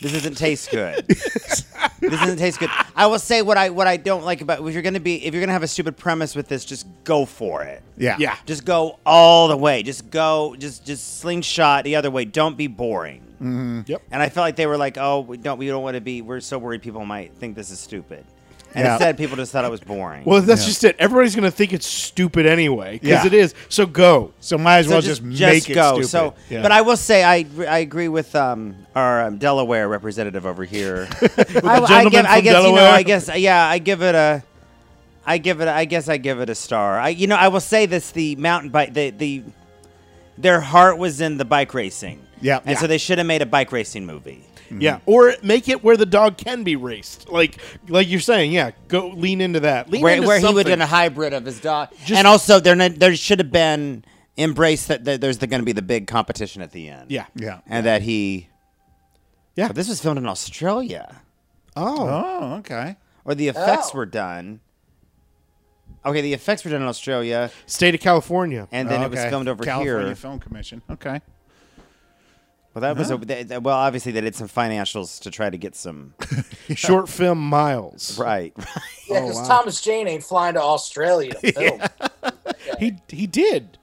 S6: This doesn't taste good. This doesn't taste good. I will say what I what I don't like about if you're gonna be if you're gonna have a stupid premise with this, just go for it.
S1: Yeah. Yeah.
S6: Just go all the way. Just go. Just just slingshot the other way. Don't be boring. Mm-hmm.
S7: Yep.
S6: And I felt like they were like, oh, we don't we don't want to be. We're so worried people might think this is stupid. And
S1: Yeah.
S6: instead, people just thought it was boring.
S2: Well, that's just it. Everybody's going to think it's stupid anyway because
S1: Yeah.
S2: it is. So go.
S1: So might as
S6: So
S1: well just, make it stupid.
S6: So, but I will say I I agree with um, our um, Delaware representative over here. I, I,
S2: gentleman
S6: give, I
S2: from
S6: guess you know.
S2: Delaware?
S6: I guess yeah. I give it a. I give it. I guess I give it a star. I you know I will say this: the mountain bike, the the, their heart was in the bike racing.
S1: Yeah.
S6: and so they should have made a bike racing movie.
S1: Mm-hmm.
S2: Yeah, or make it where the dog can be raced, like like you're saying. Yeah, go lean into that. Lean
S6: where,
S2: into
S6: where he would have
S2: something.
S6: been a hybrid of his dog,
S2: Just-
S6: and also there ne- there should have been embrace that, that there's going to be the big competition at the end.
S2: Yeah.
S1: yeah.
S6: and that he.
S2: Yeah.
S6: But this was filmed in Australia,
S1: Oh, okay.
S6: or the effects
S3: Oh.
S6: were done. Okay, the effects were done in Australia,
S2: State of California.
S6: and then it was
S1: Okay.
S6: filmed over
S1: California
S6: here.
S1: Film Commission. Okay.
S6: Well, that
S2: Uh-huh.
S6: was a, they, they- well, obviously they did some financials to try to get some
S2: Short film miles.
S6: right. Oh,
S3: Yeah, because Thomas Jane ain't flying to Australia to film.
S7: He he did.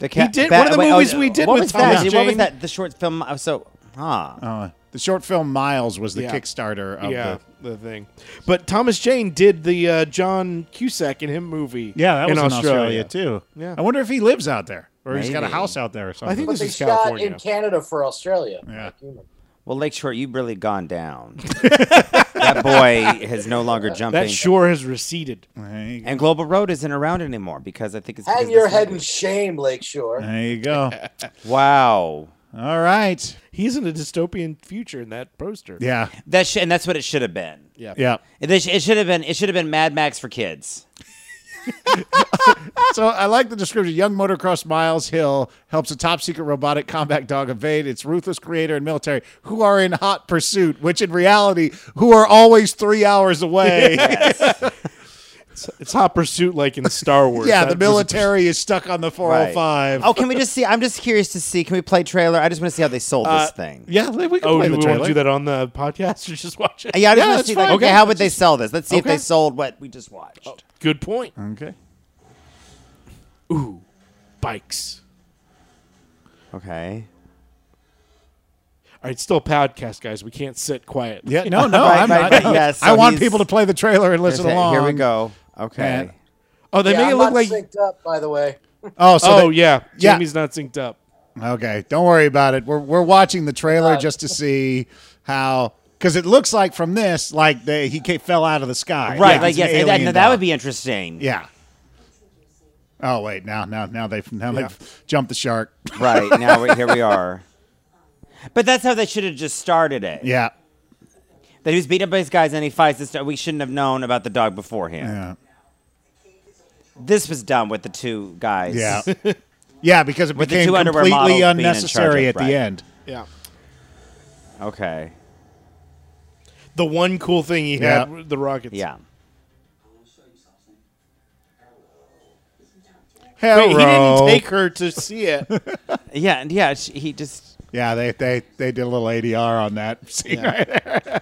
S6: The ca- oh,
S2: He did- one of the movies we did
S6: what
S2: with
S6: was that?
S2: Thomas
S6: What was
S2: Jane.
S6: that? The short film. I was so huh.
S1: Uh, the short film Miles was the
S2: Yeah.
S1: Kickstarter of
S2: Yeah,
S1: the.
S2: the, thing. But Thomas Jane did the uh, John Cusack in him movie.
S1: Yeah, that
S2: in
S1: was
S2: Australia.
S1: in Australia too.
S2: Yeah.
S1: I wonder if he lives out there or he's got a
S6: Maybe.
S1: house out there or something.
S2: I think
S3: But
S2: this
S3: they
S2: is
S3: shot
S2: California.
S3: in Canada for Australia.
S1: Yeah.
S6: Well, Lakeshore, you've really gone down. that boy is no longer jumping.
S2: that shore has receded.
S1: There you,
S6: and Global Road isn't around anymore because I think it's.
S3: Hang
S6: because
S3: your
S6: this
S3: head in
S6: movie-
S3: shame, Lakeshore.
S1: there you go.
S6: wow.
S1: All right.
S2: He's in a dystopian future in that poster.
S1: Yeah.
S6: That sh- and that's what it should have been.
S1: Yeah.
S6: It, it sh- it should have been. It should have been Mad Max for kids.
S1: So I like the description. Young motocross Miles Hill helps a top secret robotic combat dog evade its ruthless creator and military, who are in hot pursuit, which in reality, who are always three hours away.
S7: It's, it's hot pursuit like in Star Wars.
S1: Yeah,
S7: That
S1: the
S7: was-
S1: military is stuck on the 405.
S6: Oh, can we just see? I'm just curious to see. Can we play trailer? I just want to see how they sold
S7: Uh,
S6: this thing.
S1: Yeah, we can
S7: Oh,
S1: play
S7: do we
S1: the
S7: want
S1: trailer.
S7: to do that on the podcast or just watch it?
S6: Yeah, I just
S1: yeah,
S6: want
S1: that's
S6: to see. Like,
S1: fine.
S6: okay,
S1: Okay.
S6: how would they sell this? Let's see if
S1: Okay. Oh.
S6: they sold what we just watched.
S7: Good point.
S1: Okay.
S7: Ooh, bikes.
S6: Okay.
S7: All right, it's still a podcast, guys. We can't sit quiet.
S1: Yeah, no, no,
S6: Right,
S1: I'm not.
S6: right, right, yes,
S1: I
S6: so
S1: want
S6: he's-
S1: people to play the trailer and listen
S6: Okay,
S1: along.
S6: Here we go. Okay.
S1: And-
S7: Oh, they
S3: Yeah,
S7: make
S3: I'm
S7: it look
S3: not
S7: like.
S3: synced up, by the way.
S1: Oh, so
S7: oh
S1: they-
S7: yeah,
S1: Yeah.
S7: Jamie's not synced up.
S1: Okay, don't worry about it. We're we're watching the trailer just to see how because it looks like from this, like they, he ca- fell out of the sky.
S6: Right.
S1: Yeah, it's an
S6: like yes, and that,
S1: alien
S6: no, that
S1: dog.
S6: would be interesting.
S1: Yeah. Oh wait, now now now they've now they've jumped the shark.
S6: Right. Now we here we are. But that's how they should have just started it.
S1: Yeah.
S6: That he was beat up by his guys and he fights this dog. We shouldn't have known about the dog beforehand.
S1: Yeah.
S6: This was done with the two guys.
S1: Yeah. Yeah, because it
S6: With the
S1: became
S6: two underwear models
S1: completely
S6: being in charge
S1: unnecessary
S6: of-
S1: at
S6: right.
S1: the end.
S7: Yeah.
S6: Okay.
S2: The one cool thing he
S1: Yeah.
S2: had had, the rockets.
S6: Yeah.
S1: Hello.
S2: Wait, he didn't take her to see it.
S6: Yeah. And yeah, she, he just.
S1: yeah, they, they they did a little ADR on that scene right there.
S9: Somebody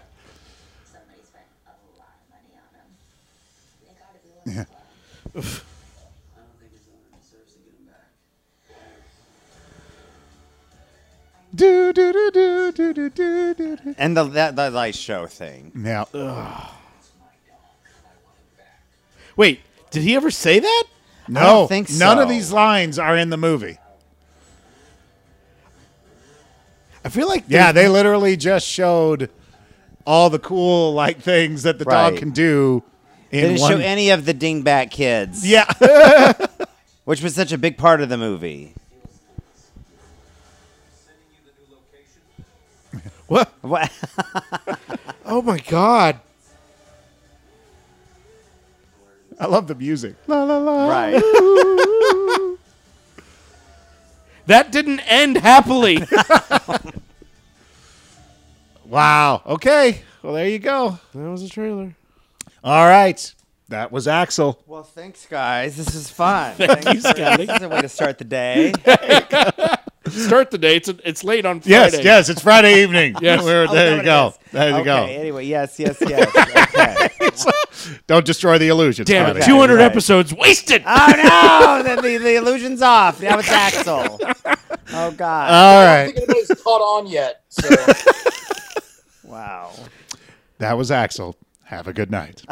S9: spent a lot of money on him. They gotta be looking for him.
S8: I don't think his owner deserves to get him back.
S1: Do do do do do do do do. do.
S6: And the that, that light show thing.
S1: Yeah.
S2: Wait, did he ever say that?
S1: No,
S6: don't think
S1: none of
S6: so.
S1: these lines are in the movie.
S2: I feel like
S1: Yeah, they literally just showed all the cool like things that the dog
S6: Right.
S1: can do in
S6: Didn't
S1: one.
S6: show any of the dingbat kids.
S1: yeah,
S6: Which was such a big part of the movie.
S8: Sending you the new location.
S6: What?
S2: Oh my god.
S1: I love the music. La la la.
S6: right.
S7: That didn't end happily.
S1: Wow. Okay. Well, there you go.
S7: That was a trailer.
S1: All right. That was Axel.
S6: Well, thanks, guys. This is fun. Thank you,
S7: Scotty.
S6: This is a way to start the day.
S7: Start the day. It's it's late on Friday.
S1: Yes, yes, it's Friday evening.
S7: Yes.
S1: We're-
S6: Oh,
S1: there
S6: that
S1: you
S6: what
S1: go.
S6: it is?
S1: There you
S6: okay,
S1: go.
S6: Anyway, yes, yes, yes. Okay.
S1: Don't destroy the illusion.
S7: Damn it!
S1: Friday.
S6: Okay.
S7: Two hundred
S6: Right.
S7: episodes wasted.
S6: oh no, the, the, the illusion's off. Now it's Axel. Oh God!
S1: All right.
S3: I don't think anybody's caught on yet. So
S6: wow.
S1: That was Axel. Have a good night.